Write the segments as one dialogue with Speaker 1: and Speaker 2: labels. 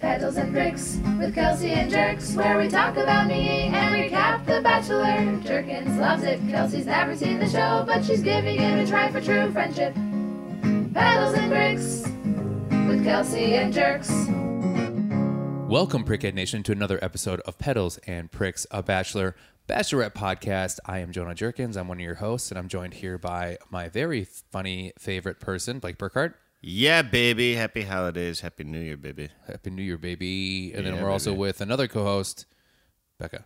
Speaker 1: pretzels and bricks with Kelsey and Jerks, where we talk about me and recap The Bachelor. Jerkins loves it. Kelsey's never seen the show, but she's giving it a try for true friendship. Pedals and bricks with Kelsey and Jerks.
Speaker 2: Welcome, Prickhead Nation, to another episode of Pedals and Pricks, a Bachelor Bachelorette podcast. I am Jonah Jerkins. I'm one of your hosts, and I'm joined here by my very funny favorite person, Blake Burkhart.
Speaker 3: Yeah, baby. Happy holidays. Happy New Year, baby.
Speaker 2: Happy New Year, baby. And then
Speaker 3: Yeah,
Speaker 2: we're also
Speaker 3: baby.
Speaker 2: with another co host, Becca.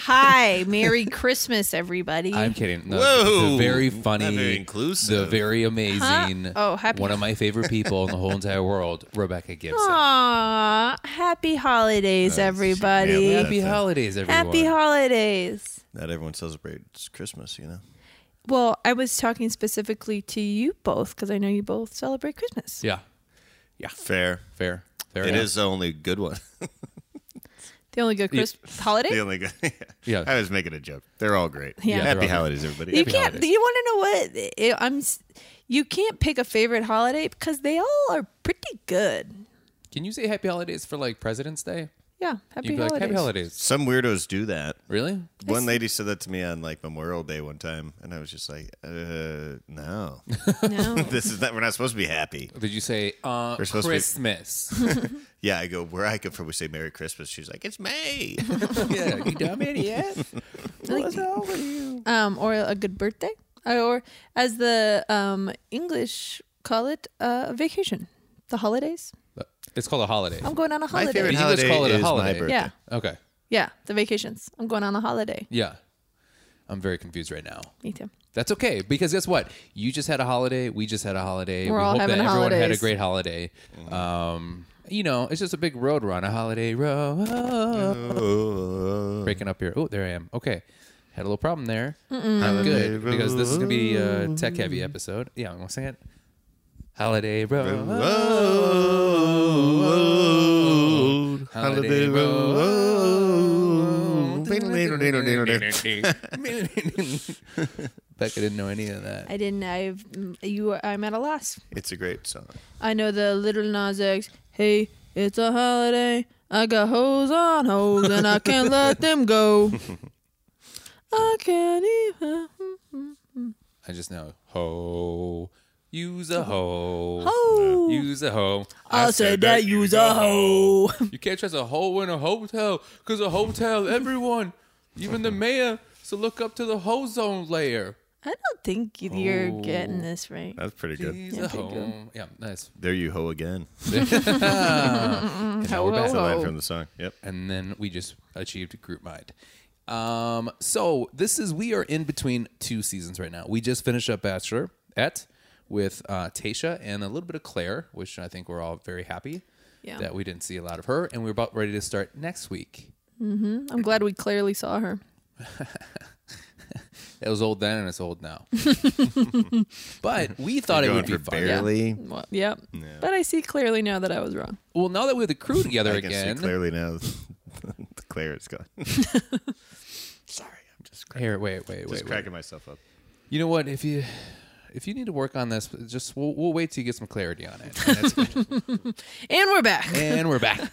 Speaker 4: Hi, Merry Christmas, everybody.
Speaker 2: I'm kidding. No,
Speaker 3: Whoa.
Speaker 2: The very funny,
Speaker 3: Not very inclusive.
Speaker 2: the very amazing,
Speaker 4: Oh, happy-
Speaker 2: one of my favorite people in the whole entire world, Rebecca Gibson.
Speaker 4: Aw, happy holidays, everybody.
Speaker 3: yeah,
Speaker 2: Happy
Speaker 3: That's it.
Speaker 2: holidays, everyone.
Speaker 4: happy holidays.
Speaker 3: Not everyone celebrates Christmas, you know?
Speaker 4: Well, I was talking specifically to you both because I know you both celebrate Christmas.
Speaker 2: Yeah,
Speaker 3: Fair.
Speaker 2: fair. Fair
Speaker 3: It
Speaker 2: enough.
Speaker 3: is the only good one.
Speaker 4: The only good Christmas holiday.
Speaker 3: the only good. Yeah.
Speaker 2: Yeah.
Speaker 3: I was making a joke. They're all great.
Speaker 4: Yeah.
Speaker 2: they're all
Speaker 3: Happy
Speaker 2: good.
Speaker 3: holidays, everybody.
Speaker 4: you
Speaker 3: Happy
Speaker 4: can't.
Speaker 3: holidays.
Speaker 4: You want to know what? It- I'm. s- You can't pick a favorite holiday because they all are pretty good.
Speaker 2: Can you say happy holidays for like President's Day?
Speaker 4: Yeah, happy
Speaker 2: You'd be
Speaker 4: holidays.
Speaker 2: like, happy holidays.
Speaker 3: Some weirdos do that.
Speaker 2: Really?
Speaker 3: One lady said that to me on like Memorial Day one time, and I was just like, uh, no.
Speaker 4: No.
Speaker 3: this is not, we're not supposed to be happy.
Speaker 2: Did you say uh,
Speaker 3: We're supposed to be-
Speaker 2: Christmas?
Speaker 3: Yeah, I go, where I come from, we say Merry Christmas. She's like, it's May.
Speaker 2: yeah, you dumb idiot. What's wrong with you?
Speaker 4: um, or a good birthday, Uh, or as the um, English call it, uh, vacation, the holidays.
Speaker 2: It's called a holiday.
Speaker 4: I'm going on a
Speaker 3: My
Speaker 4: holiday.
Speaker 3: favorite
Speaker 2: You can just
Speaker 3: holiday
Speaker 2: call it a
Speaker 3: is my
Speaker 2: holiday.
Speaker 3: birthday.
Speaker 4: Yeah,
Speaker 2: Okay.
Speaker 4: yeah, the vacations. I'm going on a holiday.
Speaker 2: Yeah. I'm very confused right now.
Speaker 4: Me too.
Speaker 2: That's okay because guess what? You just had a holiday. We just had a holiday.
Speaker 4: We're
Speaker 2: we
Speaker 4: all
Speaker 2: hope
Speaker 4: having
Speaker 2: that everyone had a
Speaker 4: holidays.
Speaker 2: great holiday. Um, you know, it's just a big road run, a holiday road.
Speaker 3: Oh.
Speaker 2: Breaking up here. Oh, there I am. Okay, had a little problem there. I'm good
Speaker 3: Holiday
Speaker 2: because this is gonna be a tech heavy episode. Yeah, I'm gonna sing it. Holiday road.
Speaker 3: Road.
Speaker 2: Holiday road. Becca didn't know any of that.
Speaker 4: I didn't. I've mm, you. I'm at a loss.
Speaker 3: It's a great song.
Speaker 4: I know the Little Nas X. Hey, it's a holiday. I got hoes on hoes, and I can't let them go. I can't even.
Speaker 2: I just know ho, use a hoe,
Speaker 4: Ho.
Speaker 2: use a hoe.
Speaker 4: I said that you's a hoe.
Speaker 2: You can't trust a hoe in a hotel, cause a hotel, everyone, even the mayor, so look up to the hoe zone layer.
Speaker 4: I don't think you're
Speaker 2: Oh.
Speaker 4: getting this right.
Speaker 3: That's pretty good.
Speaker 2: Use
Speaker 4: Yeah,
Speaker 2: a
Speaker 4: pretty good.
Speaker 2: hoe. Yeah, nice.
Speaker 3: There you ho again.
Speaker 2: Now we're back.
Speaker 3: That's a line from the song. Yep.
Speaker 2: and then we just achieved group mind. Um, so this is we are in between two seasons right now. We just finished up Bachelor at with uh, Tasha and a little bit of Claire, which I think we're all very happy
Speaker 4: Yeah.
Speaker 2: that we didn't see a lot of her, and we're about ready to start next week.
Speaker 4: I'm glad we clearly saw her.
Speaker 2: It was old then and it's old now, but we thought it
Speaker 3: Going
Speaker 2: would be
Speaker 3: for
Speaker 2: fun.
Speaker 3: barely.
Speaker 4: Well, yep. But I see clearly now that I was wrong.
Speaker 2: Well, now that we have the crew together
Speaker 3: I can
Speaker 2: again,
Speaker 3: see clearly now. the Claire is gone. Sorry, I'm just, cra-
Speaker 2: here, wait, wait, wait,
Speaker 3: just
Speaker 2: wait.
Speaker 3: cracking myself up.
Speaker 2: You know what? If you if you need to work on this, just we'll, we'll wait till you get some clarity on it. And that's
Speaker 4: And we're back.
Speaker 2: And we're back.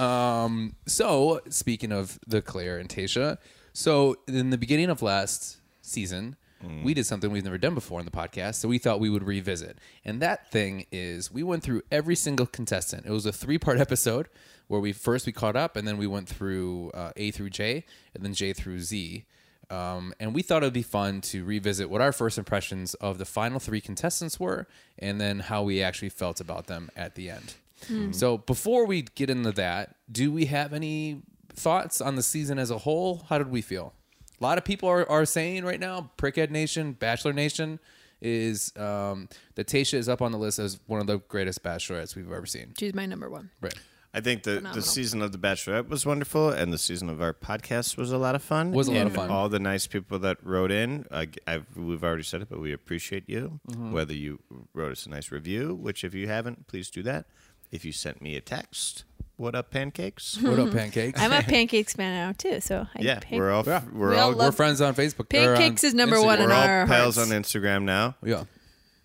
Speaker 2: um, so speaking of the Claire and Tasha, so in the beginning of last season, we did something we've never done before in the podcast, so we thought we would revisit. And that thing is we went through every single contestant. It was a three part episode where we first we caught up and then we went through uh, A through J and then J through Z. Um, and we thought it would be fun to revisit what our first impressions of the final three contestants were and then how we actually felt about them at the end.
Speaker 4: Hmm.
Speaker 2: So before we get into that, do we have any thoughts on the season as a whole? How did we feel? A lot of people are, are saying right now, Prickhead Nation, Bachelor Nation, is um, that Tasha is up on the list as one of the greatest bachelorettes we've ever seen.
Speaker 4: She's my number one.
Speaker 2: Right.
Speaker 3: I think the, the season of The Bachelorette was wonderful, and the season of our podcast was a lot of fun.
Speaker 2: Was a lot of
Speaker 3: And
Speaker 2: fun.
Speaker 3: All the nice people that wrote in, I, have we've already said it, but we appreciate you.
Speaker 2: Mm-hmm.
Speaker 3: Whether you wrote us a nice review, which if you haven't, please do that. If you sent me a text, what up, pancakes?
Speaker 2: What up, Pancakes?
Speaker 4: I'm a pancakes man now too, so I
Speaker 3: yeah,
Speaker 4: pan-
Speaker 3: we're all f- we're
Speaker 4: We all
Speaker 3: all,
Speaker 2: We're
Speaker 4: love-
Speaker 2: friends on Facebook. or on
Speaker 4: Pancakes is number one
Speaker 2: Instagram.
Speaker 4: in
Speaker 3: we're all
Speaker 4: our
Speaker 3: pals
Speaker 4: hearts.
Speaker 3: on Instagram now.
Speaker 2: Yeah.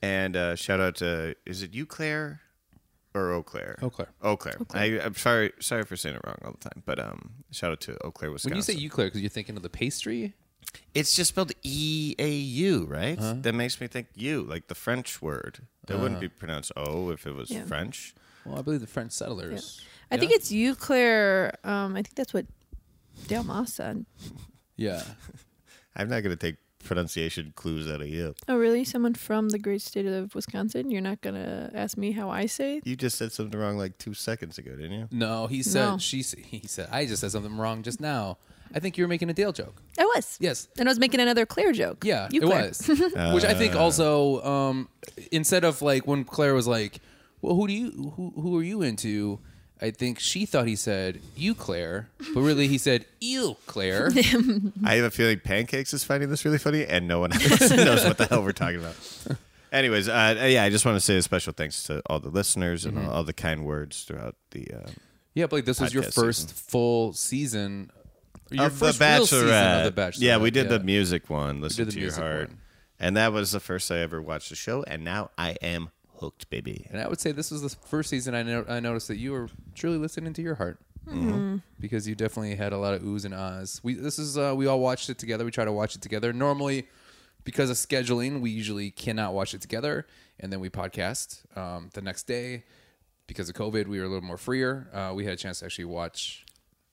Speaker 3: And uh, shout out to is it you, Claire? or Eau Claire.
Speaker 2: Eau Claire.
Speaker 3: Eau Claire. I, I'm sorry, sorry for saying it wrong all the time, but um, shout out to Eau Claire, Wisconsin.
Speaker 2: When you say Eau Claire, because you're thinking of the pastry.
Speaker 3: it's just spelled E A U, right? Uh-huh. That makes me think you, like the French word. That wouldn't be pronounced O if it was
Speaker 4: Yeah.
Speaker 3: French.
Speaker 2: Well, I believe the French settlers.
Speaker 4: I think it's Eau Claire. Um, I think that's what Dale Moss said.
Speaker 2: Yeah.
Speaker 3: I'm not going to take pronunciation clues out of you.
Speaker 4: Oh, really? Someone from the great state of Wisconsin? You're not gonna ask me how I say?
Speaker 3: You just said something wrong like two seconds ago, didn't you?
Speaker 2: No, he said
Speaker 4: No.
Speaker 2: she. s- He said I just said something wrong just now. I think you were making a Dale joke.
Speaker 4: I was.
Speaker 2: Yes.
Speaker 4: And I was making another Claire joke.
Speaker 2: Yeah,
Speaker 4: Eau
Speaker 2: it
Speaker 4: Claire.
Speaker 2: was. Which I
Speaker 3: Uh.
Speaker 2: think also um, instead of like when Claire was like, "Well, who do you who who are you into?" I think she thought he said you Claire, but really he said you Claire.
Speaker 3: I have a feeling Pancakes is finding this really funny, and no one else knows what the hell we're talking about. Anyways, uh, yeah, I just want to say a special thanks to all the listeners and
Speaker 2: Mm-hmm.
Speaker 3: all the kind words throughout the. Uh,
Speaker 2: yeah, but like this was your
Speaker 3: Podcast
Speaker 2: first full season. Your
Speaker 3: of
Speaker 2: first
Speaker 3: the
Speaker 2: real season of the
Speaker 3: Bachelorette.
Speaker 2: Bachelorette.
Speaker 3: Yeah, we did
Speaker 2: yeah.
Speaker 3: the music one. Listen
Speaker 2: the
Speaker 3: to your
Speaker 2: music
Speaker 3: heart,
Speaker 2: one.
Speaker 3: and that was the first I ever watched the show, and now I am hooked, baby.
Speaker 2: And I would say this was the first season I, no- I noticed that you were truly listening to your heart.
Speaker 4: Hmm.
Speaker 2: Because you definitely had a lot of oohs and ahs. We this is uh, we all watched it together. We try to watch it together. Normally, because of scheduling, we usually cannot watch it together, and then we podcast um, the next day. Because of COVID, we were a little more freer. Uh, we had a chance to actually watch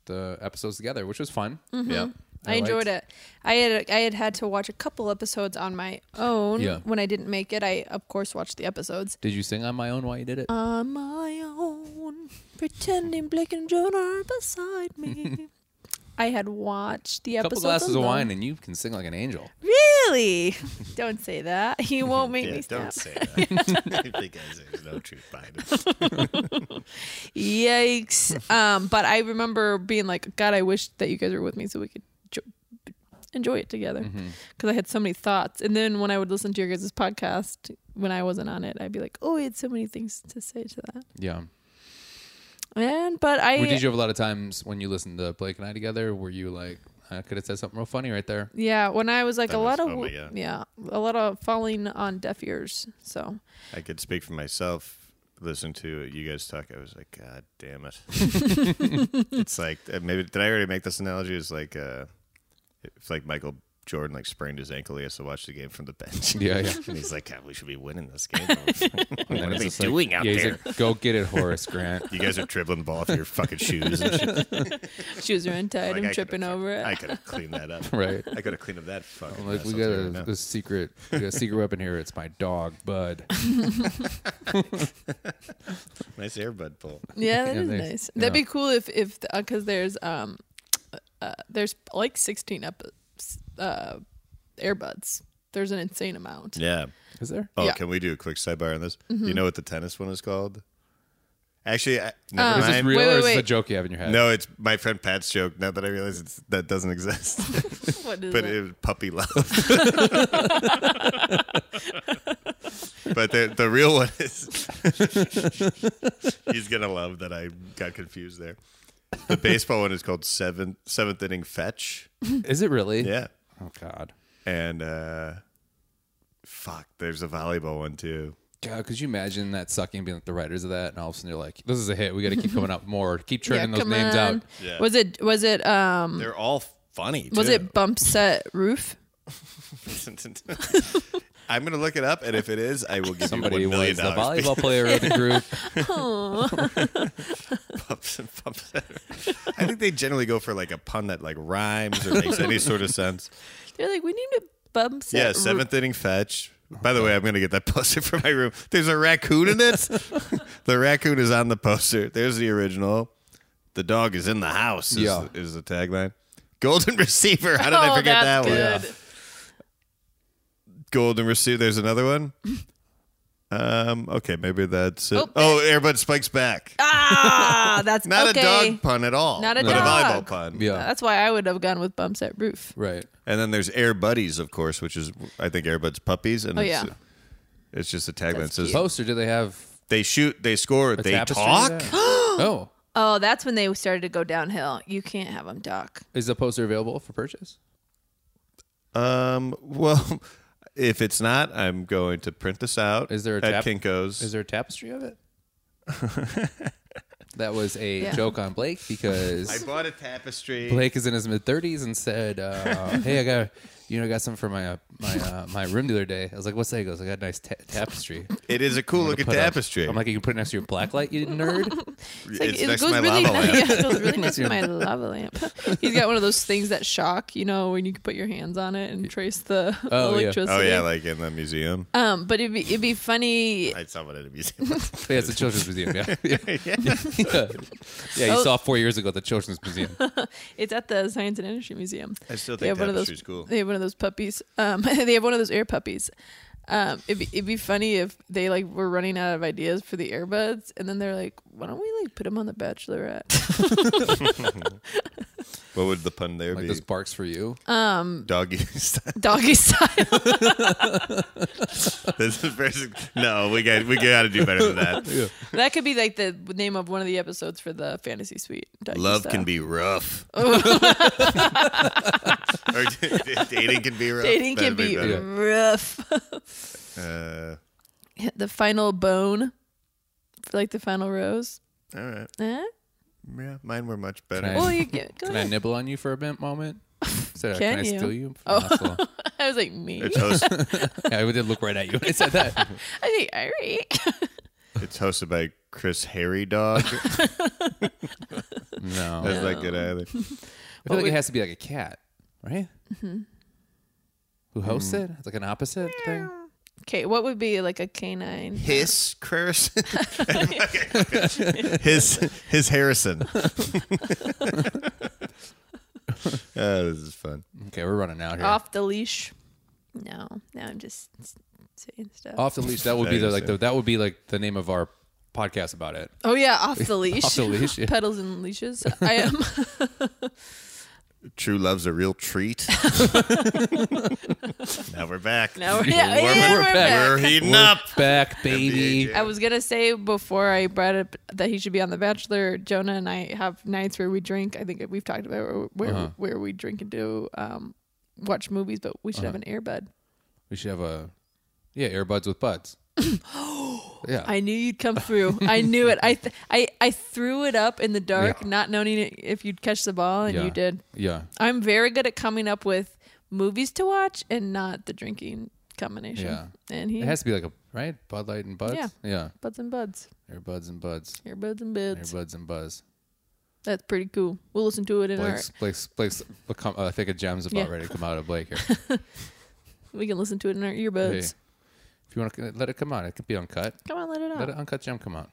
Speaker 2: the episodes together, which was fun.
Speaker 3: Yeah.
Speaker 2: I
Speaker 4: Mm-hmm. I enjoyed it. I had I had had to watch a couple episodes on my own
Speaker 2: Yeah.
Speaker 4: when I didn't make it. I of course watched the episodes
Speaker 2: Did you sing on my own while you did it?
Speaker 4: on my own, pretending Blake and Joan are beside me. I had watched the
Speaker 2: a couple
Speaker 4: episodes.
Speaker 2: glasses of
Speaker 4: alone.
Speaker 2: wine, and you can sing like an angel.
Speaker 4: Really? don't say that. You won't make me
Speaker 3: Yeah,
Speaker 4: stop.
Speaker 3: don't say that. because there's no truth behind it.
Speaker 4: Yikes. um, but I remember being like, God, I wish that you guys were with me so we could jo- enjoy it together. Because
Speaker 2: Mm-hmm.
Speaker 4: I had so many thoughts. And then when I would listen to your guys' podcast, when I wasn't on it, I'd be like, oh, I had so many things to say to that.
Speaker 2: Yeah.
Speaker 4: And, but I.
Speaker 2: Well, did you have a lot of times when you listened to Blake and I together? Were you like, I could have said something real funny right there?
Speaker 4: yeah, when I was like
Speaker 3: That
Speaker 4: a lot
Speaker 3: was-
Speaker 4: of
Speaker 3: oh my
Speaker 4: yeah.
Speaker 3: God.
Speaker 4: a lot of falling on deaf ears. So
Speaker 3: I could speak for myself. Listen to you guys talk. I was like, God damn it! it's like uh, maybe did I already make this analogy? It's like uh, it's like Michael Jordan like sprained his ankle. He has to watch the game from the bench.
Speaker 2: Yeah, yeah.
Speaker 3: and he's like, God, we should be winning this game. what are they doing out
Speaker 2: yeah, he's
Speaker 3: there?
Speaker 2: like, go get it, Horace Grant.
Speaker 3: you guys are dribbling the ball off your fucking shoes. And shit.
Speaker 4: shoes are
Speaker 3: Like,
Speaker 4: untied.
Speaker 3: I
Speaker 4: I'm
Speaker 3: could've
Speaker 4: tripping
Speaker 3: fucking-
Speaker 4: over it.
Speaker 3: I could have cleaned that up.
Speaker 2: Right.
Speaker 3: I could have cleaned up that fucking.
Speaker 2: I'm like, we
Speaker 3: mess. I'll
Speaker 2: got
Speaker 3: tell you right
Speaker 2: a,
Speaker 3: now.
Speaker 2: a secret, we got a secret weapon here. It's my dog, Bud.
Speaker 3: nice airbud pull.
Speaker 4: Yeah, that
Speaker 2: Yeah,
Speaker 4: is
Speaker 2: there's-
Speaker 4: nice.
Speaker 2: yeah.
Speaker 4: That'd be cool if if because there's um uh, there's like 16 up uh earbuds. There's an insane amount.
Speaker 3: Yeah.
Speaker 2: Is there?
Speaker 3: Oh,
Speaker 4: Yeah.
Speaker 3: can we do a quick sidebar on this? You know what the tennis one is called? Actually, I, never
Speaker 2: Is this
Speaker 3: mind.
Speaker 2: real
Speaker 4: Wait,
Speaker 2: or
Speaker 4: wait,
Speaker 2: is this a
Speaker 4: wait.
Speaker 2: joke you have in your head?
Speaker 3: No, it's my friend Pat's joke. Now that I realize it's, that doesn't exist,
Speaker 4: What is
Speaker 3: but
Speaker 4: it?
Speaker 3: it was puppy love. but the the real one is he's gonna love that I got confused there. The baseball one is called seventh seventh inning fetch.
Speaker 2: Is it really?
Speaker 3: Yeah,
Speaker 2: Oh, God.
Speaker 3: and uh, fuck, there's a volleyball one too.
Speaker 2: God, could you imagine that sucking being like the writers of that? And all of a sudden you're like, this is a hit. We got to keep coming up more. Keep
Speaker 4: Yeah,
Speaker 2: churning those
Speaker 4: come
Speaker 2: names
Speaker 4: on.
Speaker 2: out.
Speaker 3: Yeah.
Speaker 4: Was it was it
Speaker 2: Mm.
Speaker 4: um
Speaker 3: They're all funny.
Speaker 4: was
Speaker 3: too.
Speaker 4: it bump set roof?
Speaker 3: I'm gonna look it up, and if it is, I will give
Speaker 2: Somebody
Speaker 3: you one million
Speaker 2: was the
Speaker 3: dollars.
Speaker 2: volleyball player of the group.
Speaker 3: Pumps and pumps. I think they generally go for like a pun that like rhymes or makes any sort of sense.
Speaker 4: They're like we named it bump set.
Speaker 3: Yeah,
Speaker 4: Roof."
Speaker 3: seventh inning fetch. By the way, I'm gonna get that poster for my room. There's a raccoon in it. the raccoon is on the poster. There's the original. The dog is in the house. Is,
Speaker 2: Yeah.
Speaker 3: is the tagline. Golden receiver. How did
Speaker 4: Oh,
Speaker 3: I forget that one?
Speaker 4: that's good.
Speaker 3: golden receiver. There's another one. Um. Okay, maybe that's it.
Speaker 4: Oh.
Speaker 3: Oh, Airbud Spikes back.
Speaker 4: Ah, that's
Speaker 3: Not
Speaker 4: okay.
Speaker 3: a dog pun at all.
Speaker 4: Not a
Speaker 3: but a
Speaker 4: dog.
Speaker 3: volleyball pun.
Speaker 2: Yeah.
Speaker 4: That's why I would have gone with bump set roof.
Speaker 2: right.
Speaker 3: And then there's Air Buddies, of course, which is I think Airbud's puppies, and
Speaker 4: Oh,
Speaker 3: it's,
Speaker 4: yeah.
Speaker 3: it's just a tagline that
Speaker 4: That's
Speaker 3: says
Speaker 4: cute.
Speaker 2: Poster, do they have
Speaker 3: they shoot, they score,
Speaker 2: a
Speaker 3: they
Speaker 2: tapestry?
Speaker 3: talk.
Speaker 2: of that? oh.
Speaker 4: Oh, that's when they started to go downhill. You can't have them talk.
Speaker 2: Is the poster available for purchase?
Speaker 3: Um. Well, if it's not, I'm going to print this out.
Speaker 2: Is there a
Speaker 3: at
Speaker 2: tap-
Speaker 3: Kinkos?
Speaker 2: Is there a tapestry of it? That was a
Speaker 4: Yeah.
Speaker 2: joke on Blake
Speaker 3: I
Speaker 2: because
Speaker 3: bought a tapestry.
Speaker 2: Blake is in his mid thirties and said, uh, "Hey, I got you know I got something for my uh, my uh, my room the other day." I was like, "What's that?" He goes, "I got a nice ta- tapestry."
Speaker 3: It is a cool
Speaker 2: I'm gonna
Speaker 3: looking
Speaker 2: put up."
Speaker 3: tapestry.
Speaker 2: I'm like, "You can put it next to your black light, you nerd."
Speaker 4: It's like,
Speaker 3: it's
Speaker 4: it
Speaker 3: next to
Speaker 4: goes
Speaker 3: my
Speaker 4: really
Speaker 3: lava
Speaker 4: nice.
Speaker 3: lamp.
Speaker 4: Yeah, it goes really nice with my lava lamp. He's got one of those things that shock, you know, when you can put your hands on it and trace the
Speaker 2: Oh, yeah.
Speaker 4: electricity.
Speaker 3: Oh yeah, like in the museum.
Speaker 4: um, but it'd be it'd be funny.
Speaker 3: I saw it at a museum.
Speaker 2: But yeah, it's a children's museum. Yeah, yeah, yeah. yeah you
Speaker 4: Oh.
Speaker 2: saw four years ago at the children's museum.
Speaker 4: It's at the Science and Industry Museum.
Speaker 3: I still
Speaker 4: They
Speaker 3: think
Speaker 4: have one of those.
Speaker 3: tapestry's cool.
Speaker 4: They have one of those puppies. Um, they have one of those air puppies. Um, it'd be, it'd be funny if they like were running out of ideas for the earbuds, and then they're like, "Why don't we like put them on the Bachelorette?"
Speaker 3: What would the pun there
Speaker 2: Like
Speaker 3: be?
Speaker 2: those barks for you.
Speaker 3: Doggy style.
Speaker 4: Doggy style.
Speaker 3: This is very- no, we got we got to do better than that.
Speaker 4: that could be like the name of one of the episodes for the Fantasy Suite. Doggy
Speaker 3: Love
Speaker 4: style.
Speaker 3: can be rough. or d- d- dating can be rough.
Speaker 4: dating
Speaker 3: That'd
Speaker 4: can be
Speaker 3: better.
Speaker 4: rough.
Speaker 3: Uh,
Speaker 4: the final bone, for like the final rose.
Speaker 3: all right.
Speaker 4: Eh?
Speaker 3: Yeah, mine were much
Speaker 2: Can
Speaker 3: better.
Speaker 2: I-
Speaker 4: Oh, you get. Go
Speaker 2: Can I
Speaker 4: ahead.
Speaker 2: nibble on you for a bit moment? So,
Speaker 4: Can
Speaker 2: I
Speaker 4: you?
Speaker 2: steal you?
Speaker 4: Oh.
Speaker 2: That's all.
Speaker 4: I was like me.
Speaker 3: It's, host,
Speaker 2: yeah, I did look right at you when I said that.
Speaker 4: I think all right.
Speaker 3: it's hosted by Chris Harry Dog. That's
Speaker 2: No, I
Speaker 3: not good either.
Speaker 2: feel like it has to be like a cat, right?
Speaker 4: Mm-hmm.
Speaker 2: Who hosts it? It's like an opposite thing.
Speaker 4: Okay, what would be like a canine?
Speaker 3: Hiss curse. his his Harrison. oh, this is fun.
Speaker 2: Okay, we're running out here.
Speaker 4: Off the leash? No, no, I'm just s- saying stuff.
Speaker 2: Off the leash. That would be
Speaker 3: That
Speaker 2: the
Speaker 3: is
Speaker 2: like
Speaker 3: it.
Speaker 2: the, that would be like the name of our podcast about it.
Speaker 4: oh yeah, off the leash.
Speaker 2: the leash, yeah.
Speaker 4: Pedals and leashes. I am.
Speaker 3: True love's a real treat. now we're back.
Speaker 4: Now we're, yeah, and
Speaker 2: we're
Speaker 4: we're
Speaker 2: back.
Speaker 4: back.
Speaker 3: We're heating
Speaker 2: We're
Speaker 3: up.
Speaker 2: back, baby.
Speaker 4: I was gonna say before I brought up that he should be on The Bachelor. Jonah and I have nights where we drink. I think we've talked about where where,
Speaker 2: Uh-huh.
Speaker 4: where we drink and do um, watch movies, but we should
Speaker 2: Uh-huh.
Speaker 4: have an earbud.
Speaker 2: We should have a yeah earbuds with buds. yeah,
Speaker 4: I knew you'd come through. I knew it. I th- I I threw it up in the dark,
Speaker 2: Yeah.
Speaker 4: not knowing it- if you'd catch the ball, and
Speaker 2: yeah.
Speaker 4: you did.
Speaker 2: Yeah,
Speaker 4: I'm very good at coming up with movies to watch and not the drinking combination.
Speaker 2: Yeah.
Speaker 4: and he
Speaker 2: it has to be like a right Bud Light and buds.
Speaker 4: Yeah.
Speaker 2: yeah,
Speaker 4: buds and buds,
Speaker 2: earbuds and buds,
Speaker 4: earbuds and bids.
Speaker 2: earbuds and buzz.
Speaker 4: That's pretty cool. We'll listen to it in our
Speaker 2: Blake's Blake's Blake's. Become, uh, I think a gem's about
Speaker 4: Yeah.
Speaker 2: ready to come out of Blake here.
Speaker 4: we can listen to it in our
Speaker 2: Hey,
Speaker 4: earbuds.
Speaker 2: if you want to let it come out, it could be uncut.
Speaker 4: Come on, let it
Speaker 2: Let
Speaker 4: out.
Speaker 2: an uncut gem come out.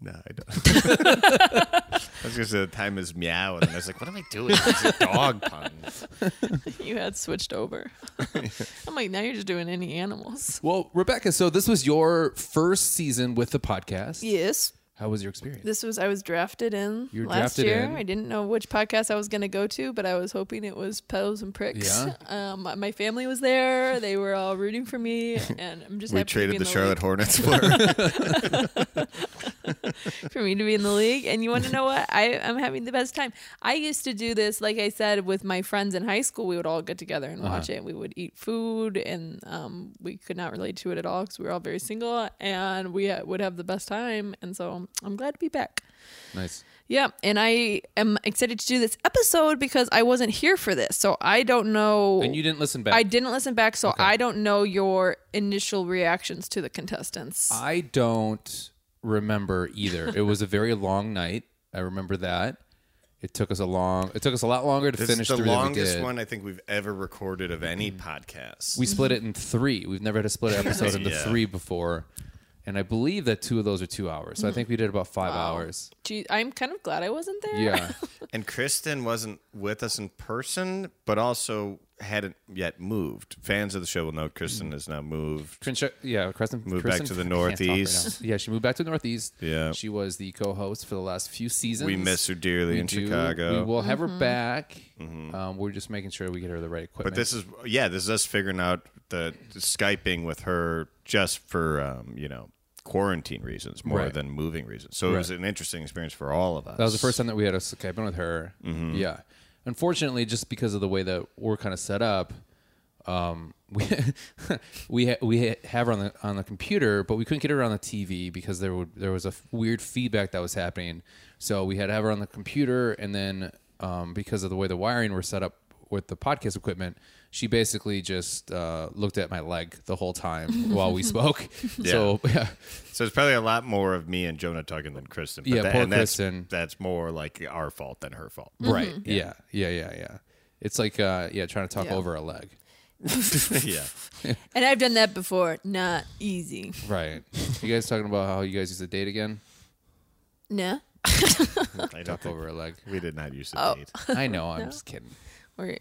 Speaker 3: No, I don't. I was gonna say the time is meow, and then I was like, "What am I doing? It's a dog pun."
Speaker 4: You had switched over. I'm like, now you're just doing any animals.
Speaker 2: Well, Rebecca, so this was your first season with the podcast.
Speaker 4: Yes.
Speaker 2: How was your experience?
Speaker 4: This was I was drafted in
Speaker 2: You were
Speaker 4: last
Speaker 2: drafted
Speaker 4: year.
Speaker 2: in.
Speaker 4: I didn't know which podcast I was going to go to, but I was hoping it was Petals and Pricks.
Speaker 2: Yeah.
Speaker 4: Um, my- my family was there; they were all rooting for me, and I'm just
Speaker 3: We
Speaker 4: happy to be
Speaker 3: traded
Speaker 4: in
Speaker 3: the Charlotte
Speaker 4: league-
Speaker 3: Hornets for her.
Speaker 4: for me to be in the league. And you want to know what? I am having the best time. I used to do this, like I said, with my friends in high school. We would all get together and watch
Speaker 2: Uh-huh.
Speaker 4: it. We would eat food, and um, we could not relate to it at all because we were all very single, and we uh, would have the best time. And so I'm glad to be back.
Speaker 2: nice.
Speaker 4: Yeah, and I am excited to do this episode because I wasn't here for this, so I don't know.
Speaker 2: And you didn't listen back.
Speaker 4: Oh, I didn't listen back, so I don't know your initial reactions to the contestants.
Speaker 2: I don't remember either. it was a very long night. I remember that. It took us a long. It took us a lot longer to
Speaker 3: This
Speaker 2: finish
Speaker 3: is the
Speaker 2: through than we
Speaker 3: longest
Speaker 2: did.
Speaker 3: one I think we've ever recorded of any podcast.
Speaker 2: We split it in three. We've never had a split episode into
Speaker 3: Yeah.
Speaker 2: three before, and I believe that two of those are two hours.
Speaker 4: Mm-hmm.
Speaker 2: So I think we did about five hours.
Speaker 4: Gee, I'm kind of glad I wasn't there.
Speaker 2: Yeah,
Speaker 3: and Kristen wasn't with us in person, but also hadn't yet moved. Fans of the show will know Kristen has now moved.
Speaker 2: Trinsha, yeah, Kristen
Speaker 3: Moved back
Speaker 2: Kristen,
Speaker 3: to the
Speaker 2: I can't talk right
Speaker 3: Northeast.
Speaker 2: now. yeah, she moved back to the Northeast.
Speaker 3: Yeah.
Speaker 2: she was the co-host for the last few seasons.
Speaker 3: We miss her dearly
Speaker 2: We
Speaker 3: in
Speaker 2: do.
Speaker 3: Chicago. Mm-hmm.
Speaker 2: We will have her back. Um, we're just making sure we get her the right equipment.
Speaker 3: But this is yeah, this is us figuring out the skyping with her just for um, you know quarantine reasons more
Speaker 2: Right.
Speaker 3: than moving reasons. So it was an interesting experience for all of us.
Speaker 2: That was the first time that we had a Skype in with her. Yeah. Unfortunately, just because of the way that we're kind of set up, um, we we ha- we ha- have her on the on the computer, but we couldn't get her on the TV because there would there was a f- weird feedback that was happening. So we had to have her on the computer, and then um, because of the way the wiring were set up with the podcast equipment, she basically just uh, looked at my leg the whole time while we spoke. So yeah,
Speaker 3: So it's probably a lot more of me and Jonah talking than Kristen.
Speaker 2: Yeah, poor
Speaker 3: and that's,
Speaker 2: Kristen.
Speaker 3: That's more like our fault than her fault.
Speaker 2: right, yeah. yeah, yeah, yeah, It's like uh, yeah, trying to talk
Speaker 4: Mm-hmm. Yeah.
Speaker 2: over a leg.
Speaker 3: yeah.
Speaker 4: And I've done that before. Not easy.
Speaker 2: Right. you guys talking about how you guys used to date again?
Speaker 4: No.
Speaker 3: I don't
Speaker 2: Talk
Speaker 3: think
Speaker 2: over a leg.
Speaker 3: we did not use the
Speaker 4: Oh.
Speaker 3: date.
Speaker 2: I know. I'm just kidding.
Speaker 4: Or
Speaker 2: We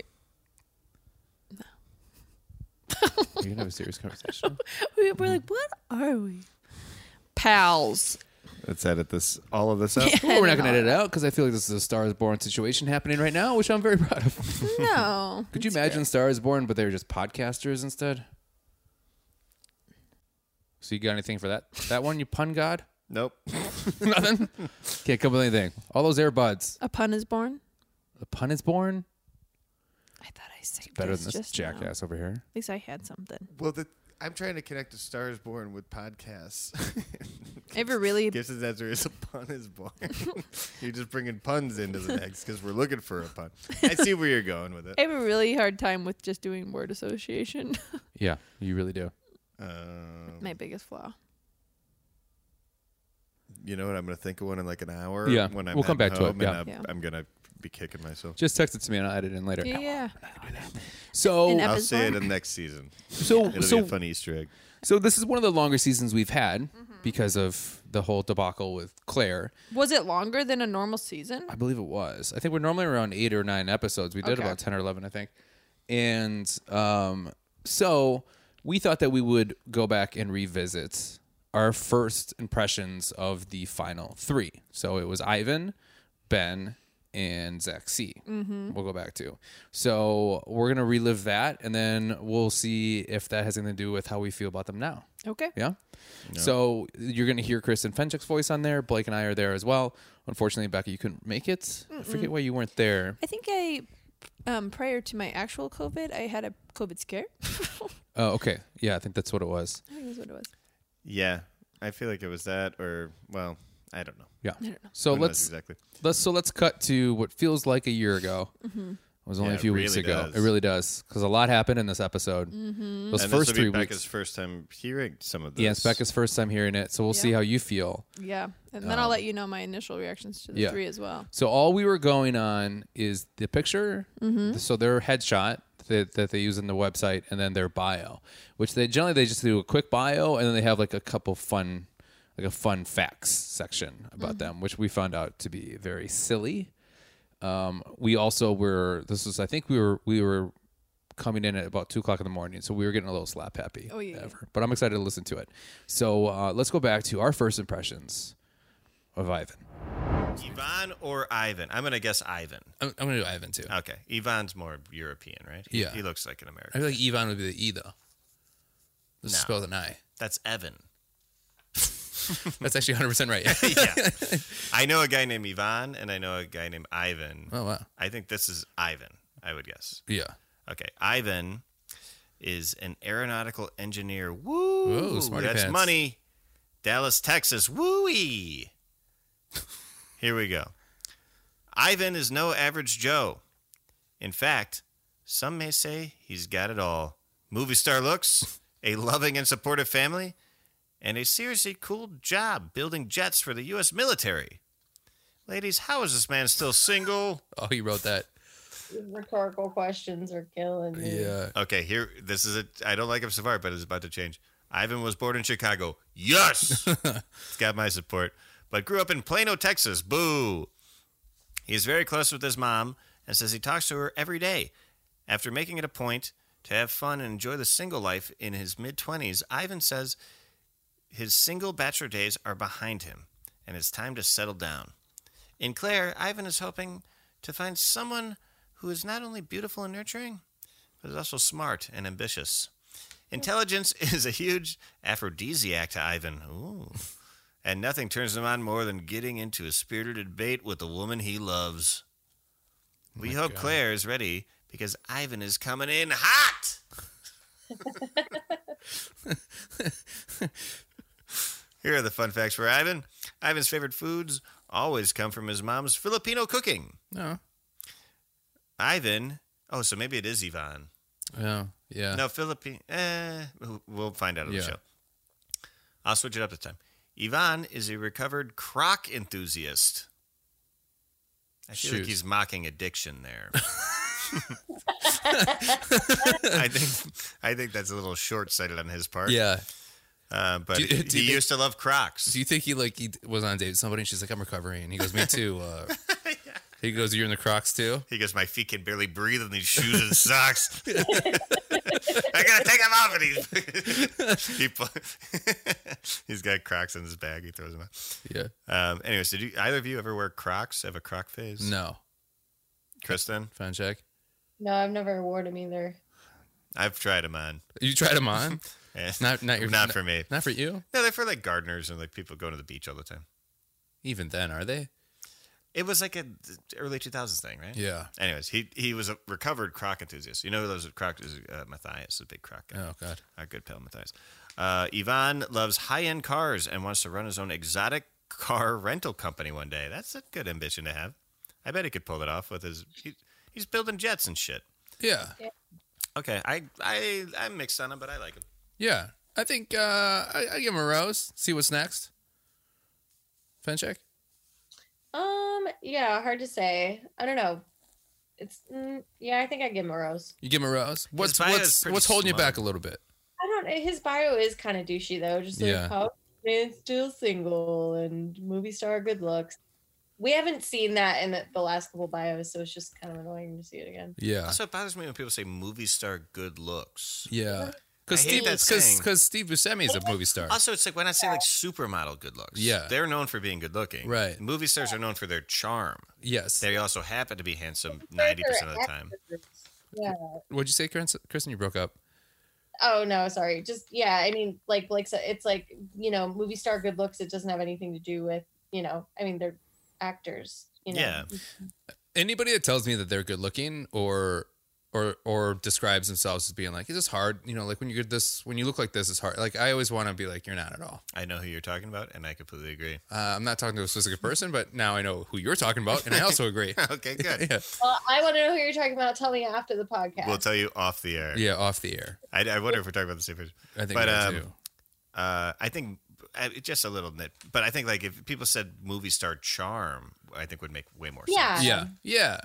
Speaker 2: can have a serious conversation.
Speaker 4: we- we're like, what are we? Pals.
Speaker 3: Let's edit this all of this out.
Speaker 2: Well, we're not going to edit it out because I feel like this is a Star is Born situation happening right now, which I'm very proud of.
Speaker 4: No.
Speaker 2: Could you imagine Star is Born, but they were just podcasters instead? So you got anything for that? That one, you pun god?
Speaker 3: Nope.
Speaker 2: Nothing? Can't come up with anything. All those earbuds.
Speaker 4: A pun is born.
Speaker 2: The pun is born?
Speaker 4: I thought I saved
Speaker 2: Better than this
Speaker 4: just now.
Speaker 2: jackass over here.
Speaker 4: At least I had something.
Speaker 5: Well, the, I'm trying to connect to Stars Born with podcasts.
Speaker 4: Ever really?
Speaker 5: Guess his answer is a pun is born. you're just bringing puns into the mix because we're looking for a pun. I see where you're going with it.
Speaker 4: I have a really hard time with just doing word association.
Speaker 2: Yeah, you really do.
Speaker 5: Um,
Speaker 4: My biggest flaw.
Speaker 5: you know what? I'm going to think of one in like an hour.
Speaker 2: Yeah,
Speaker 5: When I'm
Speaker 2: we'll come
Speaker 5: at
Speaker 2: back to it,
Speaker 5: home,
Speaker 2: yeah.
Speaker 5: And I'm,
Speaker 4: Yeah.
Speaker 5: I'm going to be kicking myself.
Speaker 2: Just text it to me and I'll edit it in later.
Speaker 4: Yeah. yeah.
Speaker 2: So,
Speaker 4: And F
Speaker 5: I'll
Speaker 4: is
Speaker 5: say it
Speaker 4: born.
Speaker 5: in next season.
Speaker 2: so,
Speaker 5: It'll
Speaker 2: so
Speaker 5: be a fun Easter egg.
Speaker 2: So this is one of the longer seasons we've had
Speaker 4: Mm-hmm.
Speaker 2: because of the whole debacle with Claire.
Speaker 4: Was it longer than a normal season?
Speaker 2: I believe it was. I think we're normally around eight or nine episodes. We did
Speaker 4: Okay.
Speaker 2: about ten or eleven, I think. And um, so we thought that we would go back and revisit our first impressions of the final three. So it was Ivan, Ben, and Zach C. Mm-hmm. We'll go back to. So we're gonna relive that, and then we'll see if that has anything to do with how we feel about them now.
Speaker 4: Okay.
Speaker 2: Yeah. So you're going to hear Chris and Fenchik's voice on there. Blake and I are there as well. Unfortunately, Becca, you couldn't make it. I forget why you weren't there.
Speaker 4: I think I, um, prior to my actual COVID, I had a COVID scare. I
Speaker 2: Oh, okay. Yeah, I think that's what it was.
Speaker 4: think that's what it was.
Speaker 3: Yeah. I feel like it was that or well, I don't know.
Speaker 2: Yeah.
Speaker 4: don't know.
Speaker 2: So
Speaker 3: Who knows
Speaker 2: let's,
Speaker 3: exactly.
Speaker 2: let's so let's cut to what feels like a year ago. It was only
Speaker 3: Yeah,
Speaker 2: a few
Speaker 3: it
Speaker 2: weeks
Speaker 3: really
Speaker 2: ago.
Speaker 3: does.
Speaker 2: It really does because a lot happened in this episode. Those
Speaker 3: and
Speaker 2: first
Speaker 3: this will
Speaker 2: three
Speaker 3: be Becca's
Speaker 2: weeks.
Speaker 3: first time hearing some of this.
Speaker 2: Yeah, it's Becca's first time hearing it, so we'll see
Speaker 4: Yeah.
Speaker 2: how you feel.
Speaker 4: Yeah, and then I'll let you know my initial reactions to the
Speaker 2: Yeah.
Speaker 4: three as well.
Speaker 2: So all we were going on is the picture,
Speaker 4: Mm-hmm.
Speaker 2: so their headshot that, that they use in the website, and then their bio, which they generally they just do a quick bio, and then they have like a couple fun, like a fun facts section about
Speaker 4: Mm-hmm.
Speaker 2: them, which we found out to be very silly. Um, we also were this was I think we were we were coming in at about two o'clock in the morning, so we were getting a little slap happy.
Speaker 4: Oh, yeah, yeah.
Speaker 2: ever. But I'm excited to listen to it. So uh, let's go back to our first impressions of Ivan.
Speaker 3: Ivan or Ivan. I'm gonna guess Ivan.
Speaker 2: I'm, I'm gonna do Ivan too.
Speaker 3: Okay. Ivan's more European, right? He-
Speaker 2: Yeah.
Speaker 3: He looks like an American.
Speaker 2: I feel like Ivan would be the E though. This
Speaker 3: No.
Speaker 2: is spelled an I.
Speaker 3: That's Evan.
Speaker 2: That's actually 100 percent right.
Speaker 3: yeah. I know a guy named Ivan and I know a guy named Ivan.
Speaker 2: oh wow.
Speaker 3: I think this is Ivan, I would guess.
Speaker 2: Yeah.
Speaker 3: Okay. Ivan is an aeronautical engineer. Woo!
Speaker 2: Ooh, smarty
Speaker 3: That's
Speaker 2: pants.
Speaker 3: money. Dallas, Texas. Wooey. Here we go. Ivan is no average Joe. In fact, some may say he's got it all. Movie star looks, a loving and supportive family, and a seriously cool job building jets for the U.S. military. Ladies, how is this man still single?
Speaker 2: Oh, he wrote that.
Speaker 6: Rhetorical questions are killing me.
Speaker 2: Yeah.
Speaker 3: Okay, here this is it. I don't like him so far, but it's about to change. Ivan was born in Chicago. Yes, it's got my support. But grew up in Plano, Texas. Boo. He is very close with his mom and says he talks to her every day. After making it a point to have fun and enjoy the single life in his mid twenties, Ivan says his single bachelor days are behind him, and it's time to settle down. In Claire, Ivan is hoping to find someone who is not only beautiful and nurturing, but is also smart and ambitious. Intelligence is a huge aphrodisiac to Ivan. Ooh. And nothing turns him on more than getting into a spirited debate with the woman he loves. We hope Claire is ready because Ivan is coming in hot. Here are the fun facts for Ivan. Ivan's favorite foods always come from his mom's Filipino cooking.
Speaker 2: Oh.
Speaker 3: No. Ivan. Oh, so maybe it is Ivan.
Speaker 2: Yeah. Yeah.
Speaker 3: No, Philippine. Eh, we'll- we'll find out on
Speaker 2: Yeah.
Speaker 3: the show. I'll switch it up this time. Ivan is a recovered croc enthusiast. I feel like
Speaker 2: Shoot.
Speaker 3: he's mocking addiction there. I think I think that's a little short sighted on his part.
Speaker 2: Yeah.
Speaker 3: Uh, but
Speaker 2: Do you-
Speaker 3: he,
Speaker 2: do you
Speaker 3: he
Speaker 2: think-
Speaker 3: used to love crocs.
Speaker 2: Do you think he like he was on a date with somebody and she's like, I'm recovering? And he goes, Me too. Uh, He goes, You're in the Crocs too?
Speaker 3: He goes, my feet can barely breathe in these shoes and socks. I gotta take them off. And he's, he pu- he's got Crocs in his bag. He throws them out.
Speaker 2: Yeah.
Speaker 3: Um, anyways, did you either of you ever wear Crocs? Have a Croc phase?
Speaker 2: No.
Speaker 3: Kristen,
Speaker 2: Fan check.
Speaker 6: No, I've never worn them either.
Speaker 3: I've tried them on.
Speaker 2: You tried them on?
Speaker 3: Eh,
Speaker 2: Not not your
Speaker 3: not for me.
Speaker 2: Not for you?
Speaker 3: No, they're for like gardeners and like people going to the beach all the time.
Speaker 2: Even then, are they?
Speaker 3: It was like a early 2000s thing, right?
Speaker 2: Yeah.
Speaker 3: Anyways, he he was a recovered croc enthusiast. You know who those croc is? Uh, Matthias, the big croc guy.
Speaker 2: Oh God.
Speaker 3: Our good pal Matthias. Uh, Ivan loves high end cars and wants to run his own exotic car rental company one day. That's a good ambition to have. I bet he could pull it off with his. He, he's building jets and shit.
Speaker 2: Yeah.
Speaker 3: Okay, I I I'm mixed on him, but I like him.
Speaker 2: Yeah. I think uh I, I give him a rose. See what's next. Fan check?
Speaker 6: Um, yeah, hard to say. I don't know. It's mm, yeah, I think I give him a rose.
Speaker 2: You give him a rose. What's
Speaker 3: bio is
Speaker 2: what's
Speaker 3: pretty
Speaker 2: what's holding you
Speaker 3: smug.
Speaker 2: back a little bit?
Speaker 6: I don't. His bio is kind of douchey though. Just like
Speaker 2: Yeah.
Speaker 6: how man still single and movie star good looks. We haven't seen that in the, the last couple bios, so it's just kind of annoying to see it again.
Speaker 2: Yeah.
Speaker 3: Also, it bothers me when people say movie star good looks.
Speaker 2: Yeah. Because
Speaker 3: I hate
Speaker 2: Steve,
Speaker 3: that
Speaker 2: because
Speaker 3: saying.
Speaker 2: because Steve Buscemi
Speaker 3: Oh
Speaker 2: is a movie star.
Speaker 3: Also, it's like when I say like supermodel good looks.
Speaker 2: Yeah.
Speaker 3: they're known for being good looking.
Speaker 2: Right.
Speaker 3: Movie stars are known for their charm.
Speaker 2: Yes.
Speaker 3: They also happen to be handsome ninety percent of the time.
Speaker 6: Yeah.
Speaker 2: What'd you say, Kristen? Kristen, you broke up.
Speaker 6: Oh no, sorry. Just yeah. I mean, like Blake said, it's like you know, movie star good looks. It doesn't have anything to do with you know. I mean, they're actors. You know.
Speaker 3: Yeah.
Speaker 2: Anybody that tells me that they're good looking or or or describes themselves as being like, it's just hard, you know, like when you're this when you look like this, it's hard. Like I always want to be like, you're not at all.
Speaker 3: I know who you're talking about, and I completely agree.
Speaker 2: Uh, I'm not talking to a specific person, but now I know who you're talking about, and I also agree.
Speaker 3: okay, good.
Speaker 2: yeah.
Speaker 6: Well, I want to know who you're talking about. Tell me after the podcast.
Speaker 3: We'll tell you off the air.
Speaker 2: yeah, off the air.
Speaker 3: I, I wonder if we're talking about the same person.
Speaker 2: I think
Speaker 3: But,
Speaker 2: I
Speaker 3: um,
Speaker 2: do.
Speaker 3: Uh, I think I, just a little nit, but I think like if people said movie star charm, I think would make way more
Speaker 6: Yeah.
Speaker 3: sense.
Speaker 2: Yeah, yeah.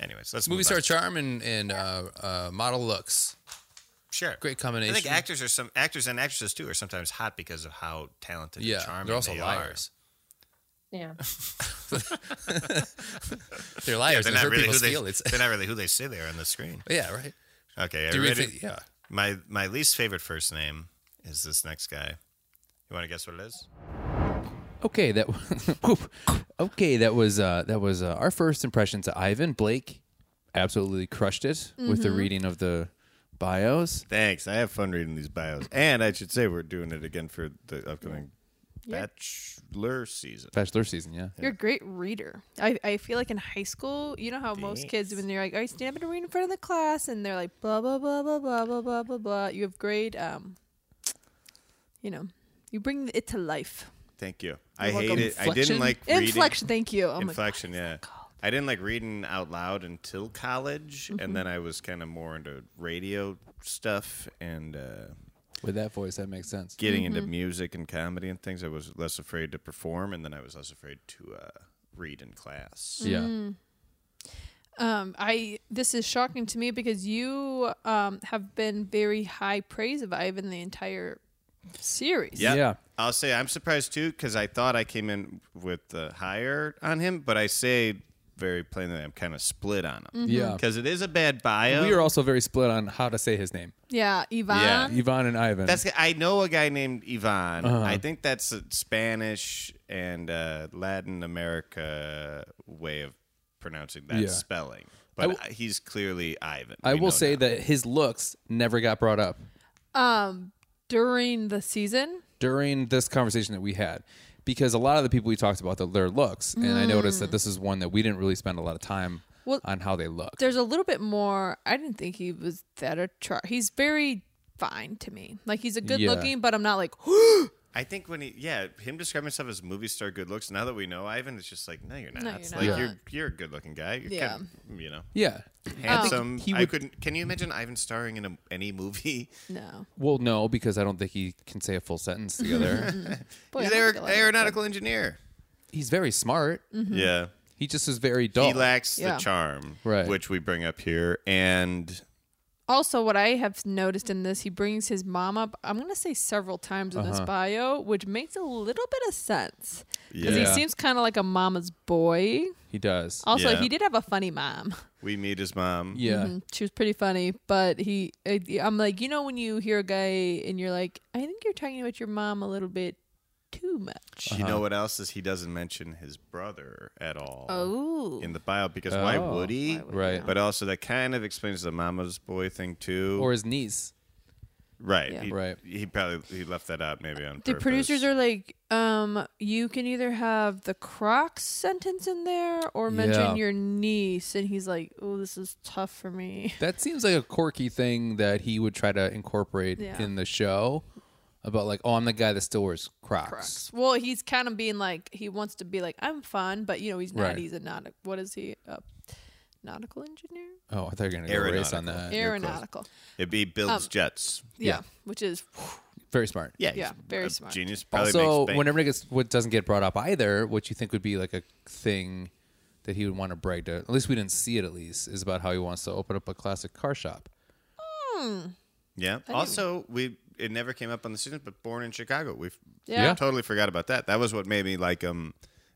Speaker 3: Anyways, let's
Speaker 2: Movie
Speaker 3: move
Speaker 2: star
Speaker 3: on.
Speaker 2: charm and and uh, uh, model looks.
Speaker 3: Sure.
Speaker 2: Great
Speaker 3: I
Speaker 2: combination.
Speaker 3: think actors are some actors and actresses too are sometimes hot because of how talented
Speaker 2: yeah,
Speaker 3: and charming
Speaker 2: they're also
Speaker 3: they
Speaker 2: liars.
Speaker 6: yeah.
Speaker 2: They're
Speaker 3: are.
Speaker 2: liars.
Speaker 3: They're
Speaker 2: and
Speaker 3: not
Speaker 2: hurt
Speaker 3: really who
Speaker 2: people's
Speaker 3: they
Speaker 2: feelings.
Speaker 3: they're not really who they say they are on the screen.
Speaker 2: yeah, right.
Speaker 3: Okay, are
Speaker 2: Do
Speaker 3: you
Speaker 2: we
Speaker 3: ready?
Speaker 2: think- yeah.
Speaker 3: My my least favorite first name is this next guy. You want to guess what it is?
Speaker 2: Okay, that whoop. okay that was uh, that was uh, our first impression to Ivan Blake. Absolutely crushed it with the reading of the bios.
Speaker 5: Thanks. I have fun reading these bios, and I should say we're doing it again for the upcoming bachelor season.
Speaker 2: Bachelor season, yeah.
Speaker 4: You're a great reader. I, I feel like in high school, you know how most kids, when they're like, all right, stand up and read in front of the class, and they're like, blah, blah, blah, blah, blah, blah, blah, blah, blah. You have great, um, you know, you bring it to life.
Speaker 5: Thank you. I
Speaker 2: You're
Speaker 5: hate
Speaker 2: welcome.
Speaker 5: it. I didn't
Speaker 2: Inflection?
Speaker 5: like reading.
Speaker 4: Inflection, thank you. Oh my God.
Speaker 5: inflection, yeah. I didn't like reading out loud until college, and
Speaker 4: Mm-hmm.
Speaker 5: then I was kind of more into radio stuff and uh,
Speaker 2: With that voice, that makes sense.
Speaker 5: getting into
Speaker 4: Mm-hmm.
Speaker 5: music and comedy and things. I was less afraid to perform, and then I was less afraid to uh, read in class.
Speaker 4: Mm.
Speaker 2: Yeah.
Speaker 4: Um, I this is shocking to me because you um have been very high praise of Ivan the entire series.
Speaker 5: Yeah.
Speaker 2: Yeah.
Speaker 5: I'll say I'm surprised too because I thought I came in with uh, higher on him, but I say very plainly I'm kind of split on
Speaker 4: Mm-hmm.
Speaker 5: him
Speaker 2: Yeah.
Speaker 5: because it is a bad bio.
Speaker 2: We are also very split on how to say his name.
Speaker 4: yeah, Ivan.
Speaker 2: Yvonne and Ivan.
Speaker 5: That's I know a guy named Ivan.
Speaker 2: Uh-huh.
Speaker 5: I think that's a Spanish and uh, Latin America way of pronouncing that
Speaker 2: Yeah.
Speaker 5: spelling.
Speaker 2: I
Speaker 5: But
Speaker 2: will-
Speaker 5: I- he's clearly Ivan.
Speaker 2: I
Speaker 5: We
Speaker 2: will
Speaker 5: know
Speaker 2: say
Speaker 5: that.
Speaker 2: that his looks never got brought up
Speaker 4: Um, during the season,
Speaker 2: during this conversation that we had because a lot of the people we talked about their- their looks and I noticed that this is one that we didn't really spend a lot of time
Speaker 4: Well,
Speaker 2: on how they look.
Speaker 4: there's a little bit more. I didn't think he was that attractive. He's very fine to me. Like he's a good
Speaker 2: Yeah.
Speaker 4: looking, but I'm not like
Speaker 3: I think when he, yeah, him describing himself as movie star good looks. Now that we know Ivan, it's just like, no, you're not.
Speaker 4: you're
Speaker 3: It's
Speaker 4: not.
Speaker 3: like
Speaker 4: Yeah.
Speaker 3: you're you're a good looking guy. You're
Speaker 4: Yeah.
Speaker 3: kind of, you know,
Speaker 2: Yeah.
Speaker 3: handsome.
Speaker 2: he
Speaker 3: I
Speaker 2: would-
Speaker 3: couldn't. Can you imagine Ivan starring in a, any movie?
Speaker 4: no.
Speaker 2: Well, no, because I don't think he can say a full sentence together.
Speaker 4: Boy,
Speaker 3: He's
Speaker 4: I don't
Speaker 3: aer-
Speaker 4: think I like
Speaker 3: aeronautical engineer.
Speaker 2: He's very smart.
Speaker 4: Mm-hmm.
Speaker 3: Yeah,
Speaker 2: He just is very dull.
Speaker 3: he lacks
Speaker 4: Yeah.
Speaker 3: the charm,
Speaker 2: Right.
Speaker 3: Which we bring up here, and
Speaker 4: Also, what I have noticed in this, he brings his mom up. I'm gonna say several times in
Speaker 2: Uh-huh.
Speaker 4: this bio, which makes a little bit of sense because
Speaker 3: yeah,
Speaker 2: Yeah.
Speaker 4: he seems kind of like a mama's boy.
Speaker 2: he does.
Speaker 4: Also,
Speaker 3: Yeah.
Speaker 4: he did have a funny mom.
Speaker 3: we meet his mom.
Speaker 2: yeah.
Speaker 4: Mhm. she was pretty funny, but he, I, I'm like, you know, when you hear a guy and you're like, I think you're talking about your mom a little bit too much.
Speaker 2: Uh-huh.
Speaker 3: You know what else is he doesn't mention his brother at all.
Speaker 4: Oh,
Speaker 3: In the bio, because why
Speaker 2: Oh.
Speaker 3: would he?
Speaker 2: Right.
Speaker 3: But also, that kind of explains the mama's boy thing too.
Speaker 2: Or his niece.
Speaker 3: right,
Speaker 4: Yeah.
Speaker 3: he,
Speaker 2: Right.
Speaker 3: He probably he left that out maybe on
Speaker 4: the
Speaker 3: purpose.
Speaker 4: producers are like, um, you can either have the Crocs sentence in there or mention
Speaker 2: Yeah.
Speaker 4: your niece, and he's like, oh, this is tough for me.
Speaker 2: That seems like a quirky thing that he would try to incorporate
Speaker 4: Yeah.
Speaker 2: in the show about like, oh, I'm the guy that still wears Crocs.
Speaker 4: Crocs. Well, he's kind of being like, he wants to be like, I'm fun, but you know, he's not.
Speaker 2: Right.
Speaker 4: He's a naut. What is he? A nautical engineer?
Speaker 2: Oh, I thought you were gonna go race on that.
Speaker 4: Aeronautical.
Speaker 3: It'd be
Speaker 4: Oh.
Speaker 3: builds jets.
Speaker 4: Yeah.
Speaker 2: Yeah.
Speaker 4: which is
Speaker 2: Very smart.
Speaker 3: Yeah,
Speaker 4: yeah,
Speaker 3: he's
Speaker 4: very
Speaker 3: a
Speaker 4: smart.
Speaker 3: Genius. Probably
Speaker 2: Also,
Speaker 3: makes bank.
Speaker 2: whenever it gets what doesn't get brought up either, what you think would be like a thing that he would want to brag to at least we didn't see it at least, is about how he wants to open up a classic car shop.
Speaker 3: yeah. Also, we it never came up on the season, but Born in Chicago, we
Speaker 4: Yeah. Yeah.
Speaker 3: totally forgot about that. That was what made me like him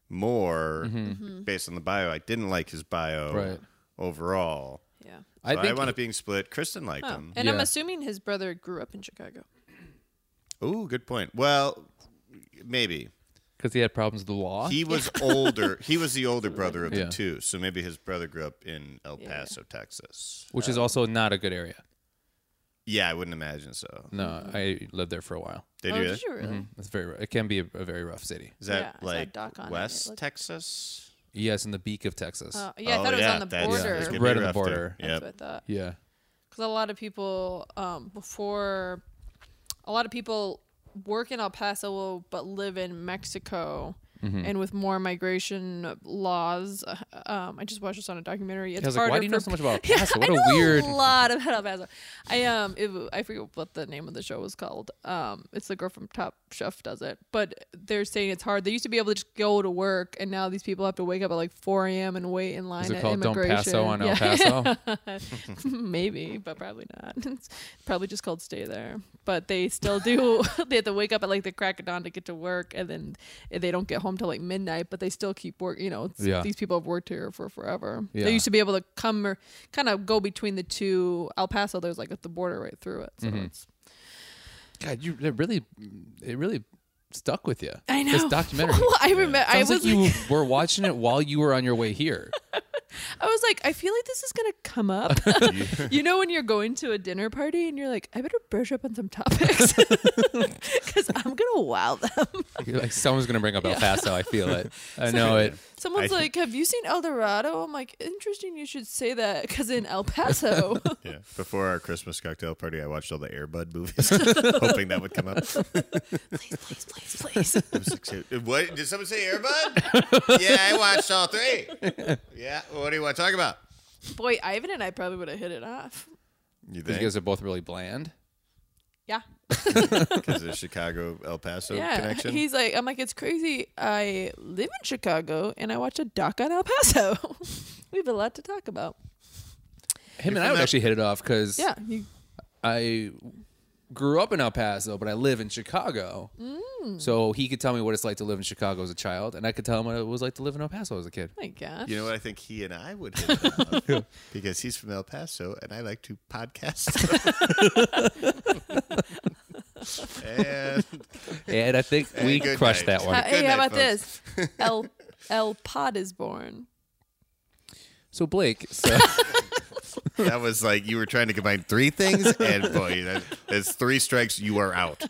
Speaker 3: more
Speaker 4: Mm-hmm.
Speaker 3: based on the bio. I didn't like his bio
Speaker 2: Mm-hmm. Right.
Speaker 3: overall.
Speaker 4: Yeah.
Speaker 2: I
Speaker 3: So I,
Speaker 2: think
Speaker 3: wound up being split. Kristen liked
Speaker 4: Oh,
Speaker 3: him.
Speaker 4: and I'm
Speaker 2: Yeah.
Speaker 4: assuming his brother grew up in Chicago.
Speaker 3: Ooh, good point. Well, maybe
Speaker 2: because he had problems with the
Speaker 4: Oh,
Speaker 2: law.
Speaker 3: he was older. He was the older brother of the
Speaker 2: Yeah.
Speaker 3: two, so maybe his brother grew up in El Paso, Texas.
Speaker 2: which is also not a good area.
Speaker 3: Yeah, I wouldn't imagine so.
Speaker 2: No, I lived there for a while.
Speaker 3: Did Mm-hmm.
Speaker 4: oh,
Speaker 3: you?
Speaker 4: did you really?
Speaker 2: It's very rou- it can be a, a very rough city.
Speaker 3: Is
Speaker 4: Yeah, I
Speaker 3: that
Speaker 4: saw a
Speaker 3: like
Speaker 4: doc on it. It
Speaker 3: West
Speaker 4: looked-
Speaker 3: Texas?
Speaker 2: Yes, in the beak of Texas.
Speaker 4: Uh, yeah, I
Speaker 3: Oh,
Speaker 4: thought it was
Speaker 3: yeah,
Speaker 4: on the
Speaker 3: that's-
Speaker 4: border.
Speaker 3: it's gonna
Speaker 2: Right on
Speaker 3: be
Speaker 2: the
Speaker 3: rough
Speaker 2: border.
Speaker 3: there. Yep.
Speaker 4: That's what I thought.
Speaker 2: yeah,
Speaker 4: Because a lot of people, um, before, a lot of people work in El Paso but live in Mexico.
Speaker 2: Mm-hmm.
Speaker 4: And with more migration laws, uh, um, I just watched this on a documentary. It's
Speaker 2: I was like,
Speaker 4: harder
Speaker 2: why do you know
Speaker 4: for
Speaker 2: so much about El Paso?
Speaker 4: I
Speaker 2: What
Speaker 4: know
Speaker 2: a weird.
Speaker 4: a lot about El Paso. I um, it, I forget what the name of the show was called. Um, it's the girl from Top Chef does it, but they're saying it's hard. They used to be able to just go to work, and now these people have to wake up at like 4 a.m. and wait in line
Speaker 2: Is it
Speaker 4: at
Speaker 2: called Don
Speaker 4: immigration.
Speaker 2: Paso on El
Speaker 4: Paso? Maybe, but probably not. It's probably just called stay there. But they still do. they have to wake up at like the crack of dawn to get to work, and then they don't get home till like midnight. But they still keep work. You know, it's,
Speaker 2: Yeah.
Speaker 4: these people have worked here for forever.
Speaker 2: Yeah.
Speaker 4: They used to be able to come or kind of go between the two. El Paso, there's like the border right through it. So
Speaker 2: Mm-hmm.
Speaker 4: it's,
Speaker 2: God, you it really, it really stuck with you.
Speaker 4: I know.
Speaker 2: this documentary.
Speaker 4: Well, I remember. I
Speaker 2: Sounds
Speaker 4: was
Speaker 2: like
Speaker 4: like,
Speaker 2: you were watching it while you were on your way here.
Speaker 4: I was like, I feel like this is gonna come up. you know, when you're going to a dinner party and you're like, I better brush up on some topics because I'm gonna wow them.
Speaker 2: You're like someone's gonna bring up El Paso. I feel it. I know it.
Speaker 4: Someone's
Speaker 3: I-
Speaker 4: like, Have you seen El Dorado? I'm like, Interesting. You should say that because in El Paso,
Speaker 3: Yeah. Before our Christmas cocktail party, I watched all the Airbud movies, hoping that would come up.
Speaker 4: please, please, please, please.
Speaker 3: I was like, what? Did someone say Airbud? yeah, I watched all three. Yeah. What do you want to talk about?
Speaker 4: Boy, Ivan and I probably would have hit it off.
Speaker 3: You
Speaker 2: 'Cause
Speaker 3: think?
Speaker 2: You guys are both really bland.
Speaker 4: Yeah.
Speaker 3: Because of the Chicago El Paso
Speaker 4: yeah.
Speaker 3: connection.
Speaker 4: He's like, I'm like, it's crazy. I live in Chicago and I watch a doc on El Paso. we have a lot to talk about.
Speaker 2: Him and
Speaker 3: from
Speaker 2: I would
Speaker 3: that-
Speaker 2: actually hit it off because
Speaker 4: Yeah. You,
Speaker 2: I grew up in El Paso, but I live in Chicago. So he could tell me what it's like to live in Chicago as a child, and I could tell him what it was like to live in El Paso as a kid.
Speaker 4: my gosh.
Speaker 3: you know what I think he and I would hit it off? because he's from El Paso and I like to podcast. and
Speaker 2: And I think we
Speaker 3: good
Speaker 2: crushed
Speaker 3: night.
Speaker 2: that
Speaker 4: Uh,
Speaker 2: one.
Speaker 4: hey,
Speaker 3: Good
Speaker 4: how
Speaker 3: night,
Speaker 4: about this? El El Pod is born.
Speaker 2: So Blake, so
Speaker 3: that was like you were trying to combine three things, and boy, that, that's three strikes, you are out.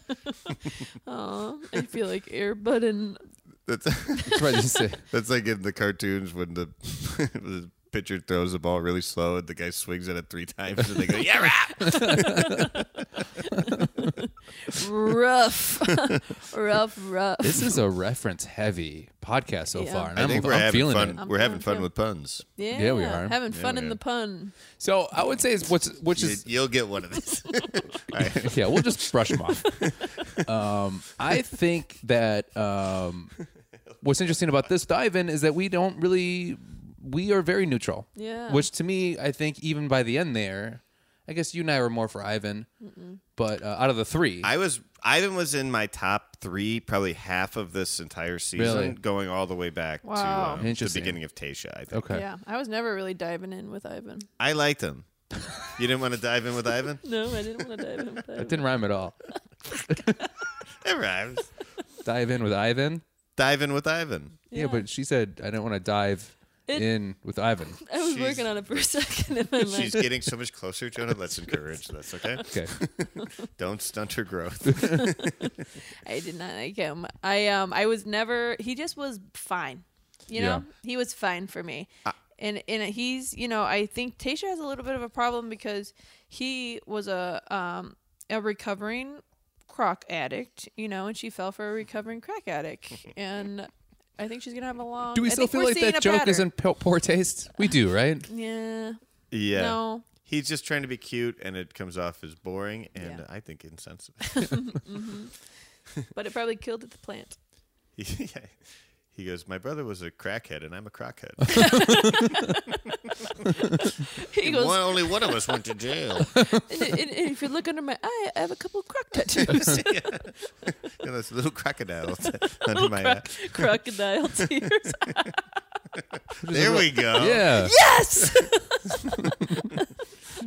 Speaker 4: Aw, I feel like Airbud and
Speaker 3: That's.
Speaker 2: that's what you say.
Speaker 3: That's like in the cartoons when the, the pitcher throws the ball really slow and the guy swings at it three times and they go, yeah, rah!
Speaker 4: rough, rough, rough.
Speaker 2: This is a reference heavy podcast so
Speaker 4: Yeah.
Speaker 2: far, and
Speaker 7: I
Speaker 2: I'm,
Speaker 7: think we're
Speaker 2: I'm
Speaker 7: having
Speaker 2: feeling
Speaker 7: fun.
Speaker 2: it.
Speaker 4: I'm
Speaker 7: We're having
Speaker 4: feeling
Speaker 7: fun
Speaker 4: too.
Speaker 7: with puns.
Speaker 4: Yeah,
Speaker 2: Yeah, we are.
Speaker 4: having fun in
Speaker 7: we
Speaker 4: the
Speaker 7: are.
Speaker 4: pun.
Speaker 2: So I would say it's what's which
Speaker 7: You,
Speaker 2: is
Speaker 7: you'll get one of these. All right.
Speaker 2: yeah. We'll just brush them off. Um, I think that um, what's interesting about this dive in is that we don't really we are very neutral.
Speaker 4: Yeah.
Speaker 2: Which to me, I think even by the end there, I guess you and I were more for Ivan, but uh, out of the three,
Speaker 3: I was Ivan was in my top three, probably half of this entire season,
Speaker 2: Really?
Speaker 3: going all the way back
Speaker 4: Wow.
Speaker 3: to um, the
Speaker 2: Interesting.
Speaker 3: beginning of Tasha. I think
Speaker 2: okay.
Speaker 4: Yeah, I was never really diving in with Ivan.
Speaker 3: I liked him. You didn't want to dive in with Ivan?
Speaker 4: No, I didn't want to dive in with Ivan.
Speaker 2: It didn't rhyme at all.
Speaker 3: It rhymes.
Speaker 2: Dive in with Ivan.
Speaker 3: Dive in with Ivan.
Speaker 2: Yeah, but she said I don't want to dive
Speaker 4: It-
Speaker 2: in with Ivan.
Speaker 4: I was
Speaker 3: she's-
Speaker 4: working on it for a second in my
Speaker 3: She's
Speaker 4: mind.
Speaker 3: getting so much closer, Jonah. Let's encourage this, okay?
Speaker 2: Okay.
Speaker 3: Don't stunt her growth.
Speaker 4: I did not like him. I um I was never he just was fine. You know?
Speaker 2: Yeah.
Speaker 4: He was fine for me. and and he's, you know, I think Tasha has a little bit of a problem because he was a um a recovering crack addict, you know, and she fell for a recovering crack addict. and I think she's gonna have a long
Speaker 2: Do we
Speaker 4: I
Speaker 2: still
Speaker 4: think
Speaker 2: feel
Speaker 4: we're
Speaker 2: like
Speaker 4: seeing
Speaker 2: that
Speaker 4: a
Speaker 2: joke
Speaker 4: pattern.
Speaker 2: is in po- poor taste? We do, right?
Speaker 4: yeah.
Speaker 3: Yeah.
Speaker 4: No.
Speaker 3: He's just trying to be cute, and it comes off as boring and
Speaker 4: Yeah.
Speaker 3: I think insensitive.
Speaker 4: But it probably killed at the plant.
Speaker 3: He, he goes, My brother was a crackhead, and I'm a crackhead.
Speaker 4: He
Speaker 7: One,
Speaker 4: goes,
Speaker 7: only one of us went to jail.
Speaker 4: and, and- and if you look under my eye, I have a couple of crack tattoos.
Speaker 3: you know, this little crocodile under
Speaker 4: Little
Speaker 3: my uh,
Speaker 4: croc- crocodile tears.
Speaker 3: eye. There we go.
Speaker 2: Yeah.
Speaker 4: yes.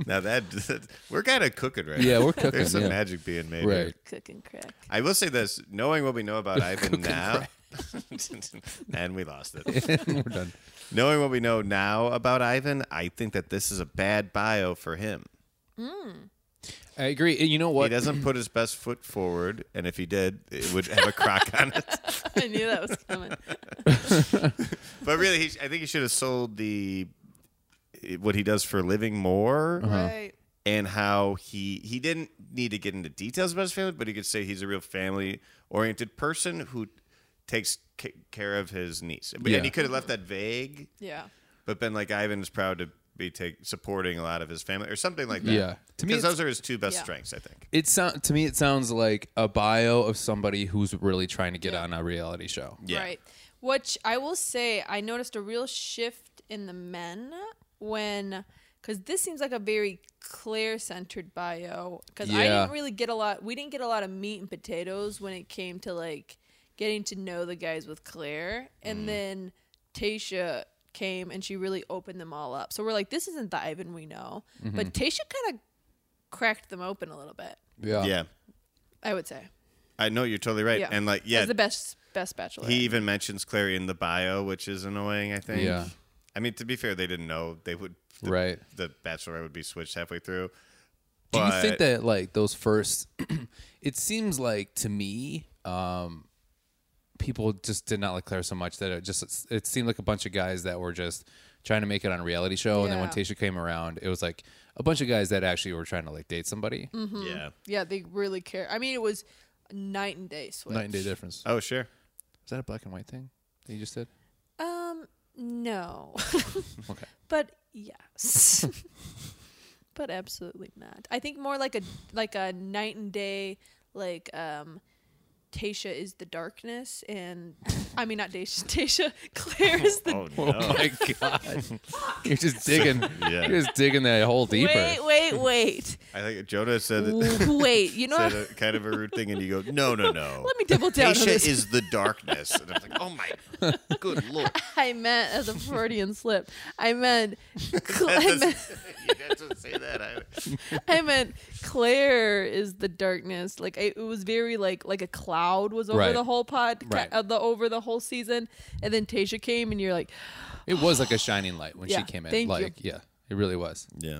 Speaker 3: Now that, that- we're kind of cooking right
Speaker 2: Yeah,
Speaker 3: now.
Speaker 2: we're cooking,
Speaker 3: There's some
Speaker 2: yeah.
Speaker 3: magic being made. here.
Speaker 2: Right.
Speaker 4: Cooking crack.
Speaker 3: I will say this: knowing what we know about Ivan now, and we lost it.
Speaker 2: We're done.
Speaker 3: knowing what we know now about Ivan, I think that this is a bad bio for him.
Speaker 2: I agree. And You know
Speaker 3: He
Speaker 2: what?
Speaker 3: doesn't put his best foot forward, and if he did, it would have a crock on it.
Speaker 4: I knew that was coming.
Speaker 3: But really, he, I think he should have sold the what he does for a living more.
Speaker 2: Uh-huh.
Speaker 4: Right.
Speaker 3: and how he he didn't need to get into details about his family, but he could say he's a real family oriented person who takes c- care of his niece. But
Speaker 2: Yeah.
Speaker 3: And he could have left that vague,
Speaker 4: Yeah.
Speaker 3: but been like Ivan is proud to be take, supporting a lot of his family or something like that.
Speaker 2: Yeah. To me,
Speaker 3: because
Speaker 2: it's-
Speaker 3: those are his two best
Speaker 4: Yeah.
Speaker 3: strengths, I think.
Speaker 2: It sound to me it sounds like a bio of somebody who's really trying to get on a reality show.
Speaker 3: Yeah.
Speaker 4: Right. Which I will say, I noticed a real shift in the men when, because this seems like a very Claire centered bio. Because I
Speaker 2: Yeah.
Speaker 4: didn't really get a lot, we didn't get a lot of meat and potatoes when it came to like getting to know the guys with Claire. And
Speaker 3: Mm.
Speaker 4: then Tasha came and she really opened them all up. So we're like, this isn't the Ivan we know.
Speaker 3: Mm-hmm.
Speaker 4: But Tasha kind of cracked them open a little bit,
Speaker 2: Yeah.
Speaker 3: yeah,
Speaker 4: I would say.
Speaker 3: I know you're totally right.
Speaker 4: Yeah.
Speaker 3: And like,
Speaker 4: Yeah.
Speaker 3: yeah,
Speaker 4: the best, best bachelor.
Speaker 3: he even mentions Clary in the bio, which is annoying. I think.
Speaker 2: Yeah.
Speaker 3: I mean, to be fair, they didn't know they would. The,
Speaker 2: Right.
Speaker 3: The Bachelorette would be switched halfway through.
Speaker 2: Do you
Speaker 3: But-
Speaker 2: think that like those first it seems like to me um people just did not like Claire so much that it just it seemed like a bunch of guys that were just trying to make it on a reality show and then when
Speaker 4: Yeah.
Speaker 2: Tasha came around it was like a bunch of guys that actually were trying to like date somebody.
Speaker 4: Mm-hmm.
Speaker 3: Yeah.
Speaker 4: Yeah, they really care. I mean, it was night and day switch.
Speaker 2: Night and day difference.
Speaker 3: Oh, sure.
Speaker 2: Is that a black and white thing that you just did?
Speaker 4: Um, no.
Speaker 2: Okay.
Speaker 4: But yes. but absolutely not. I think more like a like a night and day like um Tasha is the darkness and I mean not Tasha, Tasha Claire is the
Speaker 3: Oh
Speaker 2: Oh
Speaker 3: no.
Speaker 2: my god! You're just digging.
Speaker 3: Yeah.
Speaker 2: You're just digging that hole deeper.
Speaker 4: Wait, wait, wait.
Speaker 3: I think Jonah said that,
Speaker 4: W- wait, you know
Speaker 3: said
Speaker 4: what?
Speaker 3: a, kind of a rude thing, and you go, no, no, no.
Speaker 4: let me double down on
Speaker 7: Aisha
Speaker 4: this.
Speaker 7: is the darkness. And I'm like, oh my, good lord.
Speaker 4: I meant as a Freudian slip. I meant, Cl- I meant
Speaker 7: you guys don't say that. I,
Speaker 4: I meant Claire is the darkness. Like it, it was very like like a cloud was over
Speaker 2: Right.
Speaker 4: the whole pod
Speaker 2: Right.
Speaker 4: uh, the over the whole season, and then Tasha came and you're like,
Speaker 2: It was like a shining light when she
Speaker 4: Yeah,
Speaker 2: came in.
Speaker 4: thank you.
Speaker 2: like, yeah, it really was.
Speaker 3: yeah.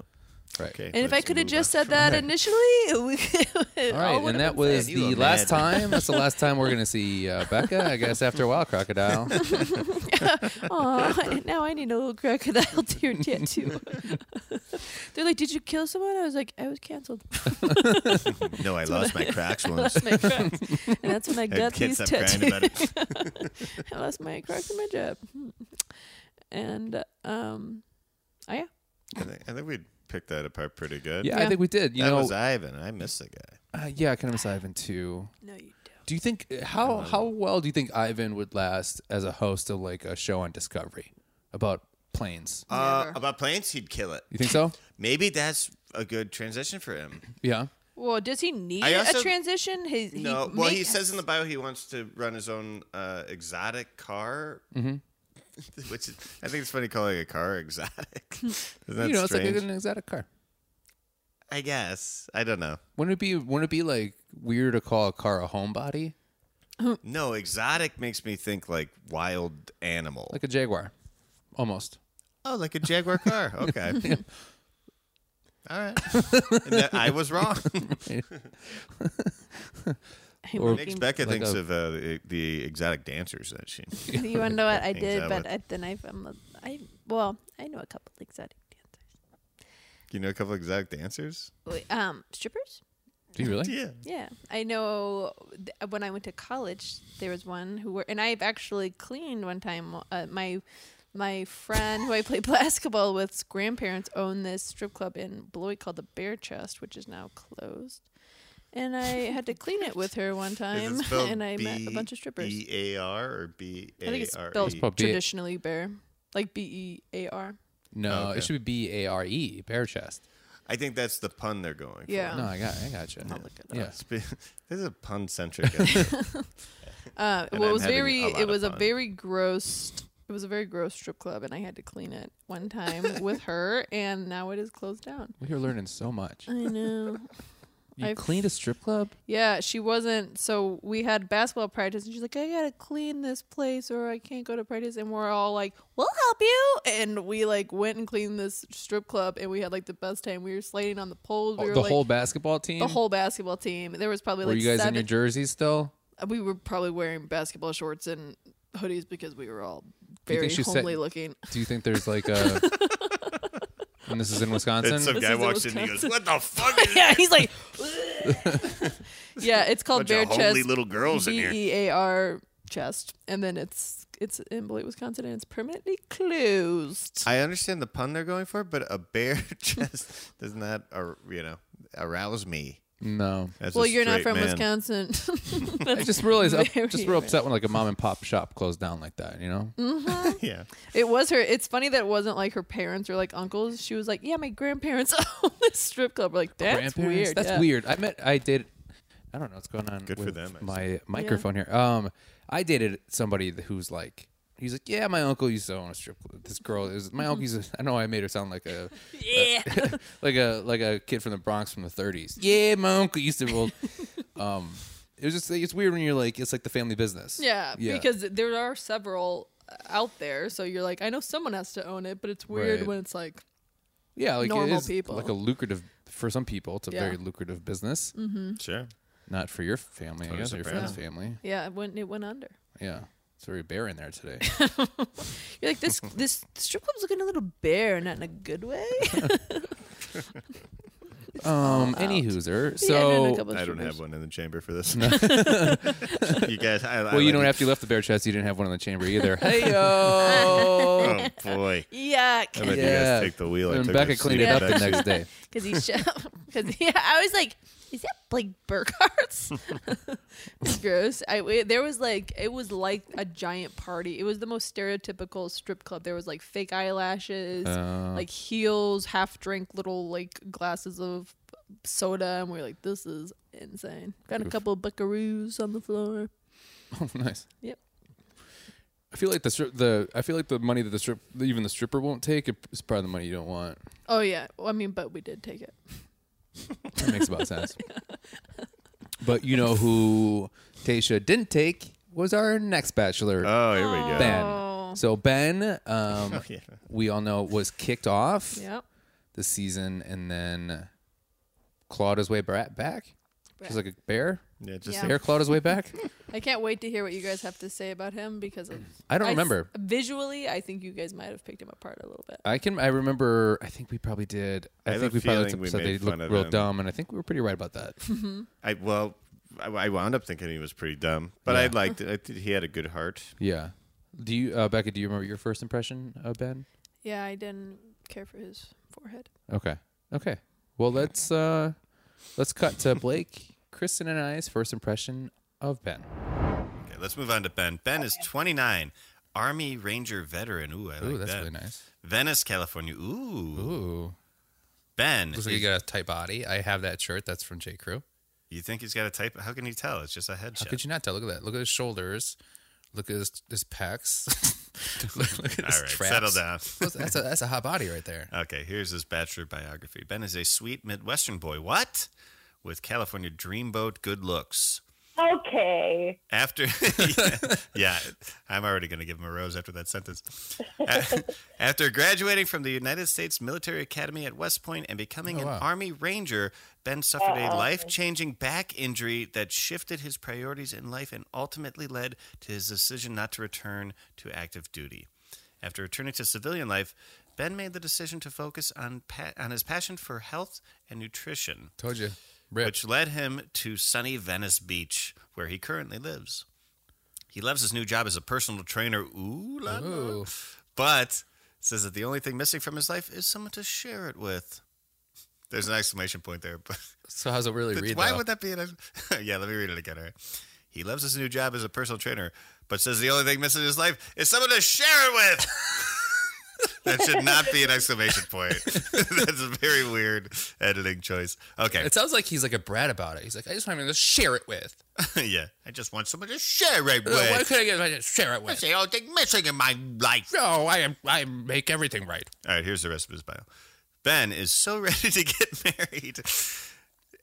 Speaker 2: Right.
Speaker 3: Okay.
Speaker 4: and if I
Speaker 3: let's
Speaker 4: could have
Speaker 3: move
Speaker 4: just
Speaker 3: on.
Speaker 4: said that initially, it would, it
Speaker 2: All right,
Speaker 4: all
Speaker 2: and that
Speaker 4: was
Speaker 2: was
Speaker 7: You
Speaker 2: the
Speaker 7: were
Speaker 2: last
Speaker 7: mad.
Speaker 2: time. That's the last time we're gonna see uh, Becca, I guess. After a while, crocodile.
Speaker 4: oh, now I need a little crocodile tear tattoo. They're like, did you kill someone? I was like, I was canceled.
Speaker 3: No, I lost my cracks once.
Speaker 4: That's my cracks. and that's when I
Speaker 3: Had
Speaker 4: got
Speaker 3: kids
Speaker 4: these
Speaker 3: up crying about
Speaker 4: tattoos.
Speaker 3: it.
Speaker 4: I lost my cracks in my job. And um, oh yeah,
Speaker 3: I think, I think we picked that apart pretty good.
Speaker 2: Yeah, I
Speaker 4: Yeah.
Speaker 2: think we did. You
Speaker 3: that
Speaker 2: know,
Speaker 3: was Ivan. I miss the guy.
Speaker 2: uh, yeah, I kind of miss Ivan too.
Speaker 4: no, you don't.
Speaker 2: Do you think uh, how how well do you think Ivan would last as a host of like a show on Discovery about planes?
Speaker 3: Uh,
Speaker 4: Never.
Speaker 3: about planes, he'd kill it.
Speaker 2: You think so?
Speaker 3: Maybe that's a good transition for him.
Speaker 2: Yeah.
Speaker 4: Well, does he need
Speaker 3: I also-
Speaker 4: a transition? His he
Speaker 3: No, well, he
Speaker 4: make-
Speaker 3: says in the bio he wants to run his own uh, exotic car.
Speaker 2: Mm-hmm.
Speaker 3: Which is, I think it's funny calling a car exotic. Isn't that
Speaker 2: you know,
Speaker 3: strange?
Speaker 2: it's like an exotic car.
Speaker 3: I guess I don't know.
Speaker 2: Wouldn't it be wouldn't it be like weird to call a car a homebody?
Speaker 3: No, exotic makes me think like wild animal.
Speaker 2: Like a Jaguar. Almost.
Speaker 3: oh, like a jaguar car. Okay. All right. And that- I was wrong.
Speaker 4: I'm
Speaker 2: or-
Speaker 4: looking-
Speaker 3: Nick Becca
Speaker 2: Like
Speaker 3: thinks
Speaker 2: a-
Speaker 3: of uh, the, the exotic dancers that she.
Speaker 4: you want to know what I did?
Speaker 3: out
Speaker 4: But
Speaker 3: with-
Speaker 4: at the knife, I'm a- I well, I know a couple exotic dancers.
Speaker 3: You know a couple exotic dancers?
Speaker 4: Wait, um, strippers.
Speaker 2: Do you really?
Speaker 3: Yeah.
Speaker 4: Yeah, I know. Th- when I went to college, there was one who were, and I've actually cleaned one time. Uh, my my friend who I played basketball with's grandparents own this strip club in Blois called the Bear Chest, which is now closed. And I had to clean it with her one time, and I met a bunch of strippers.
Speaker 3: B A R or B A
Speaker 4: I
Speaker 3: R E?
Speaker 4: think it's spelled
Speaker 2: Probably-
Speaker 4: traditionally bear, like B E A R.
Speaker 2: No,
Speaker 3: Oh, okay.
Speaker 2: it should be B A R E, bare chest.
Speaker 3: I think that's the pun they're going.
Speaker 4: Yeah.
Speaker 2: No, I got I got you.
Speaker 4: I'll look it up.
Speaker 2: Yeah.
Speaker 3: For. It's be- this is a pun centric. episode.
Speaker 4: Uh,
Speaker 3: And
Speaker 4: well,
Speaker 3: I'm
Speaker 4: it was
Speaker 3: having
Speaker 4: very.
Speaker 3: a lot
Speaker 4: It
Speaker 3: of
Speaker 4: was a
Speaker 3: fun.
Speaker 4: very gross. It was a very gross strip club, and I had to clean it one time with her, and now it is closed down.
Speaker 2: We are learning so much.
Speaker 4: I know.
Speaker 2: You
Speaker 4: I've-
Speaker 2: cleaned a strip club?
Speaker 4: Yeah, she wasn't. So we had basketball practice, and she's like, "I gotta clean this place, or I can't go to practice." And we're all like, "We'll help you!" And we like went and cleaned this strip club, and we had like the best time. We were slating on the poles. We
Speaker 2: Oh,
Speaker 4: were
Speaker 2: the
Speaker 4: like,
Speaker 2: whole basketball team?
Speaker 4: the whole basketball team. There was probably
Speaker 2: Were
Speaker 4: like
Speaker 2: you guys in
Speaker 4: seven.
Speaker 2: your jerseys still?
Speaker 4: we were probably wearing basketball shorts and hoodies because we were all
Speaker 2: You think
Speaker 4: very
Speaker 2: she said-
Speaker 4: homely looking.
Speaker 2: Do you think there's like a And this is in Wisconsin?
Speaker 3: and some
Speaker 4: This
Speaker 3: guy
Speaker 4: is in
Speaker 3: walks in and he goes,
Speaker 4: Wisconsin.
Speaker 3: "What the fuck is
Speaker 4: yeah, he's like, yeah, it's
Speaker 3: bunch
Speaker 4: called bare
Speaker 3: of homely
Speaker 4: chest.
Speaker 3: little girls in
Speaker 4: B
Speaker 3: here?"
Speaker 4: e a r chest, and then it's it's in Beloit, Wisconsin, and it's permanently closed.
Speaker 3: I understand the pun they're going for, but a bare chest does not, ar- you know, arouse me.
Speaker 2: no.
Speaker 3: As a
Speaker 4: well, you're not
Speaker 3: straight
Speaker 4: from
Speaker 3: man.
Speaker 4: Wisconsin.
Speaker 2: I just realized I'm
Speaker 4: Very
Speaker 2: just real upset when like a mom and pop shop closed down like that, you know?
Speaker 3: Yeah.
Speaker 4: it was her. It's funny that it wasn't like her parents or like uncles. She was like, "Yeah, my grandparents own this strip club." We're like, that's
Speaker 2: Grandparents?
Speaker 4: weird.
Speaker 2: That's
Speaker 4: yeah.
Speaker 2: weird. I met I did I don't know what's going on
Speaker 3: Good for
Speaker 2: with
Speaker 3: them, I
Speaker 2: my microphone here. Um I dated somebody who's like he's like, Yeah, my uncle used to own a strip club. This girl is my uncle used to, I know I made her sound like a
Speaker 4: Yeah.
Speaker 2: like a like a kid from the Bronx from the 30s. Yeah, my uncle used to. Well, um, it was just like, it's weird when you're like it's like the family business.
Speaker 4: Yeah, because there are several uh, out there, so you're like, I know someone has to own it, but it's weird
Speaker 2: Right.
Speaker 4: when it's like,
Speaker 2: yeah, like it
Speaker 4: normal
Speaker 2: is
Speaker 4: people.
Speaker 2: like a lucrative for some people. It's a
Speaker 4: Yeah. Mm.
Speaker 2: very lucrative business.
Speaker 4: Mm-hmm.
Speaker 3: Sure.
Speaker 2: Not for your family, I
Speaker 3: Totally
Speaker 2: guess. Your
Speaker 3: surprised.
Speaker 2: friend's family.
Speaker 4: yeah, it went it went under.
Speaker 2: Yeah, it's very bare in there today.
Speaker 4: You're like this this strip club's looking a little bare, not in a good way.
Speaker 2: um, any hooser. So.
Speaker 3: I don't have one in the chamber for this. you guys, I,
Speaker 2: well, you know, after you left the bear chest, you didn't have one in the chamber either. hey yo!
Speaker 3: Oh boy! I bet
Speaker 4: Yuck.
Speaker 2: Yeah.
Speaker 3: you guys take the wheel. I
Speaker 2: And
Speaker 3: took
Speaker 2: Becca
Speaker 3: a
Speaker 2: cleaned
Speaker 3: seat
Speaker 2: it up the
Speaker 3: back seat.
Speaker 2: next day.
Speaker 4: Because he because yeah, I was like, is that Blake Burkhart's? it's gross. I it, there was like it was like a giant party. It was the most stereotypical strip club. There was like fake eyelashes, like heels, half drink little like glasses of soda, and we were like, this is insane. Got a couple of buckaroos on the floor.
Speaker 2: Oh, nice.
Speaker 4: Yep.
Speaker 2: I feel like the strip, the I feel like the money that the strip even the stripper won't take is probably the money you don't want.
Speaker 4: Oh yeah. Well, I mean, but we did take it.
Speaker 2: That makes about sense. But you know who Tasha didn't take was our next bachelor,
Speaker 3: Oh, here we go.
Speaker 2: Ben.
Speaker 4: Oh.
Speaker 3: Uh.
Speaker 2: So Ben, um,
Speaker 3: Yeah.
Speaker 2: we all know was kicked off
Speaker 4: Yep.
Speaker 2: the season and then clawed his way bra- back. Just like a bear,
Speaker 3: Yeah, just
Speaker 4: Yeah.
Speaker 2: bear clawed his way back.
Speaker 4: I can't wait to hear what you guys have to say about him because of,
Speaker 8: I don't
Speaker 4: s-
Speaker 8: remember.
Speaker 4: visually, I think you guys might have picked him apart a little bit.
Speaker 8: I can. I remember. I think we probably did. I,
Speaker 3: I have
Speaker 8: think
Speaker 3: a
Speaker 8: we probably
Speaker 3: feeling we
Speaker 8: said they
Speaker 3: made fun
Speaker 8: looked
Speaker 3: of
Speaker 8: real
Speaker 3: him.
Speaker 8: dumb, and I think we were pretty right about that.
Speaker 3: I well, I, I wound up thinking he was pretty dumb, but I
Speaker 8: Yeah.
Speaker 3: liked it. I th- he had a good heart.
Speaker 8: yeah. Do you, uh, Becca? Do you remember your first impression of Ben?
Speaker 4: Yeah, I didn't care for his forehead.
Speaker 8: Okay. Okay. Well, let's uh, let's cut to Blake, Kristen, and I's first impression of Ben.
Speaker 3: Okay, let's move on to Ben. Ben is 29, Army Ranger veteran. Ooh, I like
Speaker 8: Ooh, that's
Speaker 3: that.
Speaker 8: really nice.
Speaker 3: Venice, California. Ooh,
Speaker 8: Ooh,
Speaker 3: Ben.
Speaker 2: Looks like you got a tight body. I have that shirt. That's from J. Crew.
Speaker 3: You think he's got a type? How can you tell? It's just a
Speaker 2: How
Speaker 3: headshot.
Speaker 2: could you not tell? Look at that. Look at his shoulders. Look at his, his pecs. look, look at his
Speaker 3: All right,
Speaker 2: traps.
Speaker 3: settle down.
Speaker 2: That's- That's a, that's a hot body right there.
Speaker 3: Okay, here's his bachelor biography. Ben is a sweet Midwestern boy. What? With California dreamboat good looks.
Speaker 9: Okay.
Speaker 3: After, yeah, yeah, I'm already going to give him a rose after that sentence. A- After graduating from the United States Military Academy at West Point and becoming
Speaker 2: Oh, wow.
Speaker 3: an Army Ranger, Ben suffered a life changing back injury that shifted his priorities in life and ultimately led to his decision not to return to active duty. After returning to civilian life, Ben made the decision to focus on, pa- on his passion for health and nutrition
Speaker 2: Told you. Rip.
Speaker 3: which led him to sunny Venice Beach, where he currently lives. He loves his new job as a personal trainer. Ooh, la, la.
Speaker 2: Ooh.
Speaker 3: but says that the only thing missing from his life is someone to share it with. There's an exclamation point there, but
Speaker 2: So how's it really
Speaker 3: but
Speaker 2: read?
Speaker 3: why
Speaker 2: though?
Speaker 3: would that be an? ex- yeah, let me read it again. All right. He loves his new job as a personal trainer, but says the only thing missing in his life is someone to share it with. that should not be an exclamation point. That's a very weird editing choice. Okay,
Speaker 2: It sounds like he's like a brat about it. He's like, I just want to share it with.
Speaker 3: yeah, I just want someone to share it
Speaker 2: Uh, Why
Speaker 3: with.
Speaker 2: could I get to share it with?
Speaker 3: That's the only thing missing in my life.
Speaker 2: No, I am. I make everything right.
Speaker 3: All right, here's the rest of his bio. Ben is so ready to get married.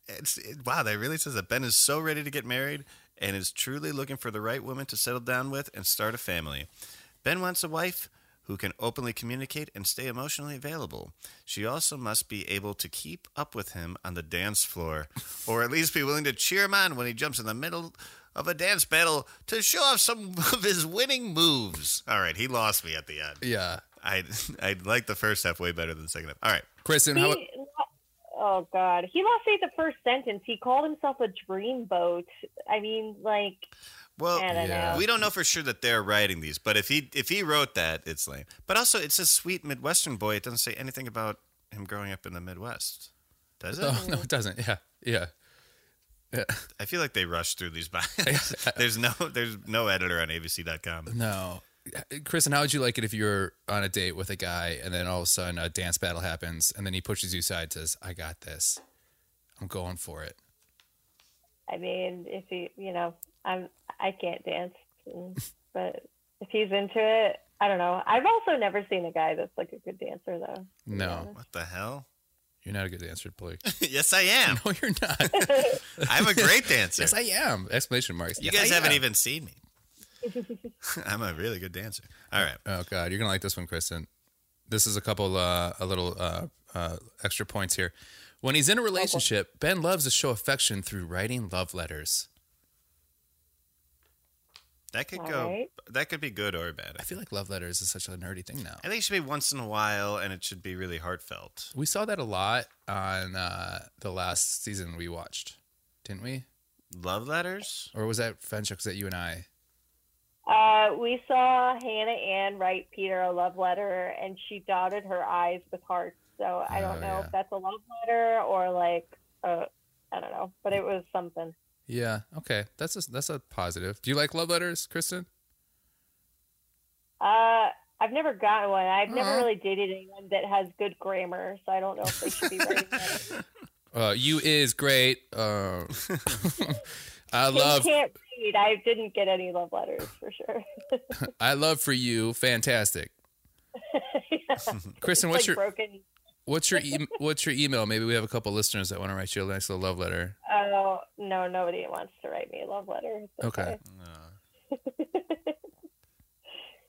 Speaker 3: It's, it- wow, that really says that Ben is so ready to get married and is truly looking for the right woman to settle down with and start a family. Ben wants a wife who can openly communicate and stay emotionally available. She also must be able to keep up with him on the dance floor, or at least be willing to cheer him on when he jumps in the middle of a dance battle to show off some of his winning moves. All right, he lost me at the end.
Speaker 2: Yeah,
Speaker 3: I I like the first half way better than the second half. All right.
Speaker 2: Kristen. How?
Speaker 9: He- oh God, he lost me at the first sentence. He called himself a dreamboat. I mean, like
Speaker 3: Well,
Speaker 9: I don't
Speaker 2: Yeah.
Speaker 9: know.
Speaker 3: we don't know for sure that they're writing these, but if he if he wrote that, it's lame. But also, it's a sweet Midwestern boy. It doesn't say anything about him growing up in the Midwest, does it?
Speaker 2: Oh no, it doesn't. Yeah, yeah.
Speaker 3: I feel like they rushed through these bios. there's no there's no editor on ABC.com.
Speaker 2: No, Kristen. How would you like it if you were on a date with a guy and then all of a sudden a dance battle happens and then he pushes you aside, and says, "I got this. I'm going for it."
Speaker 9: I mean, if he, you know, I'm I can't dance, and- but if he's into it, I don't know. I've also never seen a guy that's like a good dancer though.
Speaker 2: No,
Speaker 3: What the hell?
Speaker 2: you're not a good dancer, Blake.
Speaker 3: yes, I am.
Speaker 2: No, you're not.
Speaker 3: I'm a great dancer.
Speaker 2: yes, I am. Exclamation marks.
Speaker 3: you
Speaker 2: Yes,
Speaker 3: guys
Speaker 2: I
Speaker 3: haven't
Speaker 2: am.
Speaker 3: even seen me. I'm a really good dancer. All right.
Speaker 2: Oh God, you're gonna like this one, Kristen. This is a couple, uh, a little uh, uh, extra points here. When he's in a relationship, Ben loves to show affection through writing love letters.
Speaker 3: That could
Speaker 9: All
Speaker 3: go
Speaker 9: right.
Speaker 3: that could be good or bad.
Speaker 2: I feel like love letters is such a nerdy thing now.
Speaker 3: I think it should be once in a while, and it should be really heartfelt.
Speaker 2: We saw that a lot on uh, the last season we watched, didn't we?
Speaker 3: Love letters?
Speaker 2: Or was that friendship? Was that you and I?
Speaker 9: Uh, we saw Hannah Ann write Peter a love letter, and she dotted her eyes with hearts. So I don't
Speaker 2: Oh,
Speaker 9: know
Speaker 2: yeah.
Speaker 9: if that's a love letter or like, uh, I don't know, but it was something.
Speaker 2: Yeah. Okay. That's a, that's a positive. Do you like love letters, Kristen?
Speaker 9: Uh, I've never gotten one. I've never
Speaker 2: Aw.
Speaker 9: really dated anyone that has good grammar, so I don't know if they should be writing that.
Speaker 2: Uh, you is great. Uh, I
Speaker 9: They
Speaker 2: love
Speaker 9: can't read. I didn't get any love letters for sure.
Speaker 2: I love for you. Fantastic. Kristen, what's
Speaker 9: like
Speaker 2: your
Speaker 9: broken?
Speaker 2: What's your e- what's your email? Maybe we have a couple listeners that want to write you a nice little love letter.
Speaker 9: Oh no, nobody wants to write me a love letter. It's
Speaker 2: Okay.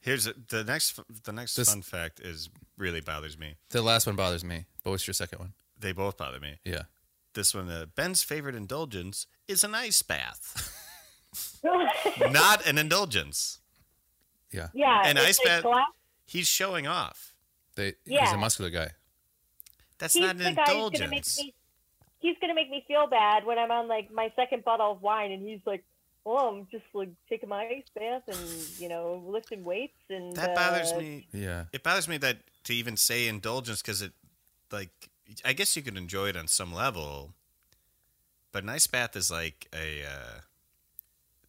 Speaker 3: Here's the next. The next
Speaker 2: This-
Speaker 3: fun fact is really bothers me.
Speaker 2: The last one bothers me, but what's your second one?
Speaker 3: They both bother me.
Speaker 2: Yeah,
Speaker 3: This one, uh, Ben's favorite indulgence is an ice bath.
Speaker 9: okay.
Speaker 3: not an indulgence.
Speaker 9: Yeah.
Speaker 3: And
Speaker 9: it's
Speaker 3: ice
Speaker 9: like
Speaker 3: bath-
Speaker 9: glass-
Speaker 3: He's showing off.
Speaker 2: They, He's
Speaker 9: Yeah.
Speaker 2: a muscular guy.
Speaker 3: That's
Speaker 9: He's
Speaker 3: not
Speaker 9: the
Speaker 3: an
Speaker 9: guy who's gonna make
Speaker 3: indulgence.
Speaker 9: me. He's gonna make me feel bad when I'm on like my second bottle of wine, and he's like, "Well, I'm just like taking my ice bath and you know lifting weights and."
Speaker 3: that
Speaker 9: uh,
Speaker 3: bothers me.
Speaker 2: Yeah.
Speaker 3: It bothers me that to even say indulgence because it, like, I guess you could enjoy it on some level, but an ice bath is like a, uh,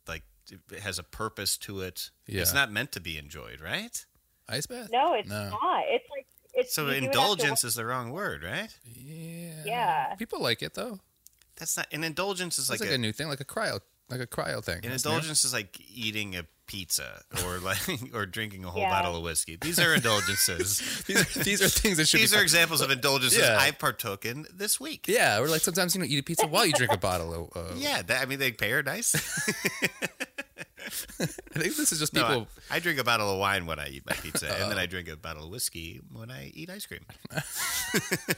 Speaker 3: like, it has a purpose to it.
Speaker 2: Yeah.
Speaker 3: It's not meant to be enjoyed, right?
Speaker 2: Ice bath?
Speaker 9: No, it's
Speaker 2: No.
Speaker 9: not. It's like it's
Speaker 3: So
Speaker 9: you do it after
Speaker 3: indulgence is the wrong word, right?
Speaker 2: Yeah.
Speaker 9: Yeah.
Speaker 2: People like it though.
Speaker 3: That's not an indulgence is
Speaker 2: It's like,
Speaker 3: like,
Speaker 2: a,
Speaker 3: a,
Speaker 2: new thing, like a cryo, like a cryo thing.
Speaker 3: an
Speaker 2: Isn't it?
Speaker 3: indulgence is like eating a pizza or like or drinking a whole
Speaker 9: Yeah.
Speaker 3: bottle of whiskey. These are indulgences.
Speaker 2: These are, these are things that should
Speaker 3: These
Speaker 2: be.
Speaker 3: are examples of indulgences
Speaker 2: Yeah.
Speaker 3: I partook in this week.
Speaker 2: yeah, or like sometimes you know eat a pizza while you drink a bottle. Of, uh,
Speaker 3: Yeah, that, I mean they pair nice.
Speaker 2: I think this is just
Speaker 3: No,
Speaker 2: people. Oh.
Speaker 3: I, I drink a bottle of wine when I eat my pizza, and then I drink a bottle of whiskey when I eat ice cream.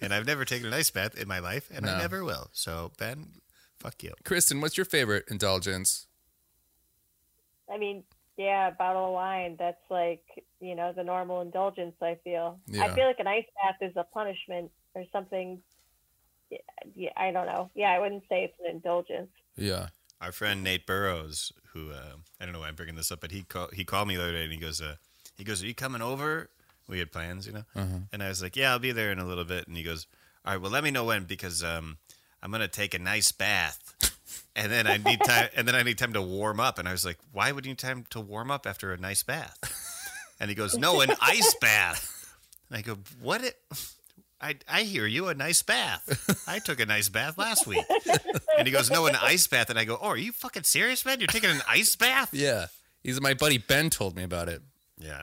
Speaker 3: and I've never taken an ice bath in my life, and
Speaker 2: No.
Speaker 3: I never will. So Ben, fuck you.
Speaker 2: Kristen, what's your favorite indulgence?
Speaker 9: I mean, yeah, a bottle of wine. That's like you know the normal indulgence. I feel.
Speaker 2: Yeah.
Speaker 9: I feel like an ice bath is a punishment or something. Yeah, Yeah, I don't know. Yeah, I wouldn't say it's an indulgence.
Speaker 2: Yeah.
Speaker 3: Our friend Nate Burrows, who uh, I don't know why I'm bringing this up, but he call, he called me the other day, and he goes, uh, he goes, "Are you coming over?" We had plans, you know, and I was like, "Yeah, I'll be there in a little bit." And he goes, "All right, well, let me know when because um, I'm gonna take a nice bath." And then I need time. And then I need time to warm up. And I was like, "Why would you need time to warm up after a nice bath?" And he goes, "No, an ice bath." And I go, "What? It? I I hear you. A nice bath. I took a nice bath last week." And he goes, "No, an ice bath." And I go, "Oh, are you fucking serious, man? You're taking an ice bath?"
Speaker 2: Yeah. He's my buddy Ben told me about it.
Speaker 3: Yeah.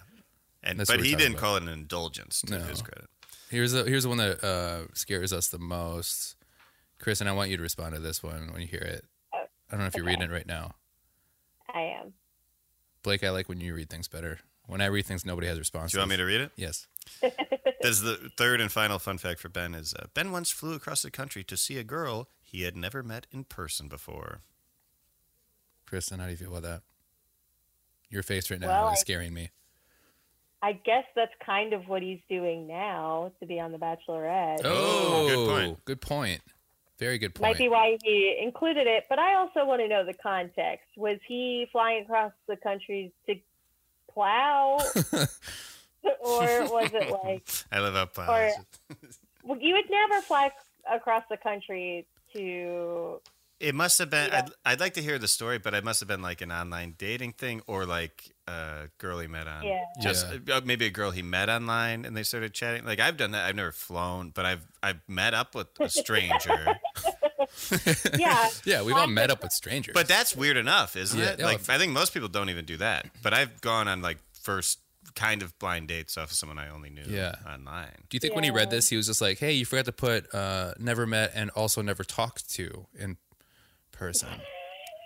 Speaker 3: And
Speaker 2: That's
Speaker 3: but
Speaker 2: what we're
Speaker 3: he
Speaker 2: talking
Speaker 3: didn't
Speaker 2: about.
Speaker 3: call it an indulgence to
Speaker 2: No.
Speaker 3: his credit.
Speaker 2: Here's the here's the one that uh, scares us the most. Chris, and I want you to respond to this one when you hear it.
Speaker 9: Oh,
Speaker 2: I don't know if you're reading it right now.
Speaker 9: I am.
Speaker 2: Blake, I like when you read things better. When I read things, nobody has responses.
Speaker 3: Do you want me to read it?
Speaker 2: Yes.
Speaker 3: That's the third and final fun fact for Ben is uh, Ben once flew across the country to see a girl he had never met in person before.
Speaker 2: Kristen, how do you feel about that? Your face right now
Speaker 9: Well,
Speaker 2: is
Speaker 9: I-
Speaker 2: scaring me.
Speaker 9: I guess that's kind of what he's doing now to be on The Bachelorette.
Speaker 2: Oh,
Speaker 3: good point.
Speaker 2: Good point. Very good point.
Speaker 9: Might be why he included it, but I also want to know the context. Was he flying across the country to plow? or was it like,
Speaker 3: I live up. Uh,
Speaker 9: Or- well, you would never fly across the country to.
Speaker 3: it must have been.
Speaker 9: Yeah.
Speaker 3: I'd, I'd like to hear the story, but it must have been like an online dating thing or like a girl he met on.
Speaker 9: Yeah.
Speaker 3: Just uh, maybe a girl he met online and they started chatting. Like I've done that. I've never flown, but I've I've met up with a stranger.
Speaker 9: Yeah.
Speaker 2: yeah, we've all met up with strangers.
Speaker 3: But that's weird enough, isn't
Speaker 2: Yeah,
Speaker 3: it?
Speaker 2: yeah.
Speaker 3: Like I think most people don't even do that. But I've gone on like first kind of blind dates off of someone I only knew
Speaker 2: Yeah.
Speaker 3: online.
Speaker 2: do you think when he read
Speaker 9: Yeah.
Speaker 2: this, he was just like, "Hey, you forgot to put uh, never met and also never talked to in person,"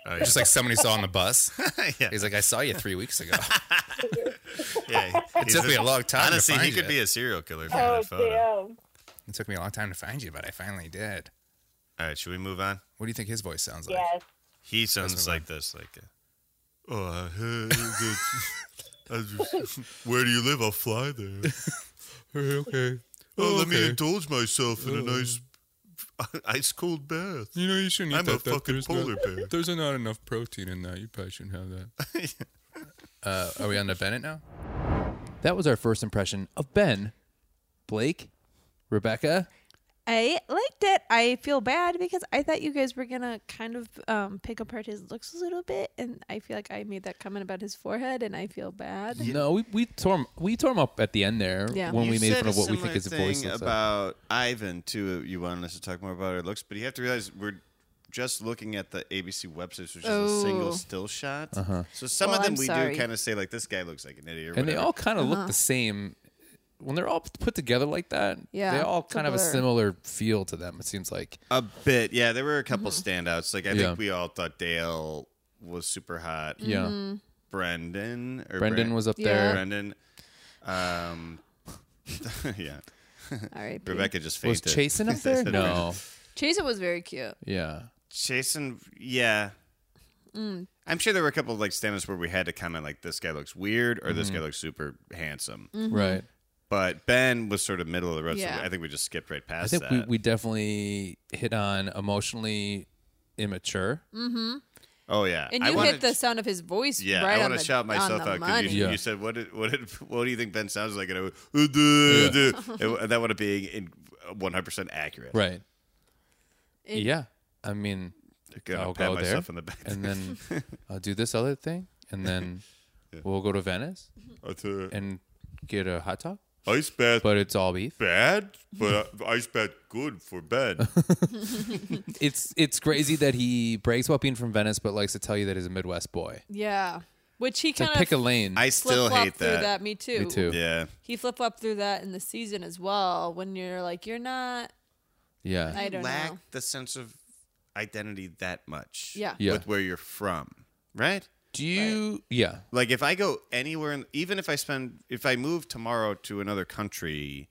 Speaker 3: Oh,
Speaker 2: just like somebody saw on the bus.
Speaker 3: like yeah.
Speaker 2: He's like, "I saw you three weeks ago.
Speaker 3: yeah.
Speaker 2: It took me a long time. to
Speaker 3: Honestly,
Speaker 2: find
Speaker 3: he could
Speaker 2: you.
Speaker 3: be a serial killer from
Speaker 9: Oh,
Speaker 3: that photo.
Speaker 9: damn.
Speaker 2: It took me a long time to find you, but I finally did.
Speaker 3: All right, should we move on?
Speaker 2: What do you think his voice sounds like?
Speaker 9: Yes.
Speaker 3: He
Speaker 2: move
Speaker 3: sounds
Speaker 2: on.
Speaker 3: like this, like. Uh, oh, hey, I just- where do you live? I'll fly there.
Speaker 2: okay.
Speaker 3: Oh, let me indulge myself in a nice, ice cold bath.
Speaker 2: You know, you shouldn't
Speaker 3: I'm a fucking polar bear.
Speaker 2: there's not enough protein in that. You probably shouldn't have that. uh, are we on to Bennett now?
Speaker 10: That was our first impression of Ben, Blake, Rebecca.
Speaker 4: I liked it. I feel bad because I thought you guys were gonna kind of um, pick apart his looks a little bit, and I feel like I made that comment about his forehead, and I feel bad.
Speaker 10: No, we, we tore him, we tore him up at the end there
Speaker 4: Yeah.
Speaker 10: when we
Speaker 11: You
Speaker 10: made
Speaker 11: said
Speaker 10: fun
Speaker 11: a
Speaker 10: of what we think
Speaker 11: similar
Speaker 10: his voice
Speaker 11: thing
Speaker 10: looks like.
Speaker 11: about Ivan too. You wanted us to talk more about our looks, but you have to realize we're just looking at the ABC website, which is a
Speaker 4: Oh.
Speaker 11: single still shot. So some
Speaker 4: Well,
Speaker 11: of them
Speaker 4: I'm
Speaker 11: we
Speaker 4: sorry.
Speaker 11: do kind of say like this guy looks like an idiot, or
Speaker 10: Uh-huh. And they
Speaker 11: whatever.
Speaker 10: all kind of
Speaker 4: Uh-huh.
Speaker 10: look the same. When they're all put together like that,
Speaker 4: Yeah,
Speaker 10: they all
Speaker 4: it's a
Speaker 10: kind of a
Speaker 4: blur.
Speaker 10: similar feel to them, it seems like.
Speaker 11: a bit. Yeah, there were a couple
Speaker 4: Mm-hmm.
Speaker 11: standouts. Like I
Speaker 10: Yeah.
Speaker 11: think we all thought Dale was super hot.
Speaker 4: Mm-hmm.
Speaker 10: Yeah.
Speaker 11: Brendan or
Speaker 10: Brendan
Speaker 11: Bren-
Speaker 10: was up
Speaker 4: Yeah.
Speaker 10: there.
Speaker 11: Brendan. Um, yeah,
Speaker 4: All right,
Speaker 11: Rebecca just
Speaker 10: Was
Speaker 11: fainted.
Speaker 10: Chasen up there? No.
Speaker 4: Chaser was very cute.
Speaker 10: Yeah.
Speaker 11: Chasen, yeah.
Speaker 4: Mm.
Speaker 3: I'm sure there were a couple of like stand-ups where we had to comment like this guy looks weird or this guy
Speaker 11: Mm-hmm.
Speaker 3: looks super handsome.
Speaker 4: Mm-hmm.
Speaker 2: Right.
Speaker 3: But Ben was sort of middle of the road,
Speaker 4: Mm. Yeah.
Speaker 3: so I think we just skipped right
Speaker 2: I
Speaker 3: past
Speaker 2: think we,
Speaker 3: that.
Speaker 2: we definitely hit on emotionally immature.
Speaker 3: oh yeah,
Speaker 4: And
Speaker 3: I
Speaker 4: you
Speaker 3: wanna-
Speaker 4: hit the sound of his voice
Speaker 3: Yeah,
Speaker 4: right
Speaker 3: I
Speaker 4: on
Speaker 3: want
Speaker 4: the
Speaker 3: to shout myself
Speaker 4: on the
Speaker 3: out
Speaker 4: money.
Speaker 3: because you,
Speaker 2: Yeah.
Speaker 3: you said what did, what did, what do you think Ben sounds like? And I went, "Uh, duh, duh." And that would have been in 100 percent accurate.
Speaker 2: Right.
Speaker 4: It-
Speaker 2: yeah. I mean,
Speaker 3: Gonna
Speaker 2: I'll
Speaker 3: pat
Speaker 2: go there,
Speaker 3: myself on the back.
Speaker 2: and then I'll do this other thing, and then we'll go to Venice
Speaker 3: That's a
Speaker 2: and get a hot dog,
Speaker 3: ice bath
Speaker 2: but it's all beef.
Speaker 3: bad, but uh, ice bath good for bed.
Speaker 2: It's it's crazy that he brags about being from Venice, but likes to tell you that he's a Midwest boy.
Speaker 4: Yeah, which he
Speaker 2: It's like
Speaker 4: kind
Speaker 2: pick a
Speaker 4: of
Speaker 2: lane.
Speaker 3: I still
Speaker 4: flip-flopped
Speaker 3: hate
Speaker 4: through
Speaker 3: that.
Speaker 4: that. Me too.
Speaker 2: Me too.
Speaker 3: Yeah,
Speaker 4: He flip flopped through that in the season as well. When you're like, you're not.
Speaker 2: Yeah.
Speaker 4: I don't
Speaker 3: lack
Speaker 4: know.
Speaker 3: the sense of identity that much.
Speaker 4: Yeah.
Speaker 2: Yeah.
Speaker 3: with where you're from, right?
Speaker 2: do you? Yeah.
Speaker 3: Like if I go anywhere, in, even if I spend, if I move tomorrow to another country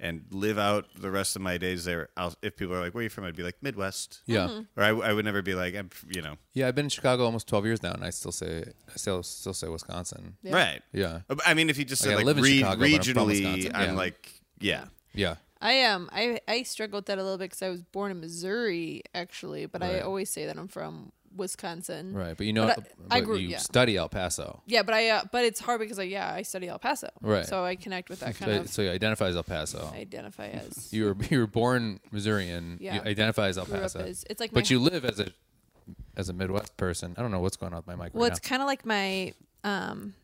Speaker 3: and live out the rest of my days there, I'll, if people are like, "Where are you from?" I'd be like, "Midwest,"
Speaker 2: Yeah.
Speaker 3: or I, I would never be like, "I'm," you know,
Speaker 2: Yeah. I've been in Chicago almost 12 years now, and I still say I still still say Wisconsin.
Speaker 4: Yeah.
Speaker 3: right?
Speaker 2: Yeah.
Speaker 3: I mean, if you just
Speaker 2: Like, I
Speaker 3: said like,
Speaker 2: live in
Speaker 3: re-
Speaker 2: Chicago, but I'm from
Speaker 3: regionally,
Speaker 2: Wisconsin.
Speaker 3: I'm,
Speaker 2: Yeah.
Speaker 3: like, yeah,
Speaker 2: Yeah.
Speaker 4: I am. I I struggle with that a little bit because I was born in Missouri actually, but I
Speaker 2: Right.
Speaker 4: always say that I'm from Wisconsin.
Speaker 2: Right. But you know,
Speaker 4: But I- I
Speaker 2: but
Speaker 4: grew-
Speaker 2: you
Speaker 4: yeah.
Speaker 2: study El Paso.
Speaker 4: Yeah, but I uh, but it's hard because I yeah I study El Paso.
Speaker 2: Right.
Speaker 4: So I connect with that kind
Speaker 2: So,
Speaker 4: of
Speaker 2: so you identify as El Paso.
Speaker 4: identify as
Speaker 2: You were you were born Missourian. You
Speaker 4: Yeah.
Speaker 2: identify as El
Speaker 4: grew up
Speaker 2: Paso.
Speaker 4: as it's like
Speaker 2: but
Speaker 4: my
Speaker 2: you live as a as a Midwest person. I don't know what's going on with my mic
Speaker 4: Well,
Speaker 2: right
Speaker 4: it's kind of like my um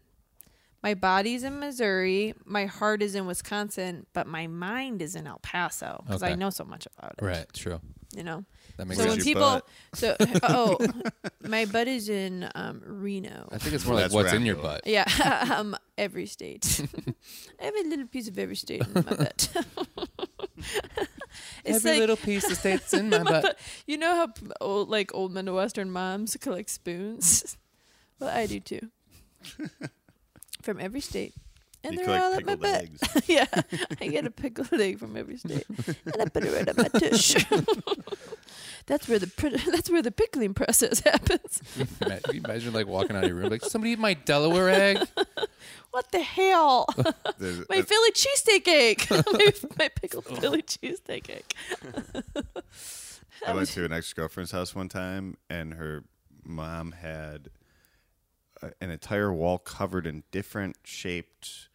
Speaker 4: my body's in Missouri, my heart is in Wisconsin, but my mind is in El Paso because I
Speaker 2: Okay.
Speaker 4: know so much about it.
Speaker 2: now. Right, true.
Speaker 4: You know.
Speaker 2: That makes
Speaker 4: so
Speaker 2: sense.
Speaker 3: Where's
Speaker 4: when
Speaker 3: your
Speaker 4: people,
Speaker 3: butt?
Speaker 4: so oh, my butt is in um, Reno.
Speaker 2: I think it's more like
Speaker 3: That's
Speaker 2: what's
Speaker 3: where
Speaker 2: in
Speaker 3: I'm
Speaker 2: your
Speaker 3: going.
Speaker 2: butt.
Speaker 4: Yeah, um, every state. I have a little piece of every state in my butt. it's
Speaker 2: Every
Speaker 4: like
Speaker 2: little piece of state's in my butt.
Speaker 4: you know how p- old, like old Midwestern moms collect spoons. well, I do too. from every state, and
Speaker 3: you
Speaker 4: they're all
Speaker 3: collect
Speaker 4: up my
Speaker 3: pickled
Speaker 4: butt.
Speaker 3: eggs.
Speaker 4: yeah, I get a pickled egg from every state, and I put it right on my tush. that's where the pr- that's where the pickling process happens.
Speaker 2: Ma- you imagine like walking out of your room like somebody eat my Delaware egg.
Speaker 4: What the hell?
Speaker 3: There's-
Speaker 4: My Philly cheesesteak egg. my, my pickled
Speaker 3: Oh.
Speaker 4: Philly cheesesteak egg.
Speaker 3: I went to an ex girlfriend's house one time, and her mom had a, an entire wall covered in different shaped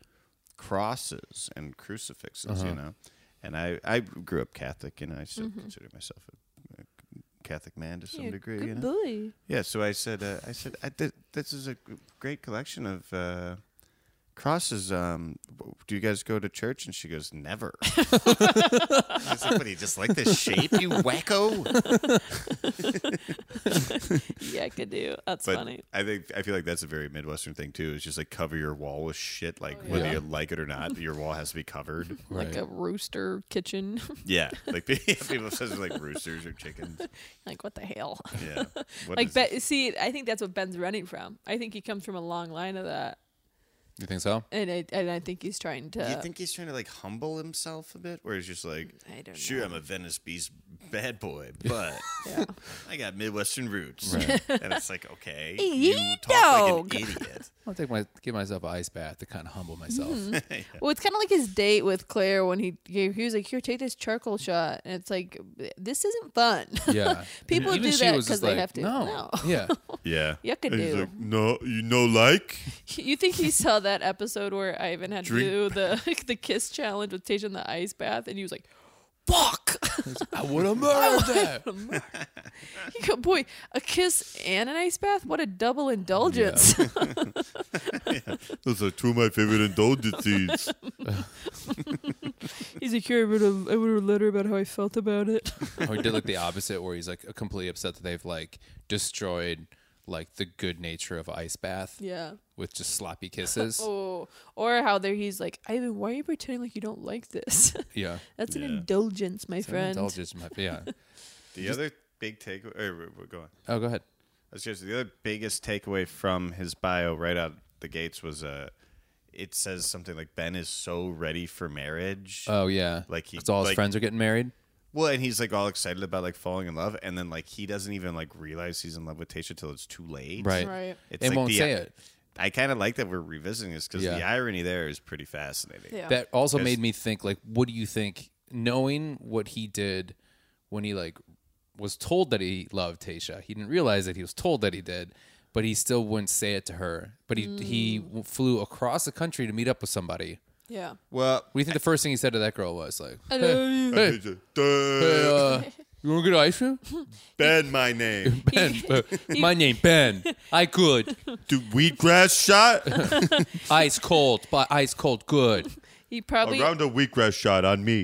Speaker 3: crosses and crucifixes, you know. And I, I grew up Catholic, and I still consider myself a, a Catholic man to some
Speaker 4: Mm-hmm. You're a
Speaker 3: degree, you
Speaker 4: Good
Speaker 3: know.
Speaker 4: boy.
Speaker 3: Yeah, so I said, uh, I said, I, th- this is a g- great collection of uh, crosses. Um, w- do you guys go to church? And she goes, never. I said, "What, do you just like the shape, you wacko.
Speaker 4: Yeah, I could do. That's
Speaker 3: But
Speaker 4: funny.
Speaker 3: I think I feel like that's a very Midwestern thing too. Is just like cover your wall with
Speaker 4: Oh,
Speaker 3: shit, like whether you like it or not, your wall has to be covered.
Speaker 4: Like a rooster kitchen.
Speaker 3: yeah, like people says like roosters or chickens.
Speaker 4: like what the hell?
Speaker 3: Yeah, What
Speaker 4: like
Speaker 3: is this?
Speaker 4: ben, see, I think that's what Ben's running from. I think he comes from a long line of that,
Speaker 2: You think so?
Speaker 4: and I and I think he's trying to.
Speaker 3: Do you think he's trying to like humble himself a bit, where he's just like,
Speaker 4: I don't
Speaker 3: sure,
Speaker 4: know.
Speaker 3: I'm a Venice Beast bad boy, but
Speaker 4: Yeah.
Speaker 3: I got Midwestern roots, and it's like, okay,
Speaker 4: Hey,
Speaker 3: you talk
Speaker 4: dog.
Speaker 3: like an idiot.
Speaker 2: I'll take my give myself an ice bath to kind of humble myself.
Speaker 4: Mm-hmm. Well, it's kind of like his date with Claire when he gave. He was like, "Here, take this charcoal shot," and it's like, "This isn't fun."
Speaker 2: Yeah.
Speaker 4: People
Speaker 2: Even
Speaker 4: do
Speaker 2: she
Speaker 4: that
Speaker 2: was just
Speaker 4: because they
Speaker 2: like,
Speaker 4: have to.
Speaker 2: No.
Speaker 4: No,
Speaker 2: Yeah.
Speaker 3: Yeah,
Speaker 4: Yucca
Speaker 3: And he's
Speaker 4: do.
Speaker 3: like, no, you know, like
Speaker 4: You think he saw that episode where Ivan had
Speaker 3: Drink-
Speaker 4: to do the the kiss challenge with Tasha in the ice bath, and he was like, "Fuck!"
Speaker 2: I would have murdered that.
Speaker 4: He go, "Boy, a kiss and an ice bath? What a double indulgence!"
Speaker 3: those are two of my favorite indulgences.
Speaker 4: He's like, "Here, I wrote a, I wrote a letter about how I felt about it."
Speaker 2: or he did like the opposite where he's like completely upset that they've like destroyed like the good nature of ice bath
Speaker 4: yeah.
Speaker 2: with just sloppy kisses
Speaker 4: Oh, or how there he's like, Ivan, why are you pretending like you don't like this?
Speaker 2: yeah
Speaker 4: That's an
Speaker 3: Yeah.
Speaker 4: indulgence, my
Speaker 2: Don't
Speaker 4: friend.
Speaker 2: indulge us, my- yeah
Speaker 3: the other big takeaway. er, we're going.
Speaker 2: oh go ahead
Speaker 3: I was just the other biggest takeaway from his bio right out the gates was uh, it says something like Ben is so ready for marriage.
Speaker 2: oh yeah
Speaker 3: Like he-
Speaker 2: Because all his
Speaker 3: like-
Speaker 2: friends are getting married
Speaker 3: Well, and he's like all excited about like falling in love, and then like he doesn't even like realize he's in love with Tasha till it's too late.
Speaker 2: Right.
Speaker 4: Right.
Speaker 3: It's
Speaker 2: and
Speaker 3: like
Speaker 2: won't
Speaker 3: the-
Speaker 2: say it.
Speaker 3: I kind of like that we're revisiting this because
Speaker 2: Yeah.
Speaker 3: the irony there is pretty fascinating.
Speaker 4: Yeah.
Speaker 2: That also
Speaker 3: Yes.
Speaker 2: made me think like what do you think knowing what he did when he like was told that he loved Tasha. He didn't realize that he was told that he did, but he still wouldn't say it to her. But he he
Speaker 4: Mm.
Speaker 2: w- flew across the country to meet up with somebody.
Speaker 4: yeah.
Speaker 3: Well,
Speaker 2: What do you think the first thing he said to that girl was like?
Speaker 4: I love you.
Speaker 2: Hey, hey, uh, you want to get ice cream?
Speaker 3: Ben, my name.
Speaker 2: Ben, uh, my name Ben. I good,
Speaker 3: Do wheatgrass shot
Speaker 2: ice cold, but ice cold good.
Speaker 4: He probably
Speaker 3: a wheatgrass shot on me.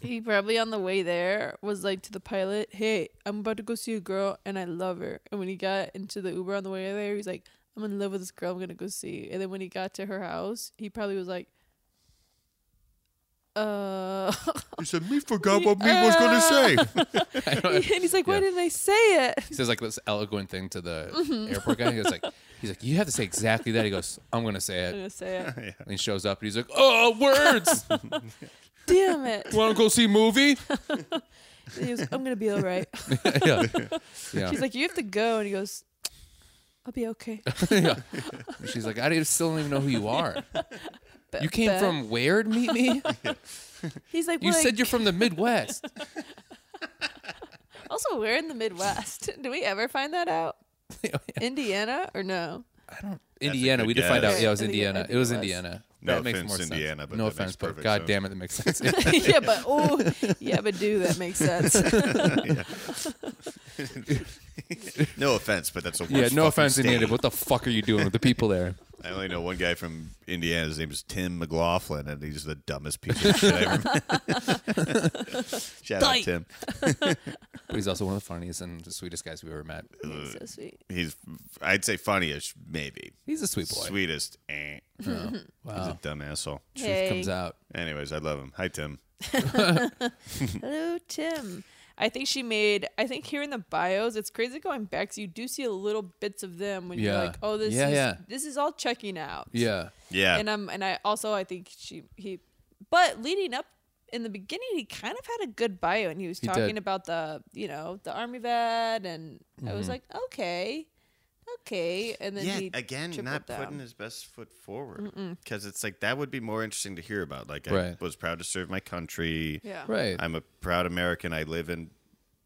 Speaker 4: he probably on the way there was like to the pilot, "Hey, I'm about to go see a girl, and I love her." And when he got into the Uber on the way there, he's like, "I'm in love with this girl. I'm gonna go see." And then when he got to her house, he probably was like, "Uh,"
Speaker 3: He said, "Me forgot what me was gonna say."
Speaker 4: and he's like, "Why didn't I say it?"
Speaker 2: He says like this eloquent thing to the
Speaker 3: Mm-hmm.
Speaker 2: airport guy. He goes like, he's like, you have to say exactly that. He goes, I'm gonna say
Speaker 4: I'm
Speaker 2: it.
Speaker 4: gonna say it.
Speaker 2: And he shows up and he's like, oh, words.
Speaker 4: Damn it!
Speaker 2: Want to go see movie?
Speaker 4: And he was, I'm gonna be all right.
Speaker 2: yeah, yeah.
Speaker 4: She's like, "You have to go," and he goes, "I'll be okay."
Speaker 2: yeah. And She's like, I don't- still don't even know who you are.
Speaker 4: But-
Speaker 2: You came
Speaker 4: but-
Speaker 2: from where to meet me?
Speaker 4: He's like,
Speaker 2: You
Speaker 4: "Well,
Speaker 2: said you're from the Midwest.
Speaker 4: Also, we're in the Midwest. Do we ever find that out?
Speaker 2: Oh, Yeah.
Speaker 4: Indiana or no?
Speaker 2: Indiana.
Speaker 3: good
Speaker 2: We did find
Speaker 3: guess.
Speaker 2: out. Yeah, it was
Speaker 4: I think it- I
Speaker 2: Indiana.
Speaker 4: think
Speaker 2: It was
Speaker 4: it was.
Speaker 2: Indiana.
Speaker 3: No
Speaker 2: That makes
Speaker 3: offense,
Speaker 2: more sense.
Speaker 3: Indiana, but
Speaker 2: no
Speaker 3: that makes
Speaker 2: offense, but
Speaker 3: perfect
Speaker 2: god
Speaker 3: sense.
Speaker 2: damn it, that makes sense.
Speaker 4: yeah, but oh, yeah, but do that makes sense?
Speaker 3: no offense, but that's a
Speaker 2: yeah, no offense, Indiana. but What the fuck are you doing with the people there?
Speaker 3: I only know one guy from Indiana. His name is Tim McLaughlin, and he's the dumbest piece of shit I ever met. Shout out
Speaker 4: Dyke.
Speaker 3: Tim.
Speaker 2: But he's also one of the funniest and the sweetest guys we've ever met.
Speaker 4: That's so sweet.
Speaker 3: He's, I'd say, funniest, maybe
Speaker 2: He's a sweet boy.
Speaker 3: sweetest. Eh.
Speaker 4: Mm-hmm.
Speaker 3: He's a
Speaker 2: Wow.
Speaker 3: dumb asshole.
Speaker 2: Truth comes out.
Speaker 3: Anyways, I love him. Hi, Tim.
Speaker 4: Hello, Tim. I think she made. I think here in the bios, it's crazy going back. So you do see a little bits of them when
Speaker 2: Yeah.
Speaker 4: you're like, oh, this
Speaker 2: Yeah,
Speaker 4: is
Speaker 2: yeah.
Speaker 4: this is all checking out.
Speaker 2: Yeah.
Speaker 3: Yeah,
Speaker 4: And um, and I also I think she he, but leading up in the beginning, he kind of had a good bio, and he was
Speaker 2: He
Speaker 4: talking
Speaker 2: did.
Speaker 4: about the you know the army vet, and I
Speaker 2: Mm-hmm.
Speaker 4: was like, okay, okay, and then
Speaker 3: yeah.
Speaker 4: he
Speaker 3: Again,
Speaker 4: tripled
Speaker 3: not
Speaker 4: down.
Speaker 3: putting his best foot forward because it's like that would be more interesting to hear about. Like, I
Speaker 2: Right.
Speaker 3: was proud to serve my country.
Speaker 4: yeah
Speaker 2: Right.
Speaker 3: I'm a proud American. I live in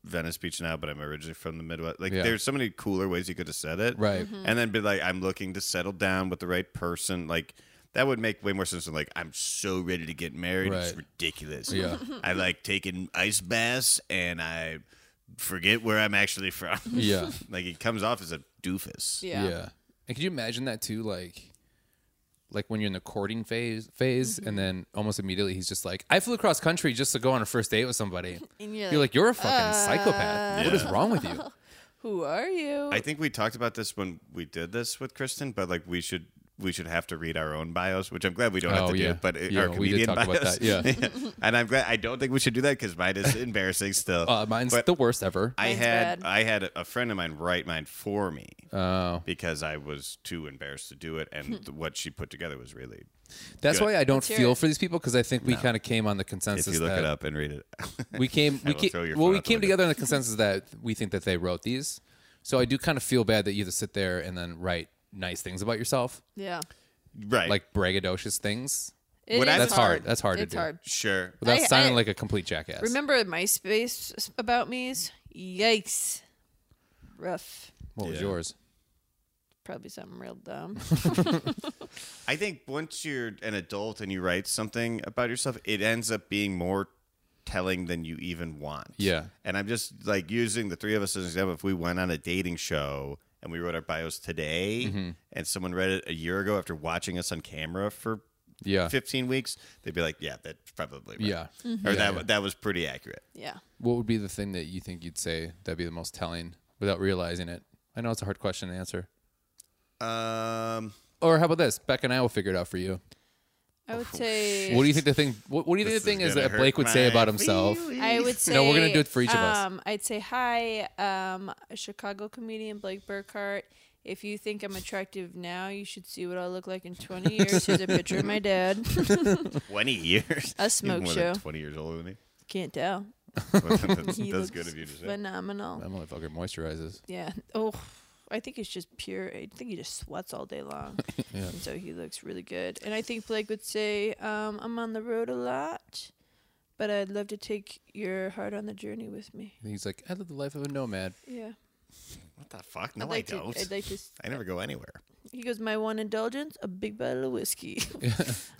Speaker 3: Venice Beach now, but I'm originally from the Midwest. Like,
Speaker 2: Yeah.
Speaker 3: there's so many cooler ways you could have said it.
Speaker 2: Right.
Speaker 4: Mm-hmm.
Speaker 2: Mhm.
Speaker 3: And then be like, I'm looking to settle down with the right person. Like, that would make way more sense than like, I'm so ready to get married. It's
Speaker 2: Right.
Speaker 3: ridiculous.
Speaker 2: Yeah.
Speaker 3: I like taking ice baths and I forget where I'm actually from.
Speaker 2: Yeah.
Speaker 3: like, it comes off as a doofus.
Speaker 4: yeah
Speaker 2: And could you imagine that too? Like, like when you're in the courting phase, phase,
Speaker 4: Mm-hmm.
Speaker 2: and then almost immediately he's just like, "I flew across country just to go on a first date with somebody."
Speaker 4: And you're
Speaker 2: You're
Speaker 4: like, "Uh."
Speaker 2: like, "You're a fucking psychopath. What is
Speaker 3: Yeah.
Speaker 2: wrong with you?"
Speaker 4: who are you?
Speaker 3: I think we talked about this when we did this with Kristen, but like we should we should have to read our own bios, which I'm glad we don't
Speaker 2: Oh,
Speaker 3: have to
Speaker 2: yeah.
Speaker 3: do. But it-
Speaker 2: Yeah,
Speaker 3: our
Speaker 2: we did
Speaker 3: comedian
Speaker 2: talk about
Speaker 3: bios,
Speaker 2: that, yeah.
Speaker 3: and I'm glad I don't think we should do that because mine is embarrassing still.
Speaker 2: Uh, mine's
Speaker 3: But
Speaker 2: the worst ever.
Speaker 3: I
Speaker 4: Mine's
Speaker 3: had
Speaker 4: bad.
Speaker 3: I had a friend of mine write mine for me
Speaker 2: Oh,
Speaker 3: because I was too embarrassed to do it,
Speaker 4: Hmm.
Speaker 3: and th- what she put together was really.
Speaker 2: that's
Speaker 3: Good.
Speaker 2: why I don't
Speaker 4: hear
Speaker 2: feel
Speaker 4: it.
Speaker 2: for these people because I think we kind of came on the
Speaker 3: If
Speaker 2: consensus.
Speaker 3: you look
Speaker 2: that
Speaker 3: it up and read it,
Speaker 2: we came, we
Speaker 3: will
Speaker 2: came
Speaker 3: throw your
Speaker 2: well,
Speaker 3: phone
Speaker 2: we
Speaker 3: out the
Speaker 2: came
Speaker 3: window.
Speaker 2: together on the consensus that we think that they wrote these. So I do kind of feel bad that you have to sit there and then write nice things about yourself,
Speaker 4: yeah,
Speaker 3: right?
Speaker 2: like braggadocious things.
Speaker 4: It
Speaker 3: What I-
Speaker 4: is
Speaker 3: That's
Speaker 2: hard. That's hard to
Speaker 4: It's
Speaker 2: do.
Speaker 4: hard.
Speaker 3: sure.
Speaker 2: Without
Speaker 4: I-
Speaker 2: sounding
Speaker 4: I-
Speaker 2: like a complete jackass.
Speaker 4: Remember MySpace about me's? Yikes, rough.
Speaker 2: what was
Speaker 3: Yeah.
Speaker 2: yours?
Speaker 4: Probably something real dumb.
Speaker 3: I think once you're an adult and you write something about yourself, it ends up being more telling than you even want.
Speaker 2: Yeah.
Speaker 3: And I'm just like using the three of us as an example. If we went on a dating show and we wrote our bios today
Speaker 2: Mm-hmm.
Speaker 3: and someone read it a year ago after watching us on camera for
Speaker 2: Yeah.
Speaker 3: 15 weeks, they'd be like, yeah, that's probably right.
Speaker 2: Uh. Yeah.
Speaker 4: Mm-hmm.
Speaker 3: Or
Speaker 2: Yeah,
Speaker 3: that,
Speaker 2: yeah.
Speaker 3: that was pretty accurate.
Speaker 4: yeah,
Speaker 2: What would be the thing that you think you'd say that'd be the most telling without realizing it? I know it's a hard question to answer.
Speaker 3: Um,
Speaker 2: Or how about this? Beck and I will figure it out for you.
Speaker 4: I would say.
Speaker 2: What do you think the thing? What, what do you
Speaker 3: This
Speaker 2: think the thing
Speaker 3: is
Speaker 2: is
Speaker 3: gonna
Speaker 2: that Blake
Speaker 3: hurt
Speaker 2: would say
Speaker 3: my
Speaker 2: about himself?
Speaker 4: I would say
Speaker 2: No, we're gonna do it for each of us.
Speaker 4: Um, I'd say hi, um, Chicago comedian Blake Burkhart. If you think I'm attractive now, you should see what I'll look like in 20 years. Here's a picture of my dad.
Speaker 3: 20 years.
Speaker 4: A
Speaker 3: You're
Speaker 4: smoke
Speaker 3: more
Speaker 4: show.
Speaker 3: Than 20 years older than me.
Speaker 4: Can't tell.
Speaker 3: that's
Speaker 4: He
Speaker 3: that's
Speaker 4: looks
Speaker 3: good of you to say.
Speaker 4: Phenomenal.
Speaker 2: That motherfucker moisturizes.
Speaker 4: Yeah. Oh, I think it's just pure. I think he just sweats all day long, and so he looks really good. And I think Blake would say, um, "I'm on the road a lot, but I'd love to take your heart on the journey with me."
Speaker 2: And he's like, I live the life of a nomad.
Speaker 4: Yeah.
Speaker 5: What the fuck? No,
Speaker 4: I'd like
Speaker 5: I don't.
Speaker 4: To, I'd like to. s-
Speaker 5: I never go anywhere.
Speaker 4: He goes, "My one indulgence: a big bottle of whiskey
Speaker 5: That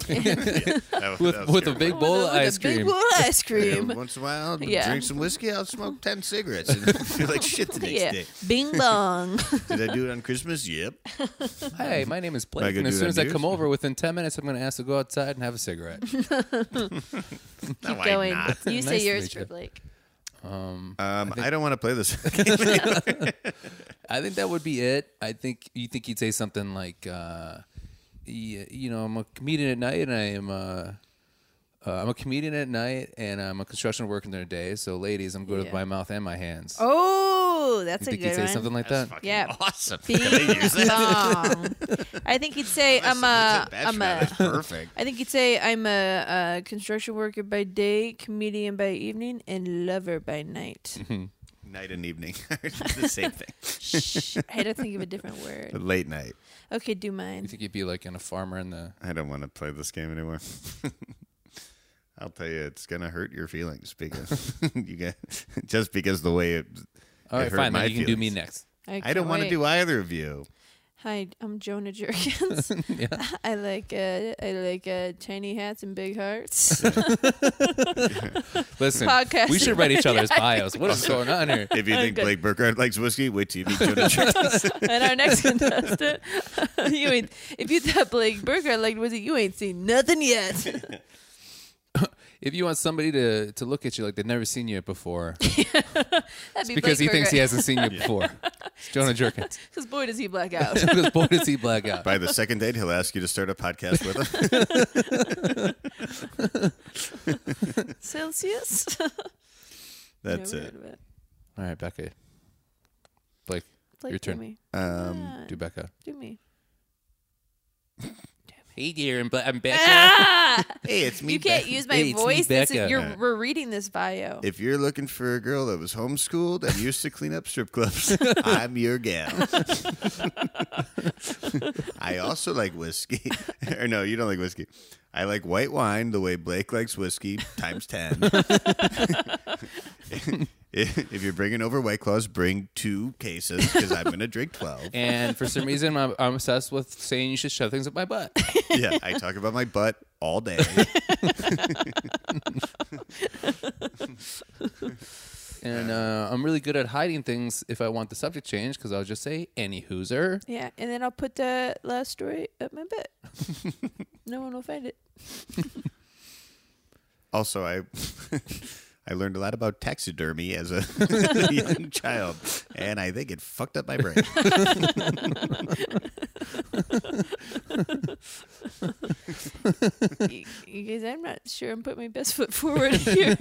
Speaker 5: was- that was
Speaker 2: With, with a
Speaker 5: terrible.
Speaker 2: big bowl
Speaker 4: With
Speaker 2: of
Speaker 4: a
Speaker 2: ice
Speaker 4: Big
Speaker 2: cream.
Speaker 4: bowl of ice cream.
Speaker 3: Once in a while,
Speaker 4: Yeah.
Speaker 3: drink some whiskey. I'll smoke ten cigarettes and feel like shit the next
Speaker 4: yeah.
Speaker 3: day.
Speaker 4: Bing bong.
Speaker 3: Did I do it on Christmas? Yep.
Speaker 2: Hey, my name is
Speaker 3: I
Speaker 2: Blake,
Speaker 3: could
Speaker 2: and as
Speaker 3: do
Speaker 2: soon
Speaker 3: that
Speaker 2: as I
Speaker 3: news?
Speaker 2: come over, within ten minutes, I'm going to ask to go outside and have a cigarette.
Speaker 5: No, I
Speaker 4: Going.
Speaker 5: not.
Speaker 4: You
Speaker 2: Nice
Speaker 4: say
Speaker 2: to
Speaker 4: yours
Speaker 2: meet
Speaker 4: for
Speaker 2: you.
Speaker 4: Blake.
Speaker 3: Um, I, don't want to play this.
Speaker 2: I think that would be it. I think you think he'd say something like, uh, y- you know, I'm a comedian at night, and I am. Uh, uh, I'm a comedian at night, and I'm a construction worker during the day. So, ladies, I'm good with
Speaker 4: Yeah.
Speaker 2: my mouth and my hands.
Speaker 4: Oh, that's
Speaker 2: you
Speaker 4: a
Speaker 2: think he'd
Speaker 4: good
Speaker 2: say
Speaker 4: one.
Speaker 2: something like
Speaker 5: That's
Speaker 2: that?
Speaker 5: fucking
Speaker 4: Yeah.
Speaker 5: awesome.
Speaker 4: Bing bong. I think he'd say, "I'm a, I'm a."
Speaker 3: perfect.
Speaker 4: I think you'd say I'm a, a construction worker by day, comedian by evening, and lover by night.
Speaker 3: Night and evening, the same thing.
Speaker 4: Shh, I had to think of a different
Speaker 3: But
Speaker 4: word.
Speaker 3: late night.
Speaker 4: Okay, do
Speaker 2: You
Speaker 4: mine.
Speaker 2: think he'd be like in a farmer in the?
Speaker 3: I don't want to play this game anymore. I'll tell you, it's gonna hurt your feelings because you got just because the way it.
Speaker 2: All
Speaker 3: it
Speaker 2: right,
Speaker 3: hurt
Speaker 2: fine.
Speaker 3: my
Speaker 2: Then you can do me
Speaker 3: feelings.
Speaker 2: next.
Speaker 4: I,
Speaker 3: I don't want to do either of you.
Speaker 4: Hi, I'm Jonah Jerkins. I like uh, I like uh, tiny hats and big hearts.
Speaker 2: Listen,
Speaker 4: Podcasting
Speaker 2: we should write each other's bios. What is
Speaker 3: Also-
Speaker 2: going on here?
Speaker 3: If you
Speaker 4: I'm
Speaker 3: think
Speaker 4: good.
Speaker 3: Blake Burkhardt likes whiskey, wait till you meet Jonah Jerkins.
Speaker 4: and our next contestant, you ain't, if you thought Blake Burger liked was it, you ain't seen nothing yet.
Speaker 2: If you want somebody to to look at you like they've never seen you before,
Speaker 4: That'd be
Speaker 2: because
Speaker 4: Blake
Speaker 2: he thinks he
Speaker 4: Burger.
Speaker 2: hasn't seen you before, it's Jonah Jerkins.
Speaker 4: 'Cause boy does he black out.
Speaker 2: Because boy does he black out.
Speaker 3: By the second date, he'll ask you to start a podcast with him.
Speaker 4: Celsius.
Speaker 3: That's
Speaker 4: Never
Speaker 3: it.
Speaker 4: heard of it.
Speaker 2: All right, Becca. Blake,
Speaker 4: Blake,
Speaker 2: Your
Speaker 4: do
Speaker 2: turn.
Speaker 4: me.
Speaker 3: Um,
Speaker 4: Ah,
Speaker 2: do Becca.
Speaker 4: do me.
Speaker 2: Hey, dear, and I'm Becca.
Speaker 4: Ah!
Speaker 3: hey, it's me.
Speaker 4: you can't
Speaker 3: Beth.
Speaker 4: use my
Speaker 2: Hey, it's me,
Speaker 4: voice. This
Speaker 2: Becca.
Speaker 4: is, you're, we're reading this bio.
Speaker 3: If you're looking for a girl that was homeschooled and used to clean up strip clubs, I'm your gal. I also like whiskey. or no, you don't like whiskey. I like white wine the way Blake likes whiskey times 10. if if you're bringing over White Claws, bring two cases because I'm going to drink 12.
Speaker 2: And for some reason, I'm, I'm obsessed with saying you should shove things up my butt.
Speaker 3: yeah, I talk about my butt all day.
Speaker 2: And uh, I'm really good at hiding things if I want the subject changed, because I'll just say any hooser.
Speaker 4: yeah, and then I'll put the last story up my butt. no one will find it.
Speaker 3: Also, I I learned a lot about taxidermy as a young child, and I think it fucked up my brain.
Speaker 4: you, you guys, I'm not sure I'm putting my best foot forward here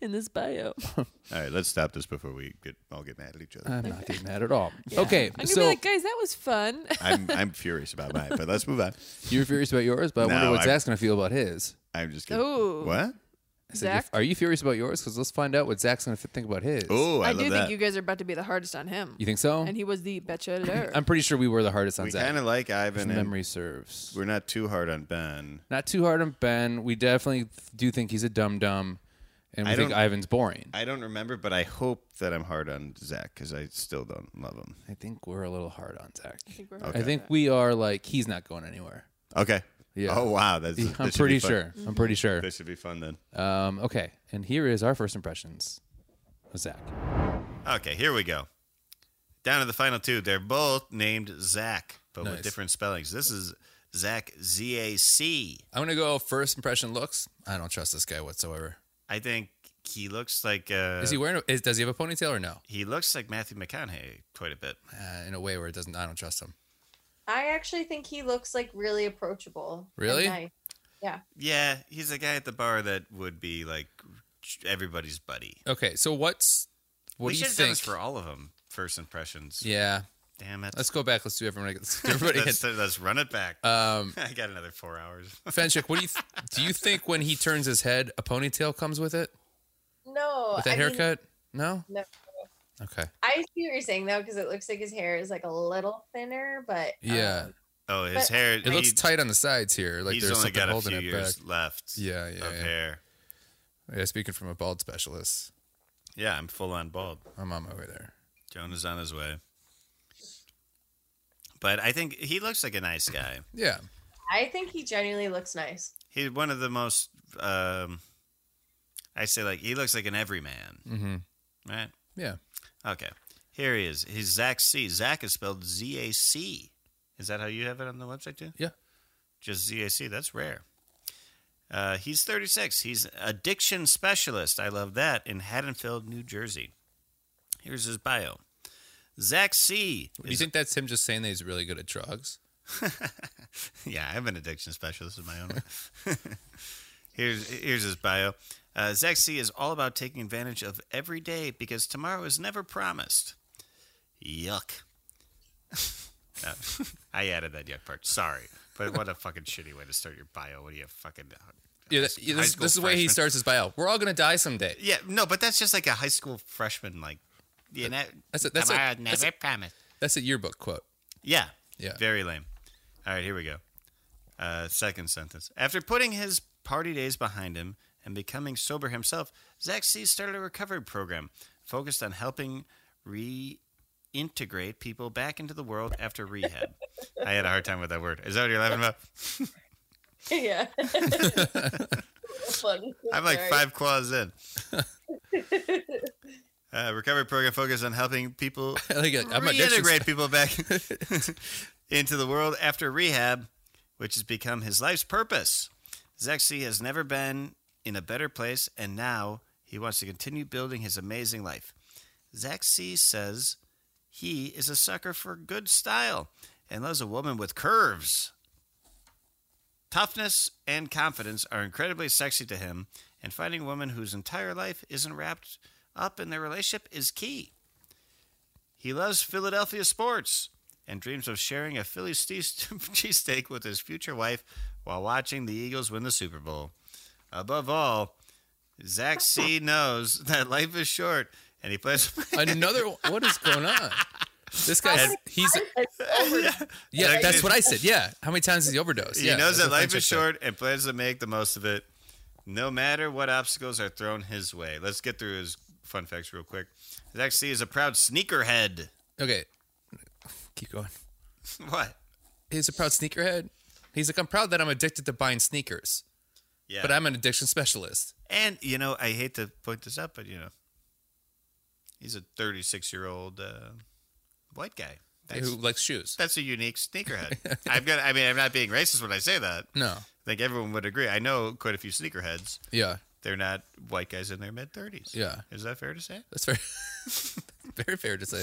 Speaker 4: in this bio.
Speaker 3: All right, let's stop this before we get all get mad at each other.
Speaker 2: I'm not getting that at all. Okay,
Speaker 4: I'm gonna
Speaker 2: so
Speaker 4: be like, guys, that was fun.
Speaker 3: I'm I'm furious about mine, but let's move on.
Speaker 2: you were furious about yours, but I
Speaker 3: No,
Speaker 2: wonder what
Speaker 3: I-
Speaker 2: Zach's going to feel about his.
Speaker 3: I'm just kidding.
Speaker 4: Oh,
Speaker 3: What?
Speaker 2: I said, "You're-
Speaker 4: Zach?
Speaker 2: Are you furious about yours? Because let's find out what Zach's going to think about his.
Speaker 3: Oh, I,
Speaker 4: I,
Speaker 3: love
Speaker 4: do
Speaker 3: that.
Speaker 4: think you guys are about to be the hardest on him.
Speaker 2: You think so?
Speaker 4: and he was the bachelor.
Speaker 2: I'm pretty sure we were the hardest on
Speaker 3: we
Speaker 2: Zach.
Speaker 3: kind of like Ivan,
Speaker 2: if
Speaker 3: and
Speaker 2: memory serves.
Speaker 3: we're not too hard on Ben.
Speaker 2: Not too hard on Ben. We definitely do think he's a dum dum, and we
Speaker 3: I
Speaker 2: think
Speaker 3: don't-
Speaker 2: Ivan's boring.
Speaker 3: I don't remember, but I hope that I'm hard on Zach because I still don't love him.
Speaker 2: I think we're a little hard on Zach.
Speaker 4: I think we're
Speaker 2: I
Speaker 4: hard
Speaker 2: think
Speaker 4: on
Speaker 2: we are like he's not going anywhere.
Speaker 3: Okay.
Speaker 2: Yeah.
Speaker 3: Oh wow, that's. this
Speaker 2: I'm
Speaker 3: should be
Speaker 2: pretty
Speaker 3: fun.
Speaker 2: sure.
Speaker 4: Mm-hmm.
Speaker 2: I'm pretty sure.
Speaker 3: This should be fun then.
Speaker 2: Um, okay, and here is our first impressions of Zach.
Speaker 5: Okay, here we go. Down to the final two. They're both named Zach, but
Speaker 12: Nice.
Speaker 5: with different spellings. This is Zach Z A C.
Speaker 12: I'm gonna go first impression looks. I don't trust this guy whatsoever.
Speaker 5: I think he looks like uh,
Speaker 12: Is he wearing? A, is, does he have a ponytail or no?
Speaker 5: he looks like Matthew McConaughey quite a bit.
Speaker 12: Uh, in a way where it doesn't. I don't trust him.
Speaker 6: I actually think he looks like really approachable. and
Speaker 12: Really?
Speaker 6: nice.
Speaker 5: Yeah, he's a guy at the bar that would be like everybody's buddy.
Speaker 12: Okay, so what's what
Speaker 5: we
Speaker 12: do you
Speaker 5: should have done
Speaker 12: think?
Speaker 5: this for all of them. First impressions.
Speaker 12: yeah,
Speaker 5: Damn it.
Speaker 12: let's go back. Let's do everyone. Let's do everybody.
Speaker 5: let's, let's run it back.
Speaker 2: Uh,
Speaker 12: um,
Speaker 5: I got another four hours.
Speaker 12: Fenchik, what do you th- do? You think when he turns his head, a ponytail comes with it?
Speaker 6: no.
Speaker 2: with that
Speaker 6: I mean,
Speaker 2: haircut? no?
Speaker 6: no.
Speaker 2: Okay.
Speaker 6: I see what you're saying though, because it looks like his hair is like a little thinner, but
Speaker 2: Yeah.
Speaker 6: um,
Speaker 3: Oh, his
Speaker 6: But-
Speaker 3: hair.
Speaker 2: It looks tight on the sides here. Like
Speaker 3: he's
Speaker 2: there's
Speaker 3: only
Speaker 2: something
Speaker 3: got a
Speaker 2: holding
Speaker 3: few
Speaker 2: it back.
Speaker 3: years left.
Speaker 2: Yeah, yeah,
Speaker 3: of
Speaker 2: yeah.
Speaker 3: hair.
Speaker 2: Yeah, speaking from a bald specialist,
Speaker 3: Yeah, I'm full on bald.
Speaker 2: I'm on my way there.
Speaker 3: Joan is on his way. But I think he looks like a nice guy.
Speaker 2: Yeah.
Speaker 6: I think he genuinely looks nice.
Speaker 3: He's one of the most. Um, I say like he looks like an everyman,
Speaker 2: Mm-hmm.
Speaker 3: right?
Speaker 2: Yeah.
Speaker 3: Okay. Here he is. He's Zach C. Zach is spelled Z A C. Is that how you have it on the website too?
Speaker 2: Yeah.
Speaker 3: Just Z A C. That's rare. Uh, he's 36. He's addiction specialist. I love that in Haddonfield, New Jersey. Here's his bio. Zach C.
Speaker 2: Do you think that's him just saying that he's really good at drugs?
Speaker 3: yeah, I'm an addiction specialist in my own way. here's here's his bio. Uh, Zach C is all about taking advantage of every day because tomorrow is never promised. Yuck. No, I added that yuck part. Sorry, but what a fucking shitty way to start your bio. What do you fucking?
Speaker 2: Yeah,
Speaker 3: high
Speaker 2: that, yeah, this,
Speaker 3: school
Speaker 2: this is the way he
Speaker 3: freshman?
Speaker 2: starts his bio. We're all gonna die someday.
Speaker 3: Yeah, no, but that's just like a high school freshman. Like, you know,
Speaker 2: That's a- that's a-
Speaker 3: tomorrow
Speaker 2: that's a-
Speaker 3: never promised.
Speaker 2: That's a yearbook quote.
Speaker 3: Yeah.
Speaker 2: Yeah.
Speaker 3: Very lame. All right, here we go. Uh, second sentence. After putting his party days behind him and becoming sober himself, Zach C started a recovery program focused on helping reintegrate people back into the world after rehab. I had a hard time with that word. Is that what you're laughing about?
Speaker 6: yeah. Funny.
Speaker 3: I'm like
Speaker 6: Sorry.
Speaker 3: five claws in. Uh, recovery program focused on helping people
Speaker 2: like a, I'm addiction
Speaker 3: reintegrate people back into the world after rehab, which has become his life's purpose. Zexy has never been in a better place, and now he wants to continue building his amazing life. Zexy says he is a sucker for good style and loves a woman with curves. Toughness and confidence are incredibly sexy to him, and finding a woman whose entire life isn't wrapped up in their relationship is key. He loves Philadelphia sports and dreams of sharing a Philly ste- cheesesteak with his future wife while watching the Eagles win the Super Bowl. Above all, Zach C knows that life is short and he plans.
Speaker 2: specialist. Another. What is going on? This guy's. He's. Yeah,
Speaker 3: Zach
Speaker 2: that's
Speaker 3: C-
Speaker 2: what I said. Yeah. How many times has he overdosed?
Speaker 3: He
Speaker 2: yeah,
Speaker 3: knows
Speaker 2: that's
Speaker 3: that
Speaker 2: what
Speaker 3: life
Speaker 2: friendship
Speaker 3: is
Speaker 2: said.
Speaker 3: short and plans to make the most of it, no matter what obstacles are thrown his way. Let's get through his fun facts real quick. Zach C is a proud sneakerhead.
Speaker 2: Okay. Keep going.
Speaker 3: what?
Speaker 2: He's a proud sneakerhead. He's like, I'm proud that I'm addicted to buying sneakers,
Speaker 3: Yeah.
Speaker 2: but I'm an addiction specialist.
Speaker 3: And you know, I hate to point this out, but you know, he's a 36 year old uh, white guy. That's,
Speaker 2: who likes shoes?
Speaker 3: that's a unique sneakerhead. I'm gonna. I mean, I'm not being racist when I say that.
Speaker 2: No.
Speaker 3: I think everyone would agree. I know quite a few sneakerheads.
Speaker 2: Yeah.
Speaker 3: They're not white guys in their mid 30s.
Speaker 2: Yeah.
Speaker 3: Is that fair to say?
Speaker 2: That's very, very fair to say.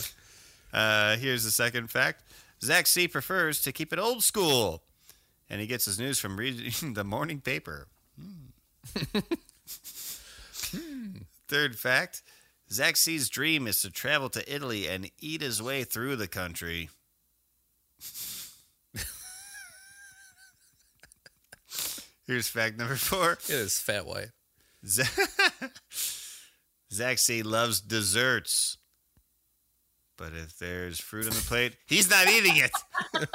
Speaker 3: Uh, here's the second fact Zach C prefers to keep it old school, and he gets his news from reading the morning paper. Hmm. Third fact Zach C's dream is to travel to Italy and eat his way through the country. Here's fact number four.
Speaker 2: It is fat white.
Speaker 3: Zach, Zach C loves desserts. But if there's fruit on the plate, he's not eating it.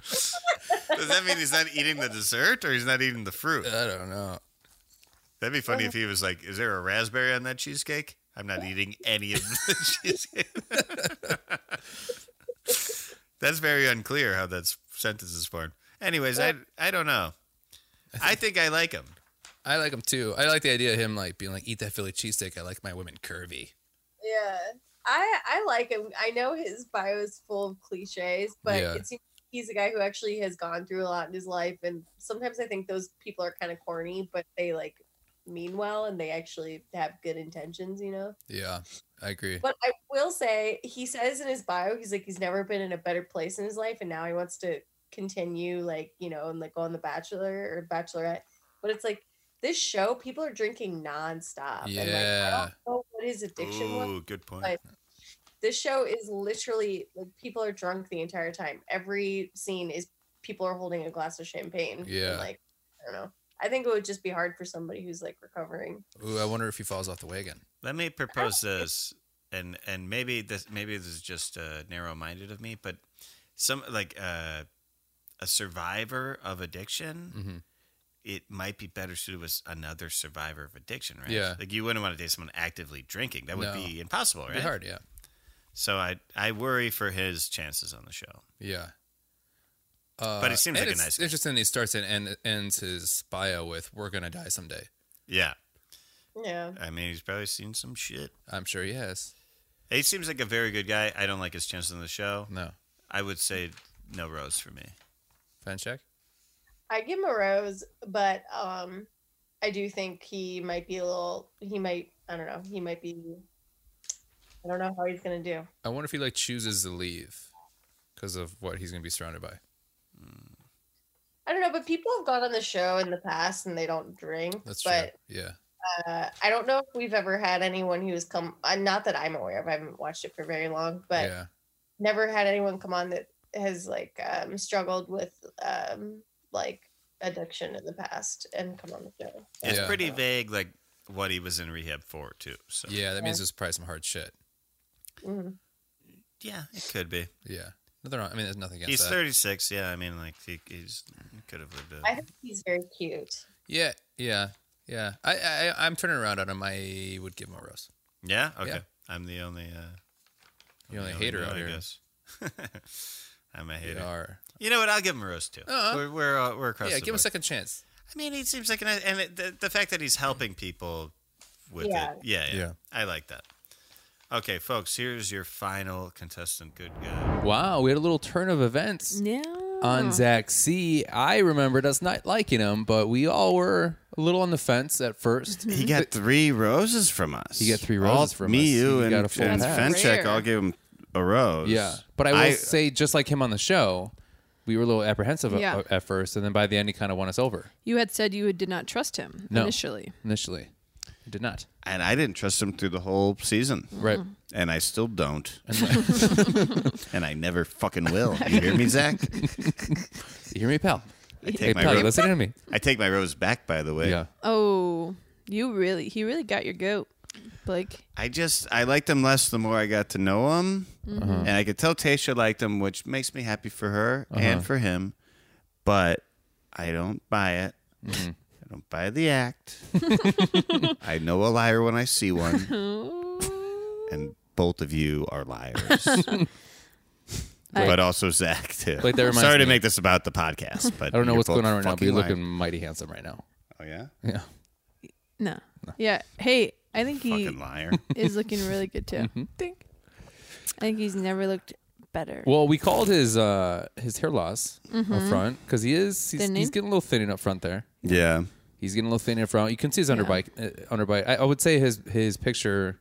Speaker 3: Does that mean he's not eating the dessert or he's not eating the fruit?
Speaker 2: I don't know.
Speaker 3: That'd be funny if he was like, Is there a raspberry on that cheesecake? I'm not eating any of the cheesecake. that's very unclear how that s- sentence is formed. Anyways, I, I don't know. I think I like him.
Speaker 2: I like him too. I like the idea of him like being like, eat that Philly cheesesteak. I like my women curvy.
Speaker 6: Yeah. I I like him. I know his bio is full of cliches, but
Speaker 2: Yeah.
Speaker 6: it seems he's a guy who actually has gone through a lot in his life and sometimes I think those people are kind of corny, but they like mean well and they actually have good intentions, you know?
Speaker 2: Yeah, I agree.
Speaker 6: But I will say, he says in his bio, he's like he's never been in a better place in his life, and now he wants to continue, like you know, and like go on The Bachelor or Bachelorette. But it's like this show, people are drinking nonstop. And like, I
Speaker 2: Yeah.
Speaker 6: don't know what his addiction was.
Speaker 3: Ooh, good point.
Speaker 6: but- This show is literally like people are drunk the entire time. Every scene is people are holding a glass of champagne. and,
Speaker 2: Yeah.
Speaker 6: like I don't know. I think it would just be hard for somebody who's like recovering.
Speaker 12: Ooh, I wonder if he falls off the wagon.
Speaker 5: Let me propose this, and and maybe this maybe this is just uh, narrow minded of me, but some like uh, a survivor of addiction,
Speaker 12: Mm-hmm.
Speaker 5: it might be better suited with another survivor of addiction, right?
Speaker 12: Yeah.
Speaker 5: like you wouldn't want to date someone actively drinking; that would
Speaker 12: No.
Speaker 5: be impossible, right?
Speaker 12: Be hard, yeah,
Speaker 5: So I I worry for his chances on the show.
Speaker 12: yeah. Uh,
Speaker 5: it seems
Speaker 12: and
Speaker 5: like a
Speaker 12: it's
Speaker 5: nice guy.
Speaker 12: Interesting. that He starts and end, ends his bio with "We're gonna die someday."
Speaker 5: Yeah,
Speaker 6: Yeah.
Speaker 5: I mean he's probably seen some shit.
Speaker 12: I'm sure he has.
Speaker 5: He seems like a very good guy. I don't like his chances on the show.
Speaker 12: No,
Speaker 5: I would say no rose for me.
Speaker 12: fan check.
Speaker 6: I give him a rose, but um I do think he might be a little he might I don't know, he might be I don't know how he's gonna do.
Speaker 12: I wonder if he like chooses to leave because of what he's gonna be surrounded by.
Speaker 5: Mm.
Speaker 6: I don't know, but people have gone on the show in the past and they don't drink.
Speaker 12: That's
Speaker 6: but
Speaker 12: true. Yeah.
Speaker 6: uh, I don't know if we've ever had anyone who's come uh, not that I'm aware of, I haven't watched it for very long, but
Speaker 12: yeah.
Speaker 6: never had anyone come on that has like um struggled with um like addiction in the past and come on the show.
Speaker 5: It's
Speaker 12: Yeah.
Speaker 5: pretty vague, like what he was in rehab for too. So
Speaker 12: Yeah. That means there's probably some hard shit.
Speaker 6: Mhm.
Speaker 5: yeah, it could be.
Speaker 12: Yeah. Nothing wrong. I mean, there's nothing against
Speaker 5: He's
Speaker 12: that.
Speaker 5: 36. Yeah, I mean, like he, he's he could have lived
Speaker 6: I
Speaker 5: a
Speaker 6: think he's very cute.
Speaker 12: Yeah. Yeah. Yeah. I, I I'm turning around on him. I would give him a rose.
Speaker 5: yeah. Okay,
Speaker 12: Yeah.
Speaker 5: I'm the only uh,
Speaker 12: You only
Speaker 5: the
Speaker 12: hater
Speaker 5: one,
Speaker 12: out
Speaker 5: I
Speaker 12: here.
Speaker 5: guess. I'm a
Speaker 12: You
Speaker 5: hater.
Speaker 12: are.
Speaker 5: You know what? I'll give him a roast too.
Speaker 12: Uh-huh.
Speaker 5: We're we're, uh, we're across.
Speaker 12: yeah.
Speaker 5: the
Speaker 12: Give him a
Speaker 5: board.
Speaker 12: second chance.
Speaker 5: I mean, he seems like an and it, the, the fact that he's helping people with
Speaker 6: Yeah.
Speaker 5: it. Yeah, yeah.
Speaker 12: Yeah.
Speaker 5: I like that. Okay, folks. Here's your final contestant. Good guy.
Speaker 2: Wow, we had a little turn of events
Speaker 4: Yeah.
Speaker 2: on Zach C. I remembered us not liking him, but we all were a little on the fence at first.
Speaker 4: Mm-hmm.
Speaker 3: He got three roses from us.
Speaker 2: He got three
Speaker 3: All
Speaker 2: roses from
Speaker 3: me,
Speaker 2: us.
Speaker 3: you,
Speaker 2: He
Speaker 3: and,
Speaker 2: got a full
Speaker 3: and
Speaker 2: pass.
Speaker 3: Fenchek
Speaker 4: Rare.
Speaker 3: all gave him a rose.
Speaker 2: yeah, but I will
Speaker 3: I-
Speaker 2: say, just like him on the show, we were a little apprehensive a-
Speaker 4: Yeah.
Speaker 2: a- at first, and then by the end, he kind of won us over
Speaker 4: You had said you did not trust him
Speaker 2: No.
Speaker 4: initially.
Speaker 2: initially. He did not.
Speaker 3: And I didn't trust him through the whole season. Mm-hmm.
Speaker 2: Right.
Speaker 3: And I still don't. and I never fucking will. You hear me, Zach?
Speaker 2: You hear me, pal?
Speaker 3: I
Speaker 2: Hey,
Speaker 3: take my
Speaker 2: pal, you
Speaker 3: rose.
Speaker 2: listening to me?
Speaker 3: I take my rose back. By the way,
Speaker 2: Yeah.
Speaker 4: Oh, you really? He really got your goat, Blake.
Speaker 3: I just I liked him less the more I got to know him,
Speaker 2: Mm-hmm.
Speaker 3: and I could tell Tasha liked him, which makes me happy for her
Speaker 2: Uh-huh.
Speaker 3: and for him. But I don't buy it.
Speaker 2: Mm-hmm.
Speaker 3: I don't buy the act. I know a liar when I see one, and both of you are liars. But also Zach too.
Speaker 2: Like, that reminds
Speaker 3: Sorry to
Speaker 2: me-
Speaker 3: make this about the podcast, but
Speaker 2: I don't know
Speaker 3: you're
Speaker 2: what's going
Speaker 3: both
Speaker 2: on right now, but
Speaker 3: fucking
Speaker 2: you're
Speaker 3: lying.
Speaker 2: looking mighty handsome right now.
Speaker 3: Oh yeah,
Speaker 2: Yeah.
Speaker 4: No. Yeah. Hey, I think he
Speaker 3: fucking liar.
Speaker 4: is looking really good too.
Speaker 2: Mm-hmm.
Speaker 4: Think. I think he's never looked better.
Speaker 2: Well, we called his uh his hair loss
Speaker 4: Mm-hmm.
Speaker 2: up front because he is he's,
Speaker 4: Thinning.
Speaker 2: he's getting a little thinning up front there.
Speaker 3: yeah,
Speaker 2: He's getting a little thin in front. You can see his underbite. Uh, underbite. I, I would say his his picture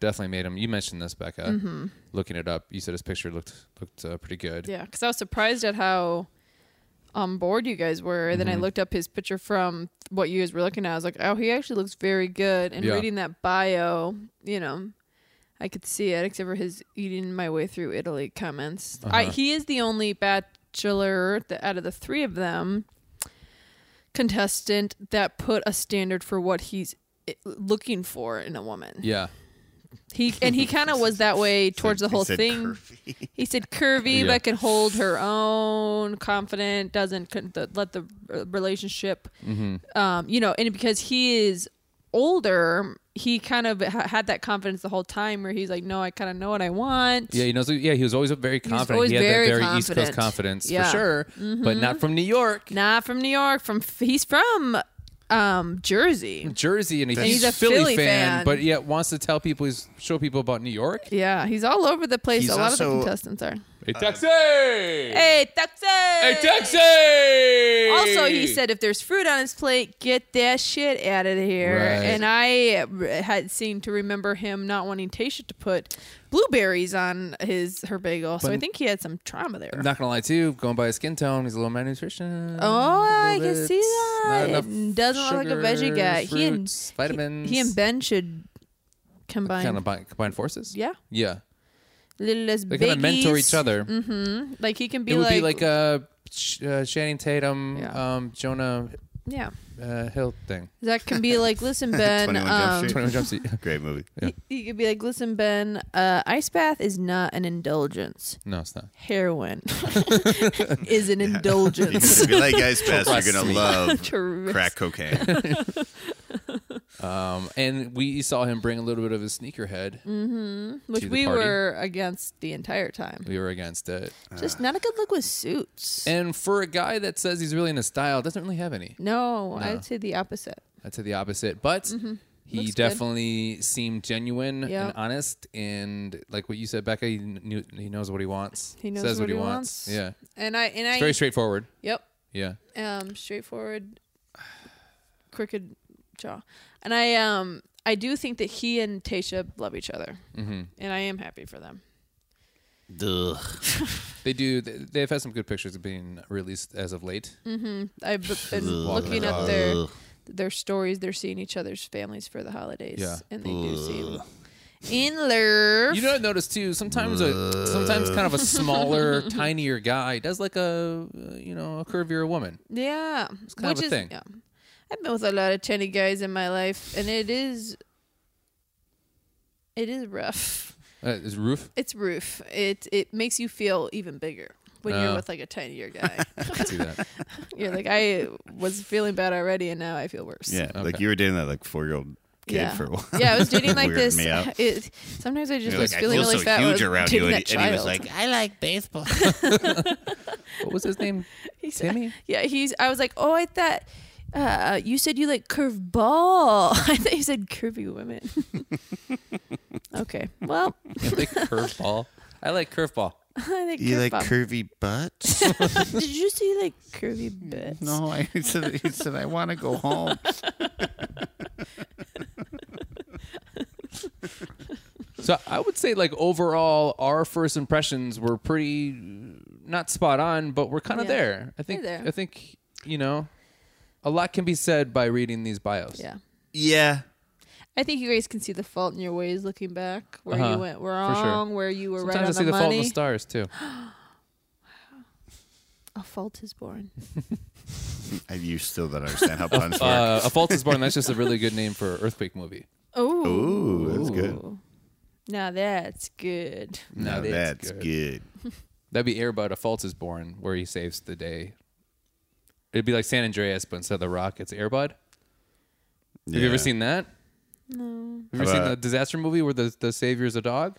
Speaker 2: definitely made him. You mentioned this, Becca. Looking it up, you said his picture looked looked uh, pretty good.
Speaker 4: Mm-hmm. Yeah, because I was surprised at how on board you guys were. Then
Speaker 2: Mm-hmm.
Speaker 4: I looked up his picture from what you guys were looking at. I was like, oh, he actually looks very good. And
Speaker 2: Yeah.
Speaker 4: reading that bio, you know, I could see it, except for his eating my way through Italy comments.
Speaker 2: Uh-huh.
Speaker 4: I, he is the only bachelor that out of the three of them contestant that put a standard for what he's i- looking for in a woman.
Speaker 2: Yeah.
Speaker 4: He and he kind of was that way towards the
Speaker 3: He
Speaker 4: whole
Speaker 3: said
Speaker 4: thing.
Speaker 3: curvy.
Speaker 4: He said curvy,
Speaker 2: Yeah.
Speaker 4: but can hold her own, confident, doesn't con- the, let the uh, relationship,
Speaker 2: Mm-hmm.
Speaker 4: um, you know, and because he is older, he kind of ha- had that confidence the whole time where he's like, no, I kind of know what I want.
Speaker 2: Yeah, he knows. Yeah, he was always very confident.
Speaker 4: always
Speaker 2: he had
Speaker 4: very
Speaker 2: that very East Coast
Speaker 4: confident.
Speaker 2: confidence
Speaker 4: Yeah. Mm-hmm.
Speaker 2: for sure, but not from New York,
Speaker 4: Not from New York, from he's from um, Jersey.
Speaker 2: Jersey, and he's,
Speaker 4: And he's a
Speaker 2: Philly,
Speaker 4: Philly
Speaker 2: fan,
Speaker 4: fan.
Speaker 2: but yet wants to tell people, he's show people about New York.
Speaker 4: Yeah, he's all over the place.
Speaker 3: He's
Speaker 4: a lot of the
Speaker 3: also-
Speaker 4: contestants are.
Speaker 2: Hey, taxi! Hey,
Speaker 4: Hey, taxi! Hey,
Speaker 2: taxi!
Speaker 4: Also, he said if there's fruit on his plate, get that shit out of here.
Speaker 2: Right.
Speaker 4: And I r- had seemed to remember him not wanting Tasha to put blueberries on his her bagel, so I think he had some trauma there.
Speaker 2: I'm not gonna lie to you, going by his skin tone, he's a little malnutrition.
Speaker 4: Oh, I
Speaker 2: A little
Speaker 4: can
Speaker 2: bit.
Speaker 4: see that.
Speaker 2: Not enough
Speaker 4: And doesn't look like a veggie
Speaker 2: sugar,
Speaker 4: guy. he and
Speaker 2: fruits, vitamins.
Speaker 4: He, he and Ben should combine.
Speaker 2: kind of combine, combine forces.
Speaker 4: yeah,
Speaker 2: yeah.
Speaker 4: little less
Speaker 2: They kind of mentor each
Speaker 4: biggies.
Speaker 2: other.
Speaker 4: Like he can Mm-hmm. be
Speaker 2: it would
Speaker 4: like,
Speaker 2: be like uh, Sh- uh, Shannon Tatum,
Speaker 4: Yeah.
Speaker 2: um, Jonah
Speaker 4: yeah,
Speaker 2: uh, Hill thing.
Speaker 4: Zach can be like, listen, Ben.
Speaker 5: 21 Jump
Speaker 4: um,
Speaker 5: Street.
Speaker 2: 21 Jump Street.
Speaker 3: Great movie.
Speaker 4: he, he could be like, listen, Ben. Uh, ice bath is not an indulgence.
Speaker 2: No, it's not.
Speaker 4: Heroin is an indulgence.
Speaker 3: If you like Ice Bass,
Speaker 2: Trust
Speaker 3: you're gonna
Speaker 2: me.
Speaker 3: love
Speaker 4: Tremendous.
Speaker 3: crack cocaine.
Speaker 2: Um, and we saw him bring a little bit of his sneakerhead.
Speaker 4: Which
Speaker 2: to the
Speaker 4: we
Speaker 2: party.
Speaker 4: were against the entire time.
Speaker 2: We were against it.
Speaker 4: Just not a good look with suits.
Speaker 2: And for a guy that says he's really into style, doesn't really have any.
Speaker 4: no, I'd say the opposite.
Speaker 2: I'd say the opposite. But he
Speaker 4: Mm-hmm. Looks good.
Speaker 2: definitely seemed genuine
Speaker 4: Yeah.
Speaker 2: and honest. And like what you said, Becca, he, knew, he knows what he wants.
Speaker 4: He knows
Speaker 2: Says
Speaker 4: what
Speaker 2: what,
Speaker 4: he wants.
Speaker 2: Yeah.
Speaker 4: And I and
Speaker 2: It's
Speaker 4: I
Speaker 2: very straightforward.
Speaker 4: yep.
Speaker 2: Yeah.
Speaker 4: um, straightforward, crooked jaw. And I um I do think that he and Tasha love each other, mm-hmm. and I am happy for them.
Speaker 3: Ugh.
Speaker 2: They do. they- They've had some good pictures being released as of late.
Speaker 4: I've b- been looking at their their stories. They're seeing each other's families for the holidays,
Speaker 2: Yeah.
Speaker 4: and they do seem in love.
Speaker 2: You know, I noticed too. Sometimes a sometimes kind of a smaller, tinier guy does like a uh, you know a curvier woman.
Speaker 4: yeah, it's
Speaker 2: kind of a thing.
Speaker 4: Yeah. I've been with a lot of tiny guys in my life, and it is it is rough.
Speaker 2: Uh, is roof?
Speaker 4: It's roof. It it makes you feel even bigger when
Speaker 2: Oh.
Speaker 4: you're with like a tinier guy.
Speaker 2: I can see that.
Speaker 4: you're like, I was feeling bad already, and now I feel worse.
Speaker 3: Yeah, like you were dating that like four year old kid
Speaker 4: Yeah.
Speaker 3: for a while.
Speaker 4: Yeah, I was dating like
Speaker 3: Weirded
Speaker 4: this.
Speaker 3: me out.
Speaker 4: It, sometimes I just
Speaker 3: You're
Speaker 4: was
Speaker 3: like, I
Speaker 4: feeling
Speaker 3: feel
Speaker 4: really
Speaker 3: so
Speaker 4: fat. when I
Speaker 3: huge
Speaker 4: was
Speaker 3: around
Speaker 4: dating
Speaker 3: you, and,
Speaker 4: that
Speaker 3: and he was
Speaker 4: child.
Speaker 3: like, "I like baseball."
Speaker 2: What was his name?
Speaker 4: He's-
Speaker 2: Timmy?
Speaker 4: Yeah, he's. I was like, oh, I thought uh, you said you like curve ball. I thought you said curvy women. okay, well,
Speaker 2: I like curveball. I like curveball.
Speaker 4: I like
Speaker 3: you
Speaker 4: curve
Speaker 3: like
Speaker 4: ball.
Speaker 3: curvy butts?
Speaker 4: Did you say you like curvy bits?
Speaker 3: no, I he said, he said I want to go home.
Speaker 2: So I would say like overall, our first impressions were pretty uh, not spot on, but we're kind of
Speaker 4: Yeah.
Speaker 2: there. I think.
Speaker 4: They're there.
Speaker 2: I think you know, a lot can be said by reading these bios.
Speaker 4: Yeah.
Speaker 3: Yeah,
Speaker 4: I think you guys can see the fault in your ways looking back, where
Speaker 2: Uh-huh.
Speaker 4: you went
Speaker 2: For sure.
Speaker 4: wrong, where you were
Speaker 2: Sometimes
Speaker 4: right
Speaker 2: I
Speaker 4: on
Speaker 2: see the
Speaker 4: the
Speaker 2: fault in
Speaker 4: money.
Speaker 2: the stars too.
Speaker 4: A fault is born.
Speaker 3: I, you still don't understand how puns work.
Speaker 2: Uh, a fault is born. That's just a really good name for an earthquake movie.
Speaker 4: Oh,
Speaker 3: Ooh, that's good.
Speaker 4: now that's good.
Speaker 3: Now that's good.
Speaker 2: That'd be Airbud. A fault is born, where he saves the day. It'd be like San Andreas, but instead of the rock, it's Airbud. Have you ever
Speaker 3: Yeah.
Speaker 2: seen that? No. Have you ever seen
Speaker 3: about-
Speaker 2: the disaster movie where the the savior's a dog?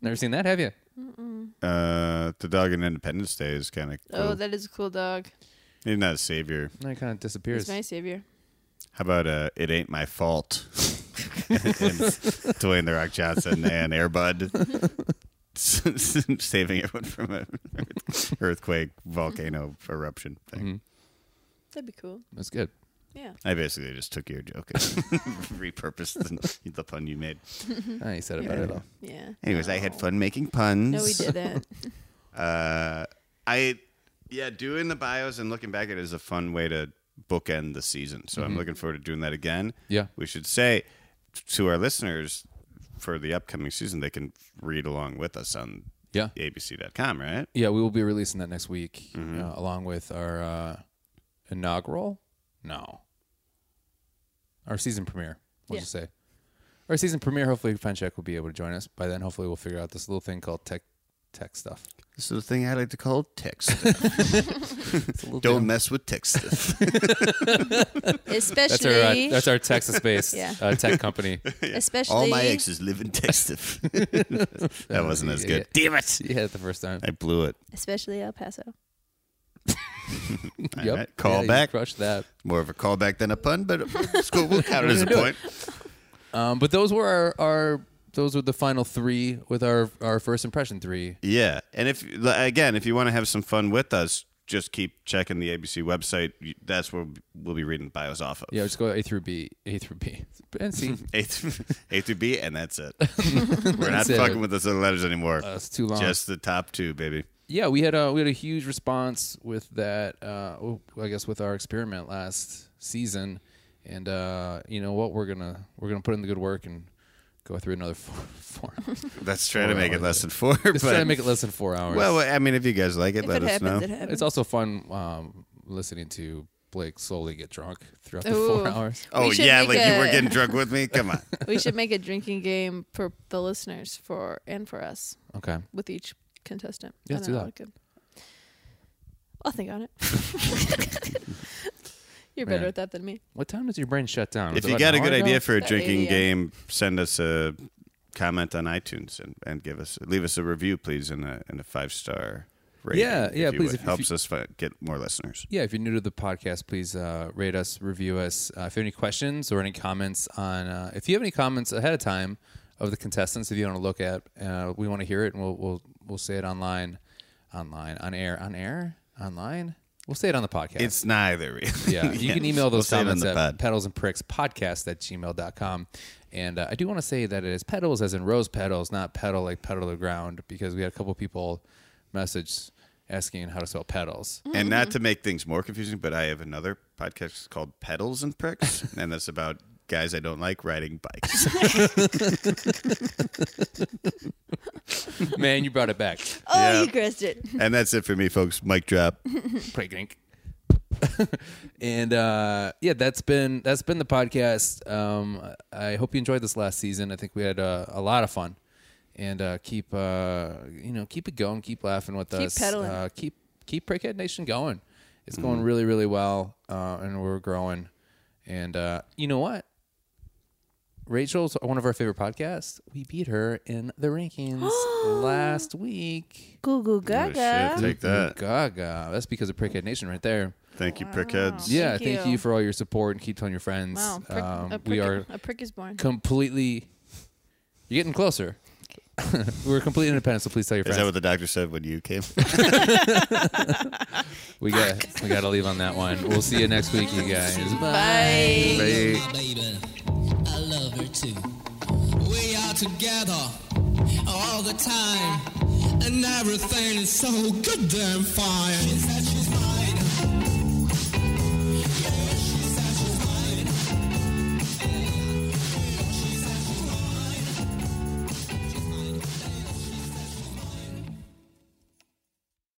Speaker 2: Never seen that, have you?
Speaker 3: Uh, the dog in Independence Day is kind of cool.
Speaker 4: Oh, that is a cool dog.
Speaker 3: He's not a savior.
Speaker 2: No, it kind of
Speaker 4: He's
Speaker 2: disappears.
Speaker 4: my savior.
Speaker 3: How about uh, "It Ain't My Fault"? and Dwayne the Rock Johnson and Airbud saving everyone from an earthquake, volcano eruption thing.
Speaker 4: That'd be cool.
Speaker 2: That's good.
Speaker 4: Yeah.
Speaker 3: I basically just took your joke and repurposed the, the pun you made.
Speaker 4: Hmm.
Speaker 2: I ain't said about it at all.
Speaker 4: Yeah.
Speaker 3: Anyways, I had fun making puns.
Speaker 4: No, we didn't.
Speaker 3: Uh, I yeah, doing the bios and looking back at it is a fun way to bookend the season. So I'm looking forward to doing that again.
Speaker 2: Yeah.
Speaker 3: we should say to our listeners for the upcoming season they can read along with us on
Speaker 2: Yeah.
Speaker 3: abc.com, right?
Speaker 2: Yeah, we will be releasing that next week,
Speaker 3: Mm-hmm.
Speaker 2: uh, along with our uh, inaugural. No, our season premiere. We'll
Speaker 4: Yeah.
Speaker 2: just say our season premiere. Hopefully, Fenchek will be able to join us by then. Hopefully, we'll figure out this little thing called tech tech stuff.
Speaker 3: This is the thing I like to call text. Don't mess with text.
Speaker 2: That's
Speaker 4: Especially,
Speaker 2: our uh, that's our Texas based
Speaker 4: Yeah.
Speaker 2: uh, tech company.
Speaker 4: especially
Speaker 3: All my exes live in text. that wasn't as good. Damn it!
Speaker 2: You hit it the first time.
Speaker 3: I blew it.
Speaker 4: especially El Paso.
Speaker 3: All
Speaker 2: Yep.
Speaker 3: right, Call
Speaker 2: Yeah, you
Speaker 3: back.
Speaker 2: crushed that.
Speaker 3: More of a callback than a pun, but it's cool. We'll count it as a point.
Speaker 2: Um, but those were our, our those were the final three with our our first impression three.
Speaker 3: Yeah, and if again, if you want to have some fun with us, just keep checking the ABC website. You- That's where we'll be reading bios off of.
Speaker 2: Yeah, just go A through B, A through B, and C.
Speaker 3: A through, A through B, and that's it. We're not
Speaker 2: That's it.
Speaker 3: fucking with those other letters anymore.
Speaker 2: That's too long.
Speaker 3: just the top two, baby.
Speaker 2: yeah, we had a we had a huge response with that. Uh, oh, I guess with our experiment last season, and uh, you know what, we're gonna we're gonna put in the good work and go through another four. four hours.
Speaker 3: That's trying to
Speaker 2: Four
Speaker 3: make it
Speaker 2: hours.
Speaker 3: less than four.
Speaker 2: Just
Speaker 3: but-
Speaker 2: trying to make it less than four hours.
Speaker 3: well, I mean, if you guys like it,
Speaker 4: If
Speaker 3: let
Speaker 4: it
Speaker 3: us
Speaker 4: happens,
Speaker 3: know.
Speaker 4: it happens.
Speaker 2: it's also fun um, listening to Blake slowly get drunk throughout the
Speaker 4: Ooh.
Speaker 2: four hours.
Speaker 4: We
Speaker 3: Oh
Speaker 4: should
Speaker 3: yeah,
Speaker 4: make
Speaker 3: like you were
Speaker 4: a-
Speaker 3: getting drunk with me. Come on.
Speaker 4: we should make a drinking game for the listeners for and for us
Speaker 2: Okay.
Speaker 4: with each contestant.
Speaker 2: Yeah,
Speaker 4: I
Speaker 2: let's
Speaker 4: don't
Speaker 2: do
Speaker 4: know,
Speaker 2: that.
Speaker 4: I could- I'll think on it. You're better
Speaker 2: Yeah.
Speaker 4: at that than me.
Speaker 2: What time does your brain shut down?
Speaker 3: if
Speaker 2: Is it
Speaker 3: you
Speaker 2: about
Speaker 3: got a
Speaker 2: an
Speaker 3: good
Speaker 2: hour
Speaker 3: idea
Speaker 2: ago?
Speaker 3: for a
Speaker 4: About
Speaker 3: drinking
Speaker 4: 80, yeah.
Speaker 3: game, send us a comment on iTunes and, and give us leave us a review, please, and a and a five star rating.
Speaker 2: Yeah,
Speaker 3: if
Speaker 2: yeah,
Speaker 3: you
Speaker 2: please,
Speaker 3: would.
Speaker 2: if- if
Speaker 3: helps us fi- get more listeners.
Speaker 2: Yeah, if you're new to the podcast, please uh, rate us, review us. Uh, if you have any questions or any comments on, uh, if you have any comments ahead of time of the contestants, if you want to look at, uh, we want to hear it, and we'll we'll we'll say it online, online, on air, on air, online. We'll say it on the podcast.
Speaker 3: It's neither. Really.
Speaker 2: yeah, you can email those
Speaker 3: We'll save it in
Speaker 2: comments
Speaker 3: the
Speaker 2: at
Speaker 3: pod.
Speaker 2: pedals and pricks podcast at gmail.com. And uh, I do want to say that it is pedals as in rose petals, not pedal like pedal to the ground, because we had a couple people message asking how to spell pedals.
Speaker 3: And not to make things more confusing, but I have another podcast called Pedals and Pricks, and that's about guys I don't like riding bikes.
Speaker 2: Man, you brought it back.
Speaker 4: Oh,
Speaker 3: Yeah.
Speaker 4: you guessed it.
Speaker 3: and that's it for me, folks. Mic drop.
Speaker 2: Crank, crank. and uh, yeah, that's been that's been the podcast. Um, I hope you enjoyed this last season. I think we had uh, a lot of fun, and uh, keep uh, you know keep it going, keep laughing with
Speaker 4: Keep
Speaker 2: us,
Speaker 4: pedaling.
Speaker 2: Uh, keep keep Prickhead Nation going. It's going really really well, uh, and we're growing. And uh, you know what? Rachel's one of our favorite podcasts. We beat her in the rankings last week.
Speaker 4: Goo goo
Speaker 3: Oh,
Speaker 2: Um,
Speaker 3: shit,
Speaker 4: gaga.
Speaker 3: take that.
Speaker 2: Gaga. That's because of Prickhead Nation right there.
Speaker 3: Thank you, prickheads.
Speaker 2: Yeah,
Speaker 4: Thank
Speaker 2: thank
Speaker 4: you.
Speaker 2: you for all your support and keep telling your friends.
Speaker 4: Wow, prick,
Speaker 2: Um,
Speaker 4: a prick,
Speaker 2: we are
Speaker 4: a prick is born.
Speaker 2: completely. You're getting closer. We're completely independent, so please tell your
Speaker 3: Is
Speaker 2: friends.
Speaker 3: that what the doctor said when you came?
Speaker 2: we got we got to leave on that one. We'll see you next week, you guys.
Speaker 4: Bye.
Speaker 3: Hey.
Speaker 13: baby. I love her too. We are together all the time, and everything is so good damn fine. She's such